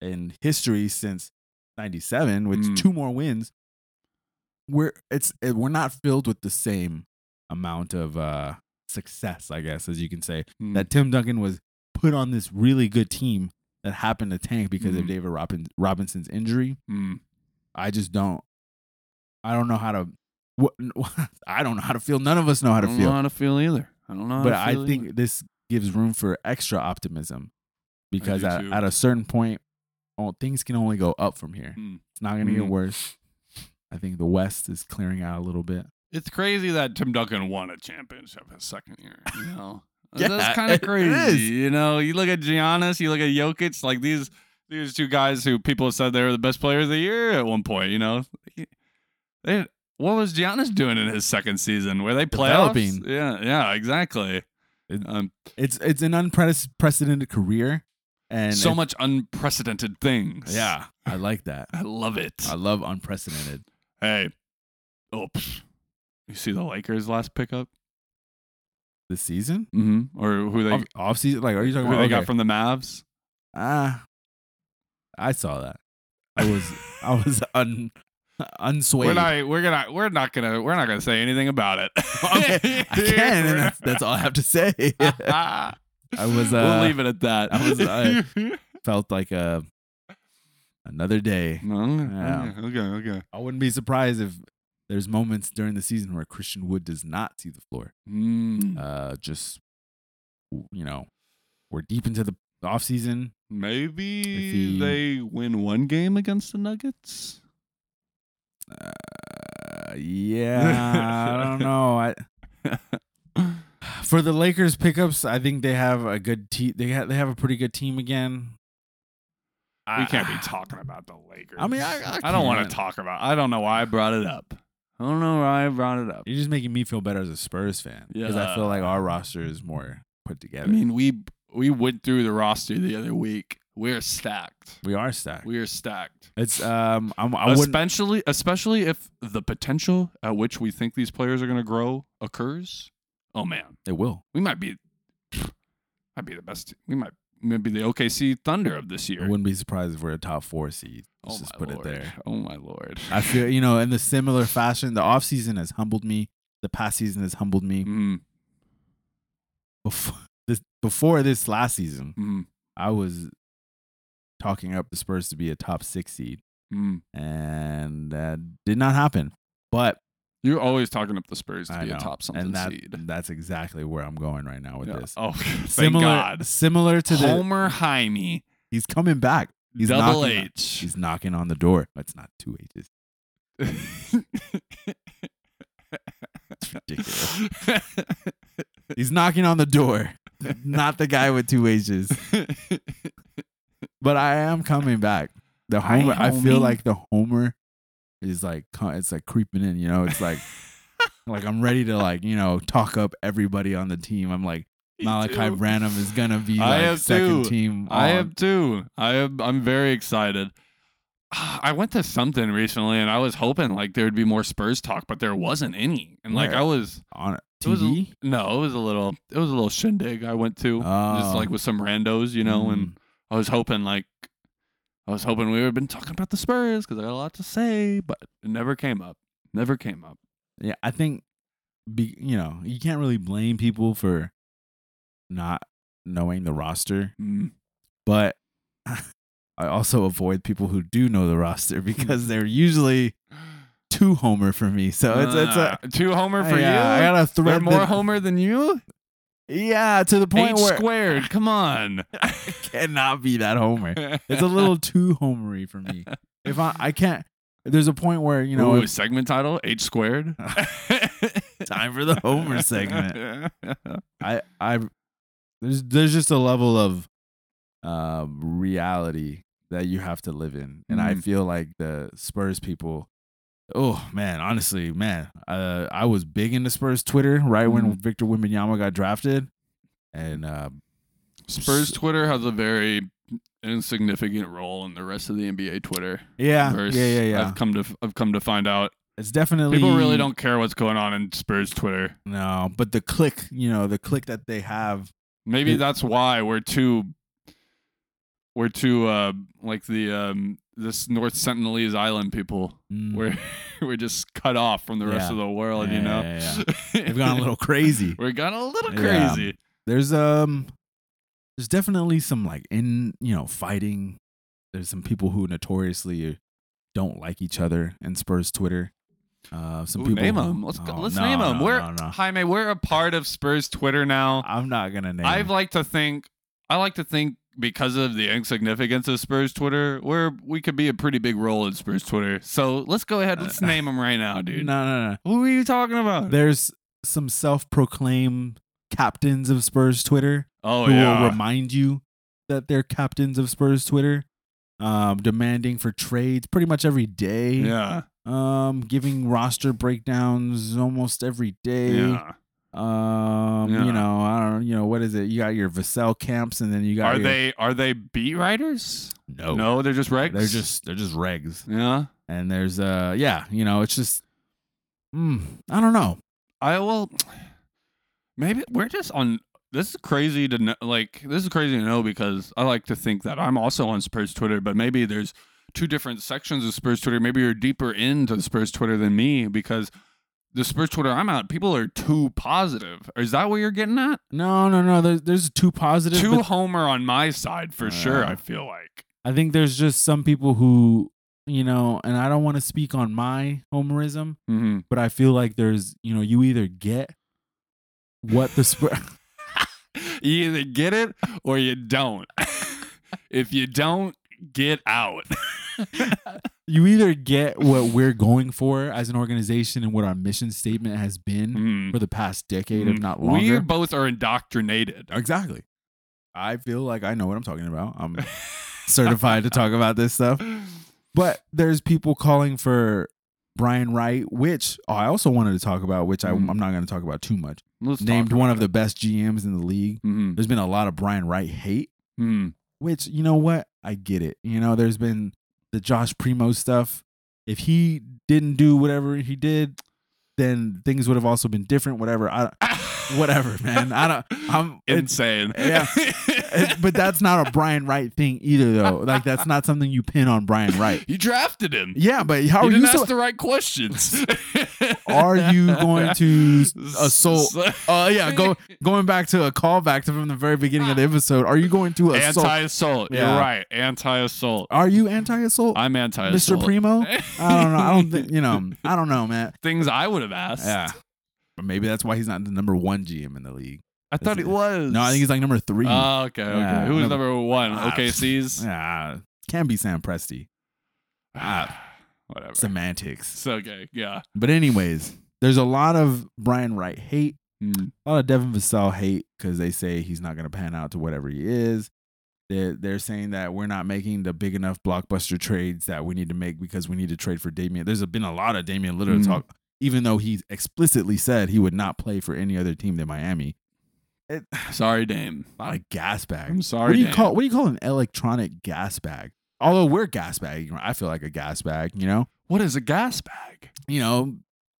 Speaker 1: in history since 97 with
Speaker 2: Mm.
Speaker 1: two more wins. We're it's it, we're not filled with the same amount of uh success, I guess as you can say
Speaker 2: Mm.
Speaker 1: that Tim Duncan was put on this really good team that happened to tank because of
Speaker 2: Mhm.
Speaker 1: David Robin, Robinson's injury.
Speaker 2: Mm.
Speaker 1: I just don't. I don't know how to. What, (laughs) I don't know how to feel. None of us know how
Speaker 2: I
Speaker 1: to
Speaker 2: don't know
Speaker 1: feel.
Speaker 2: how to feel either. I don't know. how
Speaker 1: But
Speaker 2: to
Speaker 1: I
Speaker 2: feel
Speaker 1: think
Speaker 2: either.
Speaker 1: this gives room for extra optimism because
Speaker 2: do
Speaker 1: at,
Speaker 2: too.
Speaker 1: at a certain point, oh, things can only go up from here.
Speaker 2: Mm.
Speaker 1: It's not going to
Speaker 2: Mm.
Speaker 1: get worse. I think the West is clearing out a little bit.
Speaker 2: it's crazy that Tim Duncan won a championship his second year. You
Speaker 1: (laughs)
Speaker 2: know,
Speaker 1: Yeah,
Speaker 2: that's kind
Speaker 1: it-
Speaker 2: of
Speaker 1: it
Speaker 2: crazy.
Speaker 1: is.
Speaker 2: You know, you look at Giannis, you look at Jokic, like these these two guys who people said they were the best players of the year at one point. You know, they what was Giannis doing in his second season? Were they playoffs?
Speaker 1: Developing.
Speaker 2: Yeah, yeah, exactly.
Speaker 1: It-
Speaker 2: Um,
Speaker 1: It's it's an unprecedented career, and
Speaker 2: so
Speaker 1: it-
Speaker 2: much unprecedented things.
Speaker 1: Yeah,
Speaker 2: (laughs)
Speaker 1: I like that.
Speaker 2: I love it.
Speaker 1: I love unprecedented.
Speaker 2: hey, oops. You see the Lakers last pickup?
Speaker 1: This season,
Speaker 2: Mm-hmm. Or who they
Speaker 1: off, off season, like are you talking
Speaker 2: who
Speaker 1: about?
Speaker 2: they
Speaker 1: okay.
Speaker 2: got from the Mavs?
Speaker 1: Ah, I saw that. I was I was un unswayed.
Speaker 2: (laughs) We're not. We're gonna. We're not gonna. We're not gonna say anything about it. (laughs)
Speaker 1: (laughs) okay, (laughs) (laughs) I can, and that's, that's all I have to say. (laughs)
Speaker 2: I
Speaker 1: was, uh,
Speaker 2: we'll leave it at that.
Speaker 1: I was,
Speaker 2: (laughs)
Speaker 1: uh, Felt like a another day.
Speaker 2: no,
Speaker 1: Yeah.
Speaker 2: Okay. Okay. okay.
Speaker 1: I wouldn't be surprised if there's moments during the season where Christian Wood does not see the floor.
Speaker 2: Mm.
Speaker 1: Uh, just you know, we're deep into the The off season,
Speaker 2: Maybe
Speaker 1: he-
Speaker 2: they win one game against the Nuggets.
Speaker 1: uh, yeah, (laughs) I don't know. I, (laughs) for the Lakers pickups, I think they have a good team. They have they have a pretty good team again.
Speaker 2: We can't be talking about the Lakers.
Speaker 1: I mean, I- I
Speaker 2: don't want
Speaker 1: can't.
Speaker 2: to talk about. I don't know why I brought it up. I don't know why I brought it up.
Speaker 1: You're just making me feel better as a Spurs fan because I feel
Speaker 2: Yeah.
Speaker 1: like our roster is more put
Speaker 2: I
Speaker 1: together.
Speaker 2: mean, we we went through the roster the other week. We're stacked.
Speaker 1: we are stacked.
Speaker 2: We are stacked.
Speaker 1: it's um, I'm, I wouldn't.
Speaker 2: Especially, especially if the potential at which we think these players are going to grow occurs. Oh man,
Speaker 1: It will.
Speaker 2: we might be, (sniffs) might be the best. We might, might be the OKC Thunder of this
Speaker 1: I
Speaker 2: year.
Speaker 1: wouldn't be surprised if we're a top four seed.
Speaker 2: oh
Speaker 1: Let's just
Speaker 2: my
Speaker 1: put
Speaker 2: lord.
Speaker 1: it there.
Speaker 2: Oh my lord.
Speaker 1: I feel you know, in the similar fashion, the offseason has humbled me. The past season has humbled me.
Speaker 2: (laughs) Mm,
Speaker 1: Before this, before this last season,
Speaker 2: mm,
Speaker 1: I was talking up the Spurs to be a top six seed,
Speaker 2: mm.
Speaker 1: and that did not happen. But
Speaker 2: You're always talking up the Spurs to
Speaker 1: I
Speaker 2: be
Speaker 1: know,
Speaker 2: a top something
Speaker 1: and that,
Speaker 2: seed.
Speaker 1: that's exactly where I'm going right now with
Speaker 2: Yeah.
Speaker 1: this.
Speaker 2: Oh, (laughs) thank
Speaker 1: similar,
Speaker 2: God.
Speaker 1: similar to the
Speaker 2: Homer Jaime,
Speaker 1: he's coming back. He's
Speaker 2: double
Speaker 1: knocking on-
Speaker 2: H. (laughs)
Speaker 1: He's knocking on the door. That's not two H's. It's ridiculous. he's knocking on the door. (laughs) Not the guy with two H's. but I am coming back. The
Speaker 2: Hi,
Speaker 1: Homer, I feel
Speaker 2: homie.
Speaker 1: like the Homer is like co- it's like creeping in. You know, it's
Speaker 2: (laughs)
Speaker 1: like like I'm ready to like you know talk up everybody on the team. I'm like
Speaker 2: Me
Speaker 1: Malachi
Speaker 2: too.
Speaker 1: Branham is gonna be
Speaker 2: I
Speaker 1: like
Speaker 2: am
Speaker 1: second
Speaker 2: too.
Speaker 1: team.
Speaker 2: I
Speaker 1: all-
Speaker 2: am too. I am. I'm very excited. I went to something recently, and I was hoping like there would be more Spurs talk, but there wasn't any. And like
Speaker 1: Where?
Speaker 2: I was,
Speaker 1: on
Speaker 2: it was a-
Speaker 1: TV.
Speaker 2: no, it was a little, it was a little shindig I went to, just
Speaker 1: Oh. Mm.
Speaker 2: like with some randos, you know.
Speaker 1: Hmm.
Speaker 2: And I was hoping like, I was hoping we would have been talking about the Spurs because I had a lot to say, but it never came up. Never came up.
Speaker 1: yeah, I think be, you know you can't really blame people for not knowing the roster,
Speaker 2: Mm.
Speaker 1: but (laughs) I also avoid people who do know the roster (laughs) because they're usually too Homer for me. So it's it's a
Speaker 2: Uh, two homer for
Speaker 1: yeah, I
Speaker 2: you.
Speaker 1: gotta
Speaker 2: They're
Speaker 1: thread
Speaker 2: more
Speaker 1: the-
Speaker 2: homer than you.
Speaker 1: Yeah, to the point
Speaker 2: H
Speaker 1: where
Speaker 2: squared. Come on.
Speaker 1: (laughs) cannot be that homer. (laughs) It's a
Speaker 2: (laughs)
Speaker 1: little too homery for me. If I I can't, there's a point where you know
Speaker 2: Ooh,
Speaker 1: if-
Speaker 2: segment title
Speaker 1: (laughs)
Speaker 2: H squared.
Speaker 1: time for the homer segment. I I there's there's just a level of um, reality that you have to live in, and I
Speaker 2: Mhm.
Speaker 1: feel like the Spurs people. Oh man, honestly, man, uh, I was big into Spurs Twitter right
Speaker 2: Mm-hmm.
Speaker 1: when Victor Wembanyama got drafted, and uh,
Speaker 2: (laughs) Spurs Twitter has a very insignificant role in the rest of the NBA Twitter.
Speaker 1: yeah,
Speaker 2: verse.
Speaker 1: yeah, yeah, yeah.
Speaker 2: I've come to I've come to find out
Speaker 1: it's definitely
Speaker 2: people really don't care what's going on in Spurs Twitter.
Speaker 1: No, but the click, you know, the click that they have.
Speaker 2: Maybe
Speaker 1: It-
Speaker 2: that's why we're too we're too uh like the um this North Sentinelese Island people.
Speaker 1: Mm,
Speaker 2: (laughs) We're we're just cut off from the rest
Speaker 1: Yeah.
Speaker 2: of the world,
Speaker 1: Yeah,
Speaker 2: you know.
Speaker 1: yeah,
Speaker 2: (laughs)
Speaker 1: they've gone a little crazy.
Speaker 2: We're gone a little
Speaker 1: Yeah.
Speaker 2: crazy.
Speaker 1: There's um, there's definitely some like in you know fighting. There's some people who notoriously don't like each other in Spurs Twitter. Uh, some
Speaker 2: Ooh,
Speaker 1: people
Speaker 2: name
Speaker 1: who-
Speaker 2: them. Let's go,
Speaker 1: Oh,
Speaker 2: let's
Speaker 1: no,
Speaker 2: name them.
Speaker 1: no,
Speaker 2: we're
Speaker 1: no, no.
Speaker 2: Jaime. We're a part of Spurs Twitter now.
Speaker 1: I'm not gonna name.
Speaker 2: I like to think. I like to think because of the insignificance of Spurs Twitter, we're we could be a pretty big role in Spurs Twitter. So let's go ahead. Let's
Speaker 1: Uh,
Speaker 2: name them right now, dude. Oh,
Speaker 1: No, no, no.
Speaker 2: Who are you talking about?
Speaker 1: There's some self-proclaimed captains of Spurs Twitter.
Speaker 2: oh
Speaker 1: who will
Speaker 2: yeah.
Speaker 1: remind you that they're captains of Spurs Twitter, um, demanding for trades pretty much every day,
Speaker 2: yeah,
Speaker 1: um, giving roster breakdowns almost every day.
Speaker 2: yeah.
Speaker 1: Um,
Speaker 2: Yeah.
Speaker 1: you know, I don't, you know, what is it? You got your Vassell camps, and then you got
Speaker 2: Are
Speaker 1: your-
Speaker 2: they are they beat writers?
Speaker 1: no,
Speaker 2: No, they're just regs.
Speaker 1: they're just they're just regs,
Speaker 2: yeah.
Speaker 1: and there's uh, yeah, you know, it's just, mm, I don't know.
Speaker 2: I will. Maybe we're just on. This is crazy to know. Like this is crazy to know because I like to think that I'm also on Spurs Twitter, but maybe there's two different sections of Spurs Twitter. Maybe you're deeper into Spurs Twitter than me because the Spurs Twitter I'm at, people are too positive. Is that what you're getting at?
Speaker 1: No, no, no. There's there's two positive.
Speaker 2: Too
Speaker 1: but
Speaker 2: Homer on my side for sure.
Speaker 1: Uh,
Speaker 2: I feel like.
Speaker 1: I think there's just some people who, you know, and I don't want to speak on my homerism,
Speaker 2: Mm-hmm.
Speaker 1: but I feel like there's, you know, you either get (laughs) what the Spurs.
Speaker 2: You either get it or you don't. (laughs) if you don't get out. (laughs)
Speaker 1: You either get what we're going for as an organization and what our mission statement has been
Speaker 2: Mm.
Speaker 1: for the past decade, if
Speaker 2: Mm.
Speaker 1: not
Speaker 2: We
Speaker 1: longer.
Speaker 2: both are indoctrinated. (laughs)
Speaker 1: Exactly. I feel like I know what I'm talking about. I'm certified to talk about this stuff. (laughs) But there's people calling for Brian Wright, which I also wanted to talk about, which I,
Speaker 2: Mhm.
Speaker 1: I'm not going to Mm. talk about too much.
Speaker 2: Let's talk
Speaker 1: Named one
Speaker 2: about
Speaker 1: of the best GMs in the league.
Speaker 2: it. Mhm.
Speaker 1: There's been a lot of Brian Wright hate,
Speaker 2: Mhm.
Speaker 1: which, you know what? I get it. You know, there's been the Josh Primo stuff. If he didn't do whatever he did, then things would have also been different, whatever. I,
Speaker 2: (laughs)
Speaker 1: whatever, man. I don't, I'm, it's,
Speaker 2: Mm-hmm. insane. (laughs)
Speaker 1: yeah. It- but that's not a Brian Wright thing either, though. Like that's not something you pin on Brian Wright.
Speaker 2: You drafted him.
Speaker 1: Yeah, but how
Speaker 2: you
Speaker 1: are
Speaker 2: didn't
Speaker 1: you?
Speaker 2: ask (laughs)
Speaker 1: So,
Speaker 2: the right questions.
Speaker 1: (laughs)
Speaker 2: (laughs)
Speaker 1: are you going to assault? Uh, yeah, go going back to a callback to from the very beginning of the episode. Are you going to assault?
Speaker 2: anti-assault.
Speaker 1: Yeah.
Speaker 2: You're right. Anti-assault.
Speaker 1: are you anti-assault,
Speaker 2: I'm anti-assault.
Speaker 1: Mr. Primo? I don't know. I don't (laughs) think you know. I don't know, man.
Speaker 2: (laughs) Things I would have asked.
Speaker 1: Yeah, but maybe that's why he's not the number one GM in the league.
Speaker 2: I thought it
Speaker 1: That's-
Speaker 2: was.
Speaker 1: No, I think he's like number three.
Speaker 2: Oh, okay, okay.
Speaker 1: Yeah,
Speaker 2: Who was
Speaker 1: number-
Speaker 2: number one?
Speaker 1: Ah,
Speaker 2: OKC's.
Speaker 1: yeah, can be Sam Presti. ah.
Speaker 2: Whatever.
Speaker 1: Semantics.
Speaker 2: It's okay. Yeah.
Speaker 1: But anyways, there's a lot of Brian Wright hate,
Speaker 2: Mm.
Speaker 1: a lot of Devin Vassell hate because they say he's not going to pan out to whatever he is. They're, they're saying that we're not making the big enough blockbuster trades that we need to make because we need to trade for Damian. There's been a lot of Damian Lillard
Speaker 2: Mhm.
Speaker 1: talk, even though he explicitly said he would not play for any other team than Miami.
Speaker 2: Sorry, Dame.
Speaker 1: A lot of gas bags.
Speaker 2: I'm sorry.
Speaker 1: What do you
Speaker 2: Dame.
Speaker 1: call what do you call an electronic gas bag? Although we're gas bag, I feel like a gas bag. You know,
Speaker 2: What is a gas bag?
Speaker 1: you know,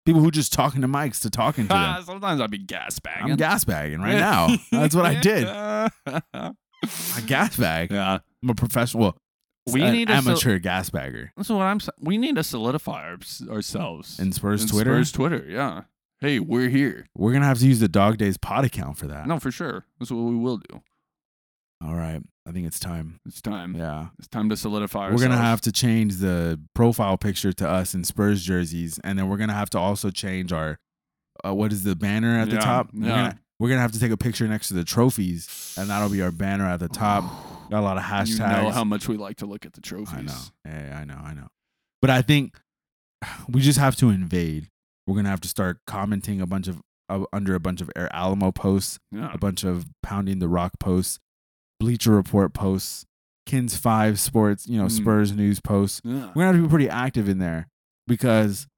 Speaker 1: people who just talking to mics to talking to
Speaker 2: (laughs)
Speaker 1: them.
Speaker 2: Ah, sometimes I'd be gas bagging.
Speaker 1: I'm gas bagging right now. That's
Speaker 2: (laughs)
Speaker 1: what I did. I
Speaker 2: I
Speaker 1: gas bag.
Speaker 2: Yeah.
Speaker 1: I'm a professional. Well,
Speaker 2: We
Speaker 1: an
Speaker 2: need to sol-
Speaker 1: amateur gas bagger.
Speaker 2: That's what I'm saying. We need to solidify our, ourselves.
Speaker 1: And Spurs
Speaker 2: And
Speaker 1: Twitter,
Speaker 2: Spurs Twitter. Yeah. Hey, we're here.
Speaker 1: we're gonna have to use the Dog Days pod account for that.
Speaker 2: No, for sure. That's what we will do.
Speaker 1: All right, I think it's time.
Speaker 2: It's time.
Speaker 1: Yeah,
Speaker 2: It's time to solidify
Speaker 1: we're
Speaker 2: ourselves.
Speaker 1: gonna have to change the profile picture to us in Spurs jerseys, and then we're gonna have to also change our uh, what is the banner at the
Speaker 2: Yeah,
Speaker 1: top? We're,
Speaker 2: yeah.
Speaker 1: gonna, we're gonna have to take a picture next to the trophies, and that'll be our banner
Speaker 2: (sighs)
Speaker 1: at the top. Got a lot of hashtags.
Speaker 2: You know how much we like to look at the trophies.
Speaker 1: I know. Yeah, I know. I know. But I think (sighs) we just have to invade. We're gonna have to start commenting a bunch of uh, under a bunch of Air Alamo posts,
Speaker 2: Yeah.
Speaker 1: a bunch of Pounding the Rock posts, Bleacher Report posts, Kins Five Sports, you know,
Speaker 2: Mm.
Speaker 1: Spurs news posts.
Speaker 2: Yeah.
Speaker 1: We're gonna have to be pretty active in there because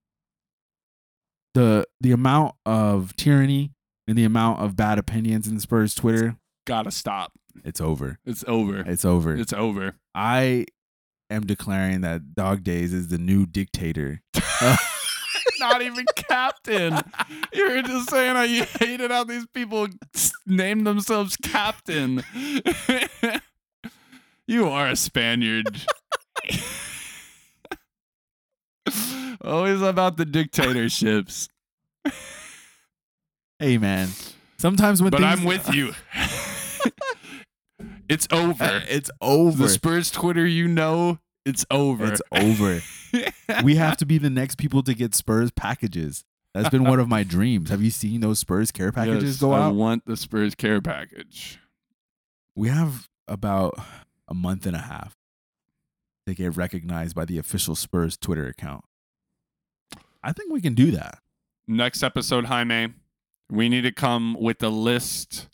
Speaker 1: the the amount of tyranny and the amount of bad opinions in Spurs Twitter,
Speaker 2: Gotta stop.
Speaker 1: it's over.
Speaker 2: It's over.
Speaker 1: It's over.
Speaker 2: It's over.
Speaker 1: I am declaring that Dog Days is the new dictator.
Speaker 2: (laughs) Not even captain. You were just saying how you hated how these people named themselves captain. (laughs) you are a Spaniard. (laughs) Always about the dictatorships.
Speaker 1: Hey, man. Sometimes when
Speaker 2: (laughs) But
Speaker 1: things, (laughs)
Speaker 2: I'm with (laughs) you. it's Uh, over.
Speaker 1: It's over.
Speaker 2: The Spurs Twitter you know, it's over.
Speaker 1: It's over.
Speaker 2: (laughs)
Speaker 1: we have to be the next people to get Spurs packages. That's been one of my dreams. Have you seen those Spurs care packages
Speaker 2: Yes,
Speaker 1: go
Speaker 2: I
Speaker 1: out?
Speaker 2: want the Spurs care package.
Speaker 1: we have about a month and a half to get recognized by the official Spurs Twitter account. I think we can do that.
Speaker 2: next episode, Jaime, we need to come with a list.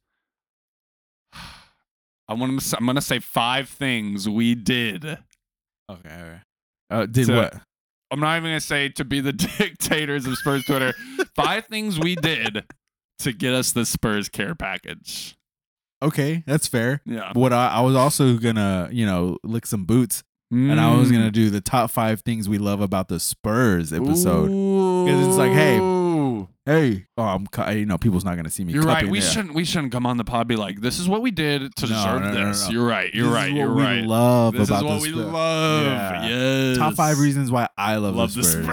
Speaker 2: (sighs) I want to. I'm gonna say five things we did.
Speaker 1: Okay. All right. Uh, did
Speaker 2: So-
Speaker 1: what?
Speaker 2: I'm not even gonna say to be the (laughs) dictators of Spurs Twitter. five things we did to get us the Spurs care package.
Speaker 1: Okay, that's
Speaker 2: (laughs)
Speaker 1: fair.
Speaker 2: Yeah,
Speaker 1: What I, I was also gonna, you know, lick some boots and I was
Speaker 2: Mm.
Speaker 1: gonna do the top five things we love about the Spurs episode.
Speaker 2: because
Speaker 1: it's like, hey, Hey, oh, I'm, cu- you know, people's not gonna see me.
Speaker 2: You're right.
Speaker 1: cupping
Speaker 2: We
Speaker 1: there.
Speaker 2: shouldn't. We shouldn't come on the pod. Be like, this is what we did to
Speaker 1: No,
Speaker 2: deserve
Speaker 1: no, no,
Speaker 2: this.
Speaker 1: no.
Speaker 2: You're right. You're
Speaker 1: This
Speaker 2: right.
Speaker 1: Is what
Speaker 2: You're
Speaker 1: we
Speaker 2: right.
Speaker 1: Love
Speaker 2: This is
Speaker 1: about
Speaker 2: what
Speaker 1: the
Speaker 2: we
Speaker 1: Spurs.
Speaker 2: love.
Speaker 1: Yeah.
Speaker 2: Yes.
Speaker 1: Top five reasons why I love,
Speaker 2: Love
Speaker 1: the Spurs.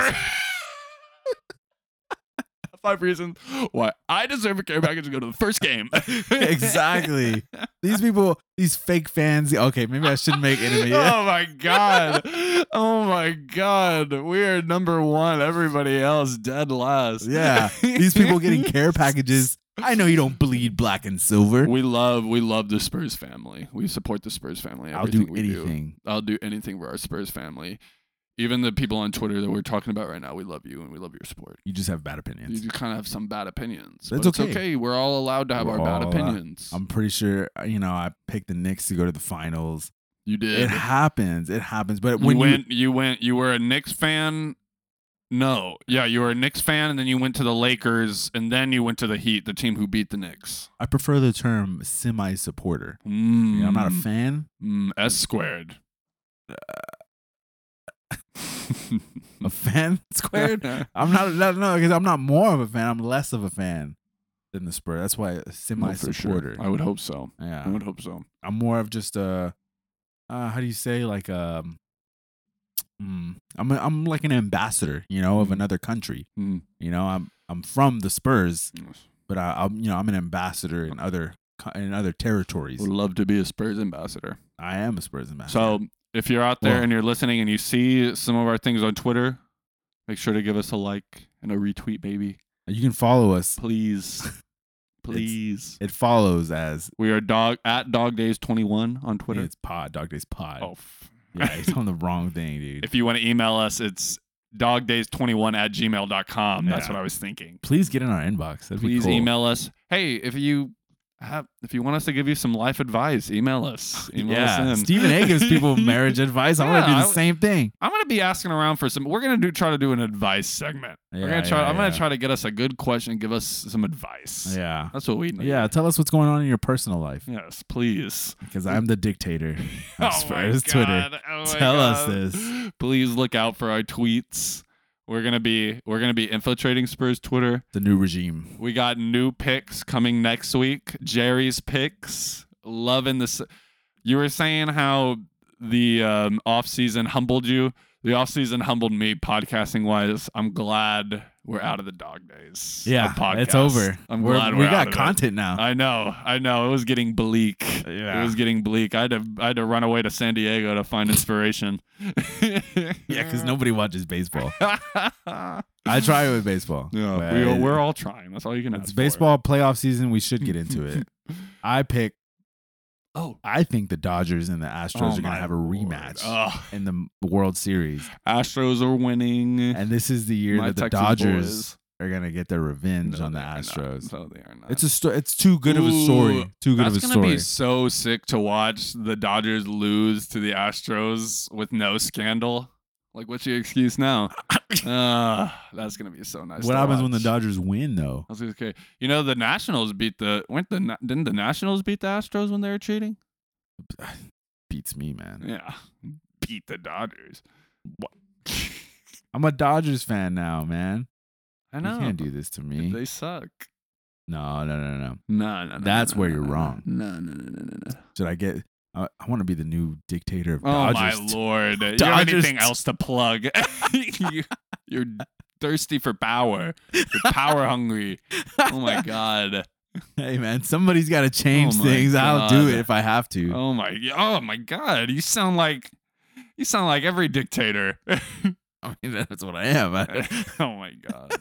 Speaker 2: Top (laughs) five reasons why I deserve a care package to go to the first game.
Speaker 1: (laughs) exactly. These people, these fake fans. Okay, maybe I shouldn't make
Speaker 2: (laughs)
Speaker 1: enemy.
Speaker 2: Oh my god. Oh my god. We are number one. Everybody else dead last. (laughs)
Speaker 1: Yeah. These people getting care packages I know you don't bleed black and silver.
Speaker 2: We love we love the Spurs family. We support the Spurs family.
Speaker 1: I'll do
Speaker 2: everything we
Speaker 1: anything.
Speaker 2: I'll do anything for our Spurs family. Even the people on Twitter that we're talking about right now, we love you and we love your support.
Speaker 1: You just have bad
Speaker 2: You
Speaker 1: opinions.
Speaker 2: do kind of have some bad opinions.
Speaker 1: That's
Speaker 2: but it's
Speaker 1: okay.
Speaker 2: okay. We're all allowed to have
Speaker 1: We're
Speaker 2: our bad
Speaker 1: all allowed.
Speaker 2: opinions.
Speaker 1: I'm pretty sure uh, you know I picked the Knicks to go to the finals.
Speaker 2: you
Speaker 1: It
Speaker 2: did.
Speaker 1: happens. It happens. But
Speaker 2: you
Speaker 1: when you,
Speaker 2: went, you, went, you were a Knicks fan. No, yeah, you were a Knicks fan, and then you went to the Lakers, and then you went to the Heat, the team who beat the Knicks.
Speaker 1: I prefer the term semi-supporter.
Speaker 2: Mm,
Speaker 1: You know, I'm not a fan.
Speaker 2: Mm, S squared. (laughs)
Speaker 1: A fan (laughs) (laughs) squared. I'm not. No, no, because I'm not more of a fan. I'm less of a fan than the Spurs. That's why
Speaker 2: No, Oh, for sure.
Speaker 1: semi-supporter.
Speaker 2: I would hope so.
Speaker 1: Yeah,
Speaker 2: I would hope so.
Speaker 1: I'm more of just a uh, how do you say like um mm, I'm a, I'm like an ambassador, you know, of
Speaker 2: Mm.
Speaker 1: another country.
Speaker 2: Mm.
Speaker 1: You know, I'm I'm from the Spurs,
Speaker 2: Yes.
Speaker 1: but I, I'm you know I'm an ambassador in other co- in other territories.
Speaker 2: Would love to be a Spurs ambassador.
Speaker 1: I am a Spurs ambassador.
Speaker 2: So if you're out there
Speaker 1: Well-
Speaker 2: and you're listening and you see some of our things on Twitter, make sure to give us a like and a retweet, baby.
Speaker 1: you can follow us. (laughs)
Speaker 2: Please. Please.
Speaker 1: It follows as
Speaker 2: we are dog at dog days 21 on Twitter.
Speaker 1: it's Pod Dog Days Pod.
Speaker 2: oh, f-
Speaker 1: Yeah, it's on the wrong thing, dude.
Speaker 2: if you want to email us, it's dogdays21 at gmail.com. That's
Speaker 1: Yeah.
Speaker 2: what I was thinking.
Speaker 1: Please get in our inbox. That'd
Speaker 2: Please
Speaker 1: be cool.
Speaker 2: email us. Hey, if you have, if you want us to give you some life advice,
Speaker 1: (laughs)
Speaker 2: email us. Email us
Speaker 1: Yeah,
Speaker 2: in.
Speaker 1: Stephen A gives people
Speaker 2: (laughs)
Speaker 1: marriage advice. I want to
Speaker 2: Yeah,
Speaker 1: do
Speaker 2: I-
Speaker 1: the same thing.
Speaker 2: I'm gonna be asking around for some. We're gonna do try to do an advice segment. we're
Speaker 1: Yeah,
Speaker 2: gonna try.
Speaker 1: yeah,
Speaker 2: I'm gonna
Speaker 1: yeah.
Speaker 2: try to get us a good question. and Give us some advice.
Speaker 1: Yeah,
Speaker 2: that's what we need.
Speaker 1: yeah. Tell us what's going on in your personal life.
Speaker 2: Yes,
Speaker 1: (laughs)
Speaker 2: please.
Speaker 1: Because I'm the dictator.
Speaker 2: (laughs) Oh
Speaker 1: As far
Speaker 2: my
Speaker 1: as Twitter.
Speaker 2: God. Oh my
Speaker 1: Tell us
Speaker 2: God.
Speaker 1: this.
Speaker 2: Please look out for our tweets. We're gonna be we're gonna be infiltrating Spurs Twitter.
Speaker 1: The new regime.
Speaker 2: We got new picks coming next week. Jerry's picks. Loving this. You were saying how the um, offseason humbled you. The offseason humbled me podcasting wise. I'm glad we're out of the dog days. of
Speaker 1: Yeah,
Speaker 2: podcast.
Speaker 1: it's over.
Speaker 2: I'm
Speaker 1: We're-
Speaker 2: glad
Speaker 1: we
Speaker 2: we're out
Speaker 1: got
Speaker 2: of it. Uh,
Speaker 1: content now.
Speaker 2: I know, I know. It was getting bleak.
Speaker 1: Yeah.
Speaker 2: It was getting bleak. I had to, I had to run away to San Diego to find inspiration. yeah,
Speaker 1: (laughs) (laughs) yeah, because nobody watches baseball.
Speaker 2: (laughs) yeah,
Speaker 1: I try with
Speaker 2: (laughs)
Speaker 1: baseball.
Speaker 2: we,
Speaker 1: but
Speaker 2: we're all trying. That's all you can.
Speaker 1: it's
Speaker 2: ask for.
Speaker 1: baseball playoff season. We should get into (laughs)
Speaker 2: (laughs)
Speaker 1: it. I pick.
Speaker 2: Oh,
Speaker 1: I think the Dodgers and the Astros
Speaker 2: Oh
Speaker 1: are gonna
Speaker 2: my
Speaker 1: have a
Speaker 2: Lord. Oh.
Speaker 1: rematch
Speaker 2: Ugh.
Speaker 1: in the World
Speaker 2: (laughs)
Speaker 1: Series,
Speaker 2: Astros are winning.
Speaker 1: and this is the year
Speaker 2: My
Speaker 1: that the
Speaker 2: Texas
Speaker 1: Dodgers
Speaker 2: boys.
Speaker 1: are gonna get their revenge
Speaker 2: No,
Speaker 1: on the
Speaker 2: they are not.
Speaker 1: Astros.
Speaker 2: No, they are not.
Speaker 1: It's a sto- It's too good of a story.
Speaker 2: Ooh,
Speaker 1: Too good of
Speaker 2: That's
Speaker 1: a
Speaker 2: gonna
Speaker 1: story.
Speaker 2: be so sick to watch the Dodgers lose to the Astros with no scandal. Like, what's your
Speaker 1: (coughs)
Speaker 2: excuse now? uh, that's gonna be so nice.
Speaker 1: what
Speaker 2: to
Speaker 1: happens when the
Speaker 2: watch.
Speaker 1: Dodgers win though?
Speaker 2: I was gonna say, you know, the Nationals beat the weren't the Na- didn't the Nationals beat the Astros when they were cheating?
Speaker 1: Beats me, man.
Speaker 2: Yeah, (laughs) beat the Dodgers. What?
Speaker 1: I'm a Dodgers fan now, man.
Speaker 2: I know.
Speaker 1: You can't do this to me.
Speaker 2: They suck.
Speaker 1: no, no, no, no.
Speaker 2: No, no, no.
Speaker 1: That's
Speaker 2: no,
Speaker 1: where
Speaker 2: no,
Speaker 1: you're
Speaker 2: no, no.
Speaker 1: wrong.
Speaker 2: No, no, no, no, no, no.
Speaker 1: Should I get? I I want to be the new dictator of
Speaker 2: Oh my
Speaker 1: Dodgers.
Speaker 2: lord! Do you have
Speaker 1: Dodgers-
Speaker 2: anything else to plug? (laughs) you, you're thirsty for power. You're power hungry. Oh my god.
Speaker 1: (laughs) Hey man, somebody's got to change
Speaker 2: Oh, my
Speaker 1: things. I'll do
Speaker 2: God.
Speaker 1: it if I have to.
Speaker 2: Oh my. Oh my god. You sound like you sound like every dictator.
Speaker 1: (laughs)
Speaker 2: (laughs)
Speaker 1: I mean, that's what I am. (laughs) I-
Speaker 2: oh my god.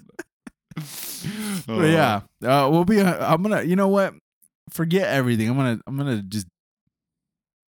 Speaker 1: but
Speaker 2: Oh,
Speaker 1: yeah, uh, we'll be. I'm gonna. You know what? Forget everything. I'm gonna. I'm gonna just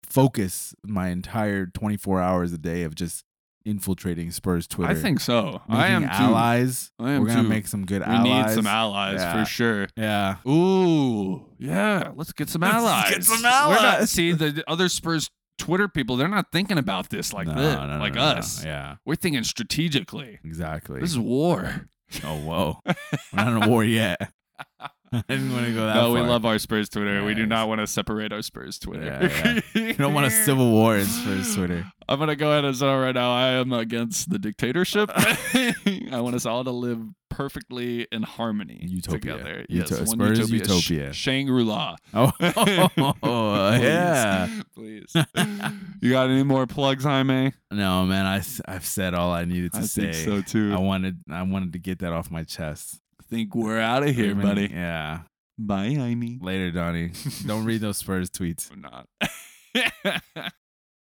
Speaker 1: focus my entire 24 hours a day of just infiltrating Spurs Twitter.
Speaker 2: I think so.
Speaker 1: Making
Speaker 2: I am too.
Speaker 1: allies.
Speaker 2: I am
Speaker 1: We're gonna
Speaker 2: too.
Speaker 1: make some good
Speaker 2: We
Speaker 1: allies.
Speaker 2: need some allies
Speaker 1: Yeah.
Speaker 2: for sure.
Speaker 1: Yeah.
Speaker 2: Ooh, yeah. Let's get some allies.
Speaker 1: (laughs) Let's get some
Speaker 2: We're not,
Speaker 1: allies.
Speaker 2: see, the the other Spurs Twitter people, they're not thinking about this like
Speaker 1: No,
Speaker 2: this,
Speaker 1: no, no,
Speaker 2: like
Speaker 1: no, no.
Speaker 2: us.
Speaker 1: Yeah.
Speaker 2: We're thinking strategically.
Speaker 1: Exactly.
Speaker 2: This is war.
Speaker 1: (laughs) oh whoa, we're not in
Speaker 2: (laughs)
Speaker 1: a war yet. (laughs) I didn't want to go that
Speaker 2: no, we
Speaker 1: far. (laughs)
Speaker 2: love our Spurs Twitter. We do
Speaker 1: Yes.
Speaker 2: not want to separate our Spurs Twitter.
Speaker 1: Yeah, You don't
Speaker 2: (laughs)
Speaker 1: want a civil war in Spurs Twitter.
Speaker 2: I'm gonna go ahead and say right now I am against
Speaker 1: (laughs)
Speaker 2: the dictatorship. I want us all to live perfectly in harmony
Speaker 1: Utopia.
Speaker 2: together.
Speaker 1: Uto-
Speaker 2: yes, one
Speaker 1: Spurs
Speaker 2: utopia. Sh-
Speaker 1: utopia.
Speaker 2: Shangri-La.
Speaker 1: Oh,
Speaker 2: (laughs) Please.
Speaker 1: yeah.
Speaker 2: Please. you got any more plugs, Jaime?
Speaker 1: No, man, I s- I've said all I needed to
Speaker 2: I
Speaker 1: say.
Speaker 2: think so too.
Speaker 1: I
Speaker 2: I
Speaker 1: wanted I wanted to get that off my chest.
Speaker 2: Mm. think we're out of here,
Speaker 1: Even-
Speaker 2: buddy.
Speaker 1: Yeah.
Speaker 2: Bye, Jaime.
Speaker 1: Later, Donnie. don't read those Spurs tweets. (laughs)
Speaker 2: (laughs) I'm not.